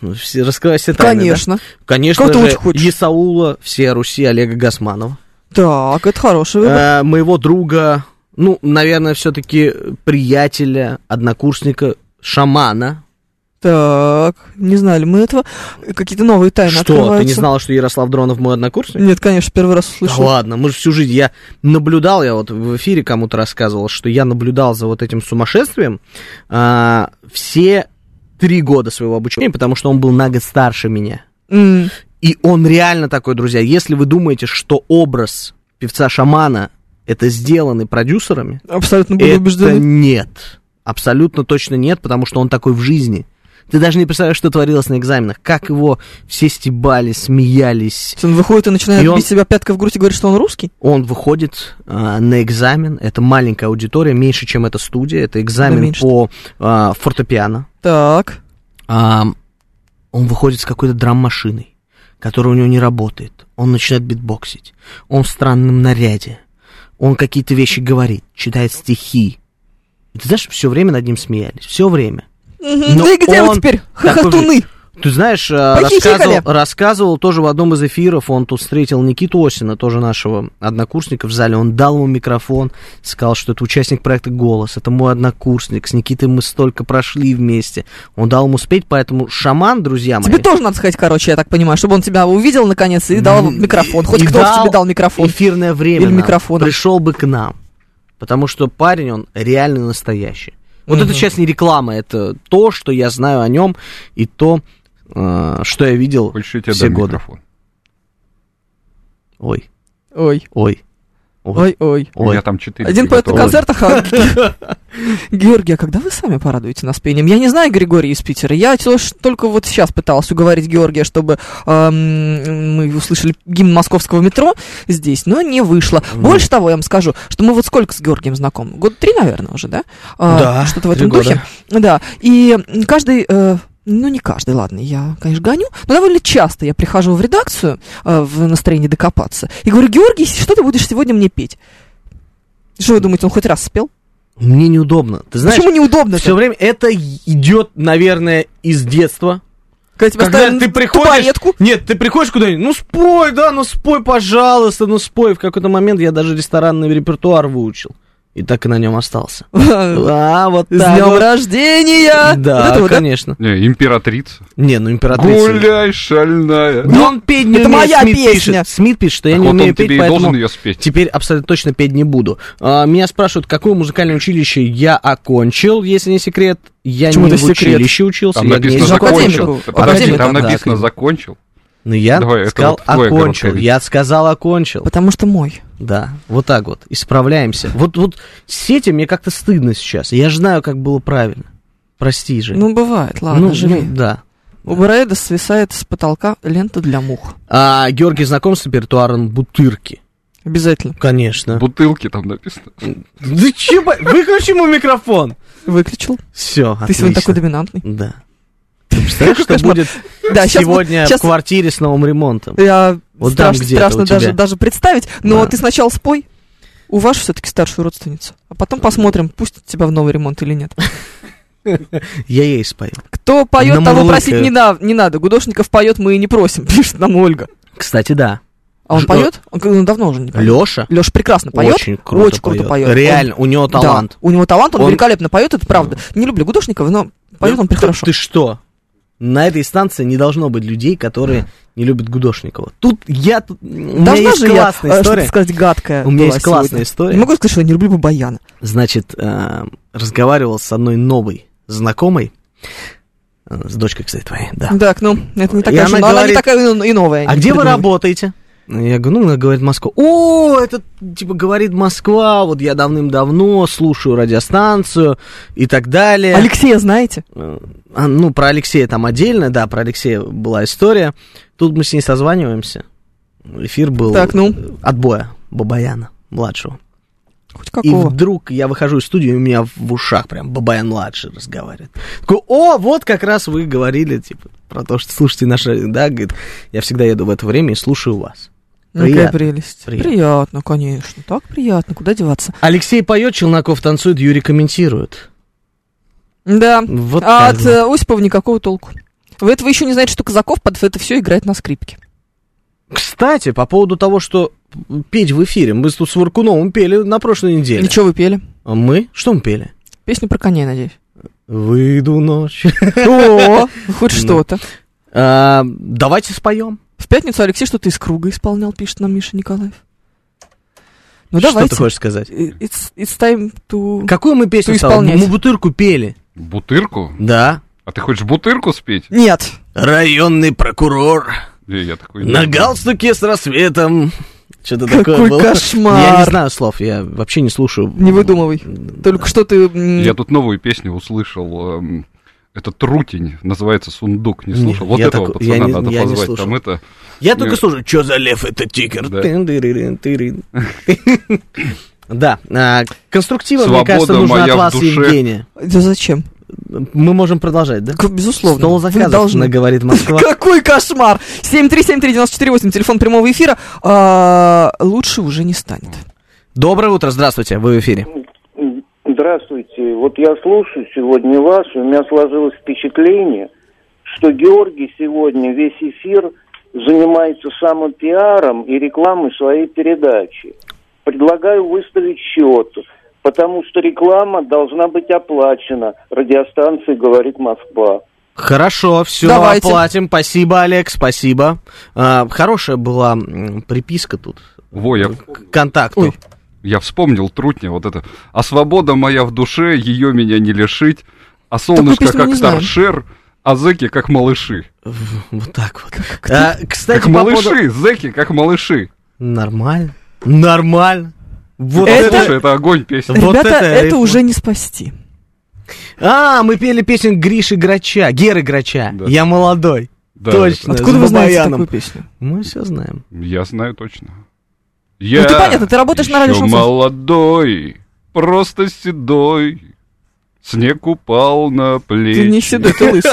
B: Ну, все- Раскрывай все тайны, да?
C: конечно.
B: Конечно
C: Кого ты
B: же,
C: очень хочешь?
B: Исаула, все Руси, Олега Гасманова.
C: Так, это хороший выбор.
B: Э, моего друга, ну, наверное, все-таки приятеля, однокурсника, шамана.
C: Так, не знали мы этого. Какие-то новые тайны
B: что,
C: открываются.
B: ты не знала, что Ярослав Дронов мой однокурсник?
C: Нет, конечно, первый раз
B: Да
C: услышал.
B: ладно, мы же всю жизнь, я наблюдал, я вот в эфире кому-то рассказывал, что я наблюдал за вот этим сумасшествием а, все три года своего обучения, потому что он был на год старше меня.
C: М,
B: И он реально такой, друзья. Если вы думаете, что образ певца-шамана это сделаны продюсерами,
C: абсолютно буду
B: это
C: убежден.
B: нет. Абсолютно точно нет, потому что он такой в жизни. Ты даже не представляешь, что творилось на экзаменах. Как его все стебали, смеялись.
C: Он выходит и начинает
B: И он-
C: бить себя пяткой в грудь и говорит, что он русский.
B: Он выходит а, на экзамен. Это маленькая аудитория, меньше, чем эта студия. Это экзамен
C: меньше.
B: по а, фортепиано.
C: Так.
B: А, он выходит с какой-то драм-машиной, которая у него не работает. Он начинает битбоксить. Он в странном наряде. Он какие-то вещи говорит, читает стихи. И ты знаешь, все время над ним смеялись. Все время. Но
C: Мгм. Да Ну, и где
B: он
C: вы теперь?
B: такой же-
C: Хохотуны.
B: Ты знаешь, э,
C: Похихикали.
B: рассказывал, рассказывал тоже в одном из эфиров, он тут встретил Никиту Осина, тоже нашего однокурсника в зале, он дал ему микрофон, сказал, что это участник проекта «Голос», это мой однокурсник, с Никитой мы столько прошли вместе, он дал ему спеть, поэтому шаман, друзья мои,
C: Тебе тоже надо сходить, короче, я так понимаю, чтобы он тебя увидел наконец и дал
B: М,
C: микрофон. Хоть
B: и
C: кто-то
B: дал-
C: тебе дал микрофон.
B: эфирное время
C: Или
B: нам.
C: микрофоном.
B: пришел бы к нам, потому что парень, он реально настоящий. Вот это
C: Мгм.
B: сейчас не реклама, это то, что я знаю о нем, и то, э, что я видел.
D: Хочешь, я тебе
B: Все
D: дам
B: годы.
D: микрофон?
B: Ой,
C: Ой,
B: ой,
C: ой, ой.
D: У
B: ой.
D: меня там четыре. типа
C: Один поэт на
D: приготовленных.
C: концертах, а Георгий, а когда вы сами порадуете нас пением? Я не знаю Григорий из Питера. Я тё- ш- только вот сейчас пыталась уговорить Георгия, чтобы эм, мы услышали гимн московского метро здесь, но не вышло.
B: Ну.
C: Больше того, я вам скажу, что мы вот сколько с Георгием знакомы? Год три, наверное, уже, да? А,
B: Да,
C: Что-то в
B: три
C: этом
B: года.
C: духе. Да. И м, каждый... э, ну, не каждый, ладно, я, конечно, гоню, но довольно часто я прихожу в редакцию э, в настроении докопаться и говорю, Георгий, что ты будешь сегодня мне петь? Что вы думаете, он хоть раз спел?
B: Мне неудобно. Ты знаешь,
C: Почему неудобно?
B: все время это идет, наверное, из детства.
C: Когда тебя
B: Когда
C: ставят
B: ты
C: на
B: приходишь,
C: табуретку.
B: нет, ты приходишь куда-нибудь, ну спой, да, ну спой, пожалуйста, ну спой. В какой-то момент я даже ресторанный репертуар выучил. И так и на нем остался. А, вот
C: С
B: так
C: днем
B: вот.
C: рождения!
B: Да,
C: Вот это вот, да?
B: конечно.
D: Не, императрица.
B: Не, ну императрица.
D: Гуляй, шальная.
B: Да он петь не
C: Это
B: умеет,
C: моя
B: Смит
C: песня.
B: пишет. Смит пишет, что Ну, я
D: Так
B: не
D: вот
B: умею
D: он
B: петь,
D: тебе и должен
B: поэтому типа,
D: ее спеть.
B: теперь абсолютно точно петь не буду. А, меня спрашивают, какое музыкальное училище я окончил, если не секрет. Я не
C: Почему это
B: в
C: секрет?
B: училище учился,
D: Там
B: я
D: написано
B: не-
C: Академик
D: закончил.
C: был.
D: Подожди,
C: Академик,
D: там
B: да,
D: написано
B: да.
D: закончил.
B: Ну, я
D: Давай, это
B: сказал
D: вот твой огород,
B: окончил.
D: конечно.
B: Я сказал окончил.
C: Потому что мой.
B: Да, вот так вот. Исправляемся. Вот, вот с этим мне как-то стыдно сейчас. Я же знаю, как было правильно. Прости же.
C: Ну, бывает, ладно, Ну, живи.
B: да.
C: У Бараеда свисает с потолка лента для мух.
B: А, Георгий знаком с репертуаром бутырки?
C: Обязательно.
B: Конечно.
D: Бутылки там написано.
B: Да чего? Выключи ему микрофон.
C: Выключил.
B: Все,
C: Ты сегодня такой доминантный.
B: Да. Представляешь, что
C: кошмар.
B: будет
C: Да, щас вот-
B: сегодня в
C: щас-
B: квартире с новым ремонтом?
C: Я
B: Вот там
C: страшно,
B: где-то
C: страшно
B: у тебя.
C: даже, даже представить. Но
B: Да.
C: ты сначала спой. У вашу все-таки старшую родственницу. А потом посмотрим, пустят тебя в новый ремонт или нет.
B: Я ей спою.
C: Кто поет, того
B: Намурлыкают.
C: просить не, на- не надо. Гудошников поет, мы и не просим, пишет нам Ольга.
B: Кстати, да.
C: А он
B: Ж-
C: поет? Он, ну, давно уже не поет.
B: Леша
C: Леша прекрасно поет.
B: очень круто,
C: очень круто поет.
B: Реально, у него
C: Он-
B: талант.
C: да, у него талант, он,
B: Он-
C: великолепно поет, это правда. Не люблю Гудошникова, но поет он
B: Ты-
C: прехорошо.
B: Ну, Ты что? На этой станции не должно быть людей, которые не любят Гудошникова. Тут я... тут- У меня
C: Должна
B: есть
C: же я
B: классная
C: э,
B: история.
C: что-то сказать гадкое.
B: У меня
C: была
B: есть классная
C: сегодня.
B: история.
C: Не могу сказать, что я не люблю Бабаяна.
B: Значит, э, разговаривал с одной новой знакомой, э, с дочкой, кстати, твоей, да.
C: Так, ну, это не
B: И
C: такая же,
B: она
C: но она не
B: говорит,
C: такая ну, и и новая.
B: А
C: не
B: где вы
C: придумывай.
B: работаете? Я говорю, ну, она говорит Москва. О, это, типа, говорит Москва, вот я давным-давно слушаю радиостанцию и так далее.
C: Алексея знаете?
B: Э, а, ну, про Алексея там отдельно, да, про Алексея была история. Тут мы с ней созваниваемся. Эфир был
C: Так, ну.
B: от боя Бабаяна, младшего.
C: Хоть
B: И
C: какого. Ну,
B: вдруг я выхожу из студии, и у меня в ушах прям Бабаян-младший разговаривает. Такой, о, вот как раз вы говорили, типа, про то, что слушайте наши, да, говорит, я всегда еду в это время и слушаю вас.
C: Ну, какая
B: приятно,
C: прелесть.
B: приятно.
C: приятно, конечно. Так приятно, куда деваться?
B: Алексей поет, Челноков танцует, Юрий комментирует.
C: Да.
B: Вот так
C: а от
B: вот.
C: э, Осипова никакого толку. Вы этого еще не знаете, что Казаков под это все играет на скрипке.
B: Кстати, по поводу того, что петь в эфире. Мы тут с Варкуновым пели на прошлой неделе.
C: И что вы пели?
B: А мы? Что мы пели?
C: Песню про коней, надеюсь.
B: Выйду ночь.
C: О, хоть
B: Ну.
C: что-то.
B: А, Давайте споем.
C: В пятницу Алексей что-то из круга исполнял, пишет нам Миша Николаев. Ну,
B: Что
C: давайте.
B: ты хочешь сказать?
C: It's, it's time to...
B: Какую мы песню
C: Ты
B: стала?
C: исполнять.
B: Мы бутырку пели.
D: Бутырку?
B: Да.
D: А ты хочешь бутырку спеть?
C: Нет.
B: Районный прокурор
D: Э, Я такой... не
B: на
D: знаю.
B: галстуке с рассветом. Что-то такое
C: Какой
B: было. Я не
C: кошмар.
B: знаю слов, я вообще не слушаю.
C: Не выдумывай. Только что ты... м,
D: Я тут новую песню услышал. эм, Это трутень, называется «Сундук». Не
B: Не,
D: слушал? Вот
B: я
D: этого
B: так-
D: пацана
B: я не-
D: надо
B: я не
D: позвать.
B: слушал.
D: Там это...
B: Я только
D: Нет.
B: слушаю, что за лев это тигр.
D: Да.
B: Тын-дырин, тырин. Да, а, конструктива, мне
D: Свобода
B: кажется, нужно от
D: моя в
B: вас,
D: душе.
B: Евгения.
C: Да зачем?
B: Мы можем продолжать, да?
C: К- Безусловно.
B: Стол
C: Вы
B: заказов,
C: должны.
B: говорит Москва.
C: Какой кошмар! 7373948, телефон прямого эфира. А, лучше уже не станет.
B: Доброе утро, здравствуйте, вы в эфире.
G: Здравствуйте. Вот я слушаю сегодня вас, и у меня сложилось впечатление, что Георгий сегодня весь эфир занимается самопиаром и рекламой своей передачи. Предлагаю выставить счет, потому что реклама должна быть оплачена. Радиостанции «Говорит Москва».
B: Хорошо, все,
C: Давайте.
B: оплатим. Спасибо, Олег, спасибо. А, хорошая была м, приписка тут
D: Во, я,
B: к контакту.
C: Ой.
D: я вспомнил трутня, вот это. «А свобода моя в душе, ее меня не лишить, а солнышко
C: песню мы
D: как
C: не знаем.
D: торшер, а зэки как малыши».
B: В- Вот так вот. А, кстати,
D: Как
B: по поводу-
D: малыши, зэки как малыши.
B: Нормально. Нормально. Вот
C: Это-
D: Слушай, это огонь песня.
B: Вот
C: Ребята,
B: это
C: это,
B: рифма.
C: уже не спасти.
B: А, мы пели песню Гриши Грача, Геры Грача.
D: Да.
B: Я молодой.
D: Да,
B: Точно.
C: Откуда
B: с
C: вы знаете
B: Бабаяном.
C: такую песню?
B: Мы все знаем.
D: Я знаю точно. Я
C: Ну, ты понятно, ты работаешь на
D: ещё
C: радиошансон.
D: молодой, просто седой. Снег упал на плечи.
C: Ты не седой, ты лысый.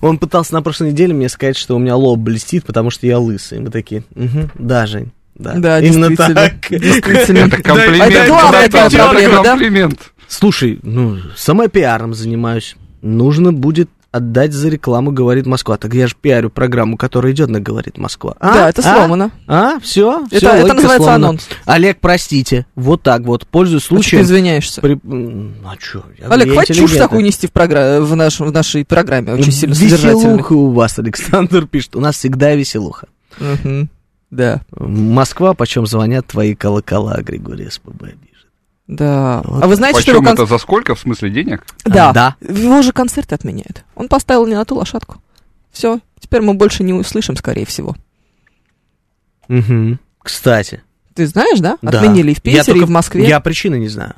B: Он пытался на прошлой неделе мне сказать, что у меня лоб блестит, потому что я лысый. Мы такие, угу, да, Жень. Да,
C: Да,
B: именно
C: действительно,
B: так.
C: действительно.
D: Это комплимент.
C: Это главная
D: братан, это
C: проблема, да?
D: комплимент.
B: Слушай, ну, самопиаром занимаюсь. Нужно будет отдать за рекламу, говорит Москва. Так я же пиарю программу, которая идет на говорит Москва. А?
C: Да, это
B: А?
C: сломано.
B: А, все.
C: Это- это называется анонс.
B: Олег, простите. Вот так вот. Пользуюсь
C: А чё ты
B: случаем.
C: извиняешься.
B: при- м, А что?
C: Олег, хватит чушь такую нести в, програ- в, наш- в нашей программе, очень сильно содержательной.
B: Веселуха у вас, Александр пишет. У нас всегда веселуха.
C: Мгм. Да,
B: Москва, почем звонят твои колокола, Григорий СПБ пишет.
C: да.
B: Вот.
C: А вы знаете, что его
D: Почем
C: концерт...
D: это за сколько? В смысле денег?
C: Да.
B: Да.
C: Его же концерты отменяют. Он поставил не на ту лошадку. Все, теперь мы больше не услышим, скорее всего.
B: Мгм. Кстати.
C: Ты знаешь, да?
B: да.
C: Отменили и в
B: Я
C: Питере, и
B: только-
C: в Москве.
B: Я причины не знаю.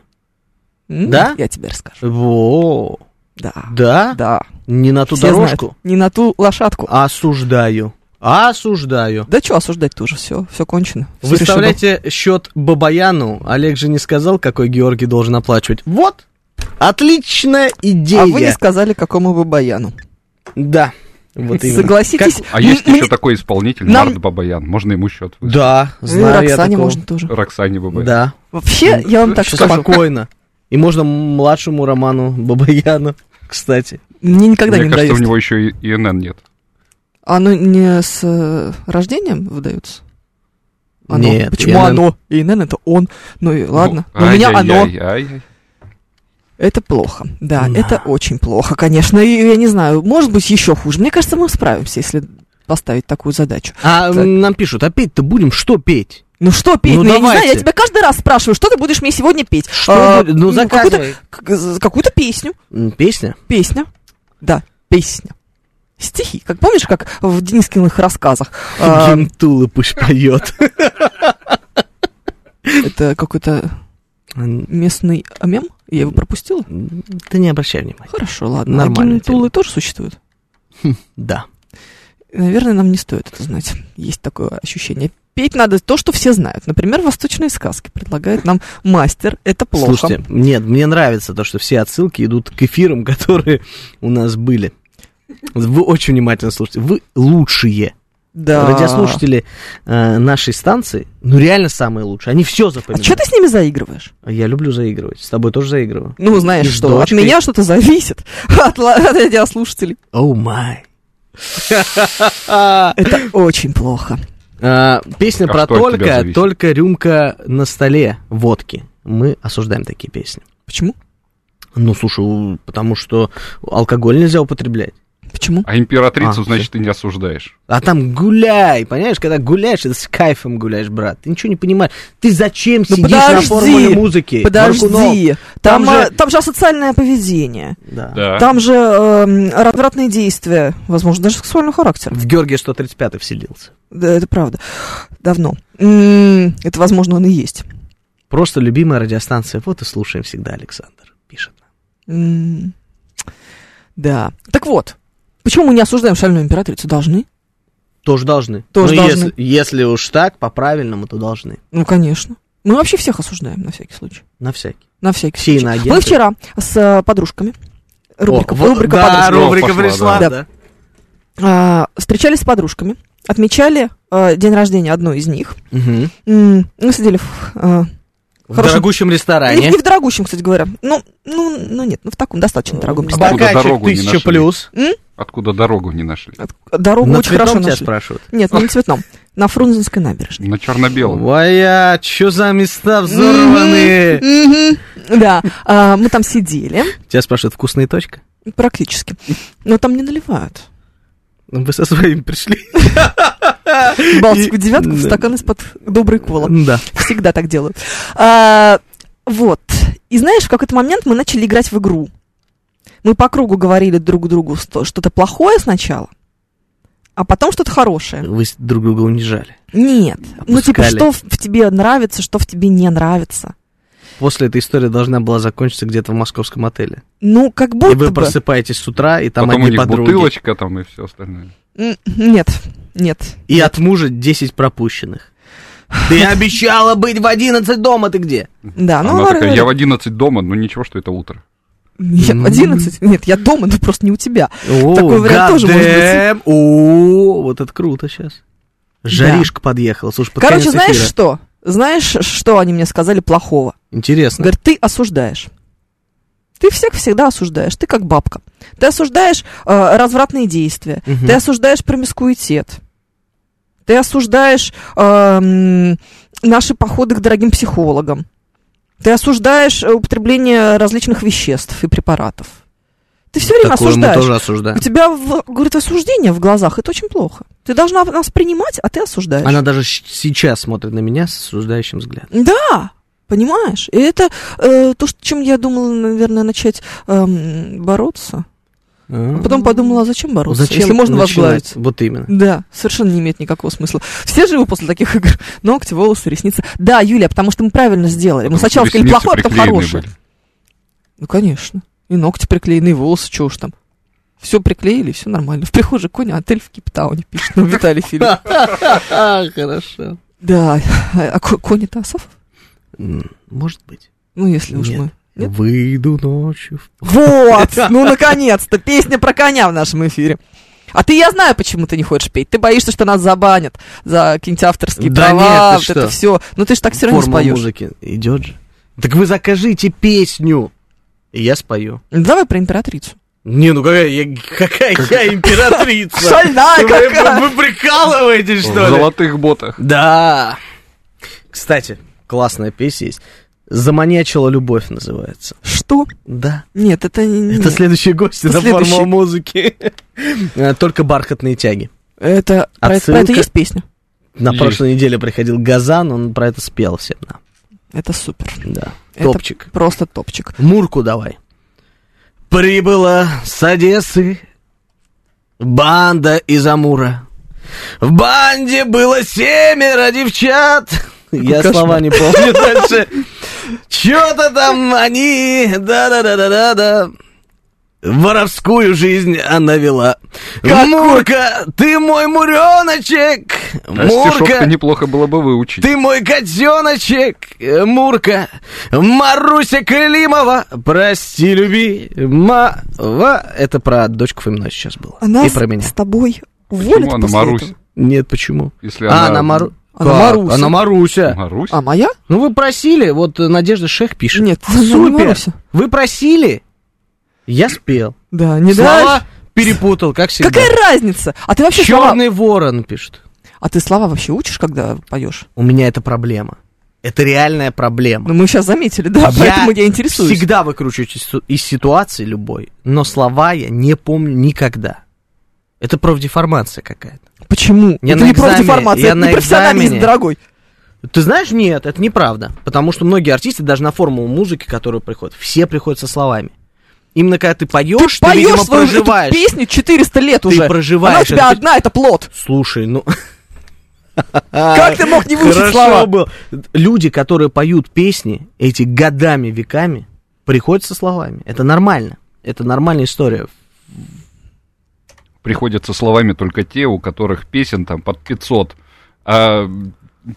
C: М,
B: да?
C: Я тебе расскажу.
B: Во,
C: Да.
B: да?
C: Да.
B: Не на ту
C: Все знают.
B: дорожку?
C: Не на ту лошадку.
B: Осуждаю. Осуждаю.
C: Да что осуждать тоже, все, все кончено. Всё
B: Выставляйте счет Бабаяну. Олег же не сказал, какой Георгий должен оплачивать. Вот! Отличная идея.
C: решено. А вы не сказали, какому вы баяну.
B: Да. Вот именно.
C: Согласитесь.
D: А есть
C: м-
D: еще
C: м-
D: такой исполнитель,
C: Нам-
D: Март Бабаян. Можно ему счет выставить.
B: Да,
C: Ну,
B: знаю я
C: Роксане
B: такого.
C: можно тоже.
D: Роксане Бабаян.
B: Да.
C: Вообще, я вам так
B: Щас
C: скажу.
B: Спокойно. И можно младшему Роману Бабаяну, кстати.
C: Мне никогда
D: Мне
C: не
D: кажется, у
C: дают.
D: него еще и ИНН нет.
C: Оно не с э, рождением выдается? Оно.
B: Нет,
C: Почему
B: ИНН?
C: оно? ИНН это он. Ну и ладно.
D: Ну,
C: Но у меня оно.
D: ай-яй-яй-яй. Ну.
C: Это плохо. Да,
B: Да.
C: это очень плохо, конечно. И я не знаю, может быть, еще хуже. Мне кажется, мы справимся, если поставить такую задачу.
B: А
C: Так.
B: м, нам пишут, а петь-то будем что петь?
C: Ну что петь?
B: Ну,
C: Ну, я не знаю, я
B: давайте.
C: тебя каждый раз спрашиваю, что ты будешь мне сегодня петь?
B: Что
C: А,
B: будет? Ну,
C: какую-то,
B: заказывай.
C: к- какую-то песню.
B: М, Песня?
C: Песня. Да, песня. Стихи. Как помнишь, как в Денискиных рассказах? а,
B: Гентулы пусть поет.
C: это какой-то
B: М,
C: местный а, мем? Я его пропустила?
B: Ты не обращай внимания.
C: Хорошо, ладно.
B: Нормальная
C: А гимн-тулы тоже существуют?
B: Да.
C: Наверное, нам не стоит это знать. Есть такое ощущение. Петь надо то, что все знают. Например, восточные сказки предлагает нам мастер. Это плохо.
B: Слушайте, нет, мне нравится то, что все отсылки идут к эфирам, которые у нас были. Вы очень внимательно слушайте. Вы лучшие
C: да.
B: радиослушатели э, нашей станции. Ну, реально самые лучшие. Они все
C: А
B: запоминают.
C: что ты с ними заигрываешь?
B: Я люблю заигрывать. С тобой тоже заигрываю.
C: Ну, знаешь
B: И с
C: что,
B: дочкой.
C: от меня что-то зависит, от, ла- от радиослушателей.
B: Оу май.
C: Это очень плохо.
B: А, Песня
D: А
B: про
D: что от тебя
B: только,
D: зависит?
B: только рюмка на столе водки. Мы осуждаем такие песни.
C: Почему?
B: Ну, слушай, у- потому что алкоголь нельзя употреблять.
C: Почему?
D: А императрицу,
B: А,
D: значит, ты не осуждаешь.
B: А там гуляй, понимаешь? Когда гуляешь, это с кайфом гуляешь, брат. Ты ничего не понимаешь. Ты зачем сидишь на
C: Ну, подожди,
B: формуле музыки? э, Маркунов?
C: Подожди,
B: Там
C: там, а,
B: же-
C: там же асоциальное поведение,
B: Да.
D: Да.
C: там же эм, развратные действия, возможно, даже сексуального характера.
B: В Георгия 135 вселился.
C: Да, это правда. Давно. М, это, возможно, он и есть.
B: Просто любимая радиостанция. Вот и слушаем всегда, Александр. Пишет.
C: М, Да. Так вот, почему мы не осуждаем шальную императрицу? Должны?
B: Тоже должны.
C: Тоже
B: Ну,
C: должны.
B: Если, если уж так, по-правильному, то должны.
C: Ну, конечно. Мы вообще всех осуждаем, на всякий случай.
B: На всякий.
C: На всякий
B: Все
C: случай.
B: иноагенты.
C: Мы вчера с э, подружками, рубрика,
B: О, вот-
C: рубрика
B: да,
C: «Подружки»,
B: рубрика
D: Пошла,
B: пришла.
C: да.
B: да.
C: а, встречались с подружками, отмечали э, день рождения одной из них.
B: Мгм.
C: М, Мы сидели в... э,
B: В
C: Хорошо.
B: дорогущем
C: не,
B: ресторане.
C: не в дорогущем, кстати говоря. Ну, ну, ну нет, ну в таком достаточно
B: Э,
C: дорогом
D: Бак-
C: ресторане.
D: Откуда
B: Бокальчик
D: дорогу не
B: тысяча
D: нашли?
B: плюс.
D: Откуда дорогу не нашли?
C: От- Дорогу
B: На
C: очень хорошо
B: цветном тебя
C: нашли.
B: спрашивают.
C: Нет, ну, на цветном. На Фрунзенской набережной.
D: На черно-белом.
B: Моя, что а за места взорванные?
C: Мгм, мгм. Да, А, мы там сидели,
B: Тебя спрашивают, вкусная точка?
C: практически. Но там не наливают.
B: Ну, Вы со своими пришли.
C: Балтику
B: И-
C: девятку в
B: да.
C: стакан из-под доброй колы.
B: Да.
C: Всегда так делаю. А, вот. И знаешь, в какой-то момент мы начали играть в игру. Мы по кругу говорили друг другу сто- что-то плохое сначала, а потом что-то хорошее.
B: Вы с- друг друга унижали.
C: Нет. Ну, типа,
B: Опускали.
C: что в в тебе нравится, что в тебе не нравится.
B: После эта история должна была закончиться где-то в московском отеле.
C: Ну, как
B: И
C: будто
B: вы
C: бы.
B: просыпаетесь с утра, и там
D: Потом у
B: одни
D: них
B: подруги.
D: бутылочка там и все остальное.
C: М, Нет, нет.
B: И от мужа 10 пропущенных. Ты обещала быть в 11 дома, ты где?
C: Да, ну,
D: Она
C: она
D: такая,
C: говорит,
D: я в 11 дома, ну ничего, что это утро.
C: Нет,
B: М-м-м».
C: в 11. Нет, я дома, ну просто не у тебя.
B: О,
C: Такой вариант тоже может быть.
B: гадэм. О, вот это круто сейчас. Жаришка подъехала. Слушай, под
C: Короче,
B: конец
C: знаешь
B: эфира.
C: что? Знаешь, что они мне сказали плохого?
B: Интересно.
C: Говорит, ты осуждаешь. Ты всех всегда осуждаешь, ты как бабка. Ты осуждаешь э, развратные действия,
B: Мгм.
C: ты осуждаешь промискуитет, ты осуждаешь эм, наши походы к дорогим психологам, ты осуждаешь э, употребление различных веществ и препаратов. Ты все время
B: Такое мы
C: осуждаешь.
B: тоже
C: У
B: осуждаем.
C: тебя, в- говорит, осуждение в глазах, это очень плохо. Ты должна нас принимать, а ты осуждаешь.
B: Она даже щ- сейчас смотрит на меня с осуждающим взглядом.
C: Да, понимаешь? И это э, то, что- чем я думала, наверное, начать эм, бороться. А Потом подумала, а зачем бороться,
B: Зачем
C: если можно
B: начинать?
C: возглавить?
B: Вот именно.
C: Да, совершенно не имеет никакого смысла. Все живы после таких игр. Ногти, волосы, ресницы. Да, Юлия, потому что мы правильно сделали. Мы
D: Потому что
C: сначала сказали
D: ресницы
C: плохое, а потом
D: приклеены
C: хорошее.
D: были.
C: Ну, конечно. И ногти приклеены, и волосы, чего уж там. все приклеили, все нормально. В прихожей конь, а отель в Киптауне пишет нам Виталий Филипп.
B: Хорошо.
C: Да, а ко- конь это Асафов?
B: Может быть.
C: Ну, если уж мы... Нет?
B: Выйду ночью. в-
C: Вот, ну, наконец-то, песня про коня в нашем эфире. А ты, я знаю, почему ты не хочешь петь. Ты боишься, что нас забанят за какие-нибудь авторские
B: Да
C: права,
B: нет,
C: вот
B: ты
C: это
B: что?
C: все. Ну, ты же так все равно
B: Форма
C: споешь.
B: музыки идет же. Так вы закажите песню. И я спою.
C: Ну, Давай про императрицу.
B: Не, ну какая я, какая я императрица?
C: Шальная
B: Вы,
C: какая!
B: вы- вы прикалываетесь,
D: В
B: что ли?
D: золотых ботах.
B: Да. Кстати, классная песня есть. «Заманячила любовь» называется.
C: Что?
B: Да.
C: Нет, это не...
B: Это следующие гости
C: Это
B: на
C: следующий.
B: форму музыки. Э, Только бархатные тяги.
C: Это... Про, это- про это
B: Отсылка.
C: есть песня?
B: На
D: Есть.
B: прошлой неделе приходил Газан, он про это спел всем. нам.
C: Это супер.
B: Да.
C: Это
B: Топчик.
C: Просто топчик.
B: Мурку давай. Прибыла с Одессы банда из Амура. В банде было семеро девчат. Я
C: кошмар.
B: слова не помню дальше. Чё-то там они, да-да-да-да-да-да. Воровскую жизнь она вела. Мурка, ты мой муреночек.
D: А стишок-то неплохо было бы выучить.
B: Ты мой котеночек, э, Мурка, Маруся Климова, прости, люби, мава. Это про дочку Фомина сейчас было.
C: Она
B: И про меня.
C: с тобой уволят
D: Почему она
C: после
D: Марусь?
C: этого?
B: Нет, почему?
D: Если
B: а,
D: она...
B: она, Мару...
C: Она
B: Как?
C: Маруся.
B: Она Маруся.
D: Марусь?
C: А моя?
B: Ну, вы просили, вот э, Надежда Шех пишет.
C: Нет, она не
B: Супер.
C: Маруся.
B: Вы просили, я спел.
C: Да, не
B: Слова
C: дальше.
B: перепутал, как всегда.
C: Какая разница? А ты вообще слова...
B: Черный ворон пишет.
C: А ты слова вообще учишь, когда поешь?
B: У меня это проблема. Это реальная проблема.
C: Ну, мы сейчас заметили, да, поэтому я интересуюсь.
B: Всегда выкручиваюсь из су- из ситуации любой, но слова я не помню никогда. Это профдеформация какая-то.
C: Почему?
B: Я
C: это
B: на
C: не
B: экзамене,
C: просто деформация,
B: я
C: это
B: на
C: не профессионализм,
B: экзамене.
C: дорогой.
B: Ты знаешь, нет, это неправда. Потому что многие артисты, даже на формулу музыки, которую приходят, все приходят со словами. Именно когда ты поешь, ты,
C: Поешь
B: видимо,
C: свою эту
B: проживаешь.
C: песню 400 лет
B: Ты
C: уже.
B: проживаешь
C: Она у тебя
B: эту-
C: одна, это плод.
B: Слушай, ну...
C: Как ты мог не выучить
B: Хорошо
C: слова?
B: было. Люди, которые поют песни эти годами, веками, приходят со словами. Это нормально. Это нормальная история.
D: Приходят со словами только те, у которых песен там под 500. А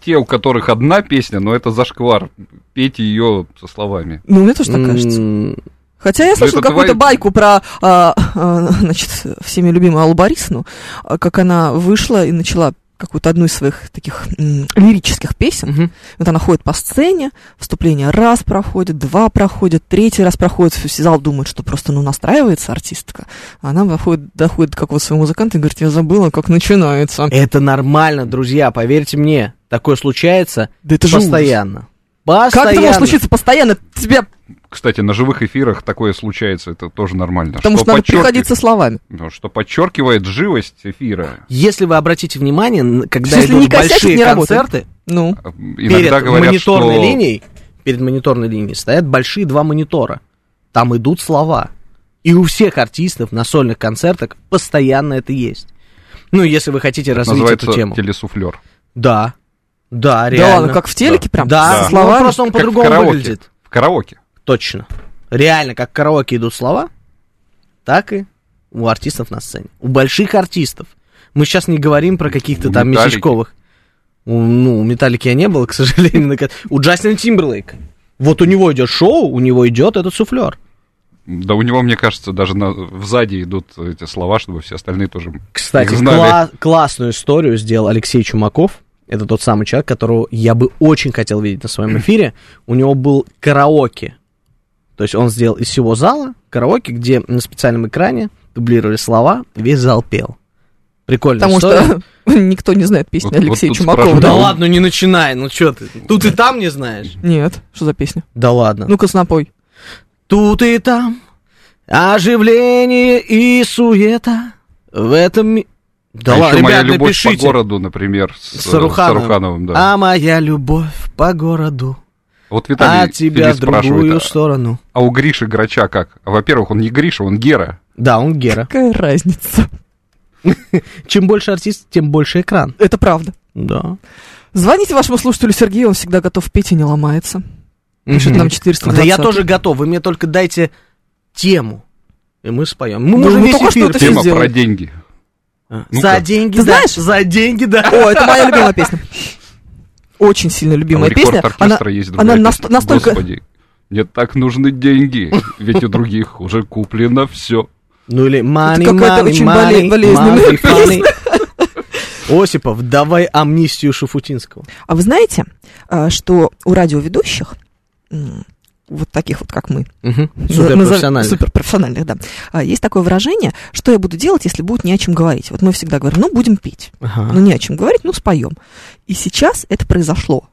D: те, у которых одна песня, но это зашквар. Пейте ее со словами.
C: Ну, мне тоже так кажется.
B: М,
C: Хотя я
D: Ну,
C: слышал
D: это
C: какую-то
D: твои-
C: байку про, а, а, значит, всеми любимую Аллу Борисовну, а, как она вышла и начала какую-то одну из своих таких м, лирических песен.
B: мгм.
C: Вот она ходит по сцене, вступление раз проходит, два проходит, третий раз проходит, все зал думает, что просто, ну, настраивается артистка. А она выходит, доходит до какого-то своего музыканта и говорит, я забыла, как начинается.
B: Это нормально, друзья, поверьте мне. Такое случается
C: Да это же ужас.
B: постоянно.
C: Как это
B: Постоянно.
C: может случиться постоянно? Тебя,
D: Кстати, на живых эфирах такое случается, это тоже нормально.
C: потому что, надо
D: подчеркивает-
C: приходить со словами.
D: ну, что подчеркивает живость эфира.
B: Если вы обратите внимание, н- когда
C: Если
B: идут
C: не косячит,
B: большие
C: не работает.
B: концерты,
C: Ну,
D: Иногда
B: перед
D: говорят,
B: мониторной
D: что...
B: линией, перед мониторной линией стоят большие два монитора. Там идут слова. И у всех артистов на сольных концертах постоянно это есть. Ну, если вы хотите развить
D: называется
B: эту тему.
D: телесуфлер.
B: Да. Да, реально.
C: да ладно, как в телеке прям,
B: Да,
C: со
B: ну,
C: словами.
B: просто он
D: Как в
B: по-другому
D: караоке.
B: выглядит.
D: В караоке.
B: Точно. Реально, как в караоке идут слова, так и у артистов на сцене. У больших артистов. Мы сейчас не говорим про каких-то
D: У
B: там
D: «Металлики».
B: местечковых. У, ну, у Металлики я не был, к сожалению. наконец. У Джастина Тимберлейка. Вот у него идет шоу, у него идет этот суфлер.
D: Да у него, мне кажется, даже на... сзади идут эти слова, чтобы все остальные тоже
B: Кстати,
D: их знали. А
B: кла- классную историю сделал Алексей Чумаков. Это тот самый человек, которого я бы очень хотел видеть на своем эфире. У него был караоке. То есть он сделал из всего зала караоке, где на специальном экране дублировали слова, и весь зал пел. Прикольно.
C: Потому что никто не знает песню
D: Вот- вот
C: Алексея
D: тут
C: Чумакова.
D: спрашивают.
B: Да
D: Да
B: ладно, не начинай, ну что ты? Тут и там не знаешь.
C: Нет, что за песня?
B: Да ладно.
C: Ну-ка, снапой.
B: Тут и там оживление и суета в этом... ми- Да
D: а
B: ладно,
D: еще моя
B: ребят,
D: любовь
B: напишите.
D: по городу, например, с,
B: С Рухановым.
D: Рухановым, да.
B: А моя любовь по городу,
D: Вот
B: а
D: Виталий
B: тебя
D: Филипп
B: в другую
D: спрашивает, а,
B: сторону.
D: а у Гриши Грача как? А, Во-первых, он не Гриша, он Гера.
B: Да, он Гера.
C: Какая разница?
B: Чем больше артист, тем больше экран.
C: Это правда.
B: Да.
C: Звоните вашему слушателю Сергею, он всегда готов петь и не ломается. Пишет Ну, нам 420.
B: Да я тоже готов, вы мне только дайте тему. И мы споем. Мы
C: Ну,
B: можем
C: ну,
B: весь
C: только
B: эфир
C: что ты
B: петь.
D: Тема
C: сделай.
D: про деньги.
B: А,
D: Ну-ка.
B: За деньги, да.
C: Ты знаешь?
B: За деньги, да.
C: Ой, это моя любимая песня. Очень сильно
D: Там
C: любимая
D: рекорд
C: песня. Она,
D: оркестра есть
C: она
D: другая
C: нас-
D: песня.
C: настолько-
D: Господи, мне так нужны деньги, ведь у других уже куплено все.
B: Ну или money,
C: Это какая-то
B: money,
C: очень
B: money,
C: боле- болезненная
B: money, funny. Осипов, давай амнистию Шафутинского.
C: А вы знаете, а, что у радиоведущих, м, вот таких вот, как мы,
B: Мгм.
C: Наза- назов-
B: Суперпрофессиональный.
C: суперпрофессиональных, да. А, Есть такое выражение, что я буду делать, если будет не о чем говорить. Вот мы всегда говорим, ну, будем петь.
B: Ага.
C: Ну, не о чем говорить, ну, споем. И сейчас это произошло.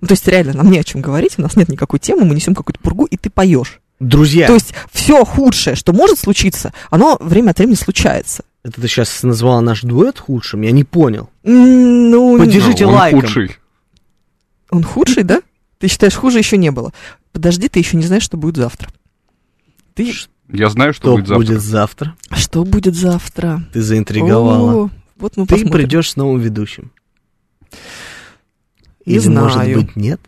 C: Ну, то есть реально нам не о чем говорить, у нас нет никакой темы, мы несем какую-то пургу, и ты поешь.
B: Друзья,
C: То есть все худшее, что может случиться, оно время от времени случается.
B: это ты сейчас назвала наш дуэт худшим, я не понял.
C: М, Ну, не-
B: Подержи- Держите
D: Он
B: лайком.
D: худший.
C: он худший, да? Ты считаешь, хуже еще не было. Подожди, ты еще не знаешь, что будет завтра. Ты...
D: Я знаю, что
B: Что
D: будет завтра.
B: будет завтра?
C: Что будет завтра?
B: Ты заинтриговала.
C: О, вот мы
B: Ты
C: посмотрим.
B: придешь с новым ведущим.
C: Не
B: Или,
C: знаю.
B: может быть, нет?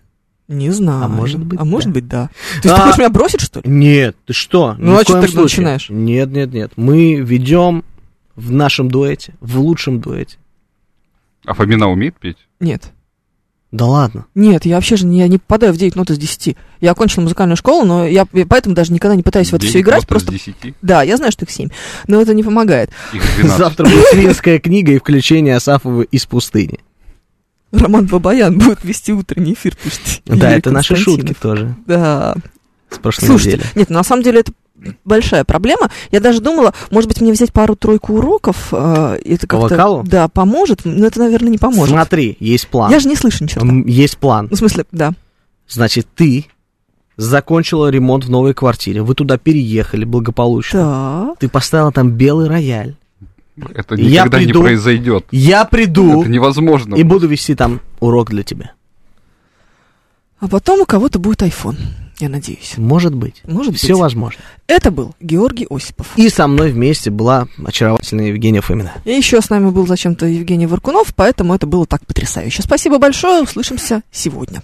C: Не знаю.
B: может быть,
C: А может
B: да.
C: быть, да. То есть
B: А-
C: ты хочешь меня бросить, что ли?
B: Нет, ты что?
C: Ну,
B: Ни
C: а
B: в
C: чё
B: коем
C: тогда
B: случае.
C: начинаешь?
B: Нет, нет, нет. Мы ведем в нашем дуэте, в лучшем дуэте.
D: А Фомина умеет петь?
C: Нет.
B: Да ладно.
C: Нет, я вообще же не, я не попадаю в 9 нот из 10. Я окончила музыкальную школу, но я я поэтому даже никогда не пытаюсь в это все
D: Девять
C: играть.
D: нот из
C: Просто,
D: десяти,
C: да, я знаю, что их 7, но это не помогает.
D: их 12.
B: Завтра будет финская книга и включение Асафова из пустыни.
C: Роман Бабаян будет вести утренний эфир, пишите.
B: Да,
C: Юрий
B: это наши
C: Константинов.
B: шутки тоже
C: Да.
B: с прошлой
C: Слушайте,
B: недели.
C: нет, ну, на самом деле это большая проблема. Я даже думала, может быть, мне взять пару-тройку уроков. э, и это
B: По
C: как-то-
B: вокалу?
C: Да, поможет, но это, наверное, не поможет.
B: Смотри, есть план.
C: Я же не слышу ничего.
B: М, Есть план.
C: Ну, в смысле, да.
B: Значит, ты закончила ремонт в новой квартире. Вы туда переехали благополучно.
C: Да.
B: Ты поставила там белый рояль.
D: Это
B: Я
D: никогда не
B: приду.
D: произойдет.
B: Я приду
D: Это невозможно.
B: и буду вести там урок для тебя.
C: А потом у кого-то будет iPhone, я надеюсь.
B: Может быть.
C: Может
B: Все
C: быть.
B: возможно.
C: Это был Георгий Осипов.
B: И со мной вместе была очаровательная Евгения Фомина.
C: И еще с нами был зачем-то Евгений Варкунов, поэтому это было так потрясающе. Спасибо большое, услышимся сегодня.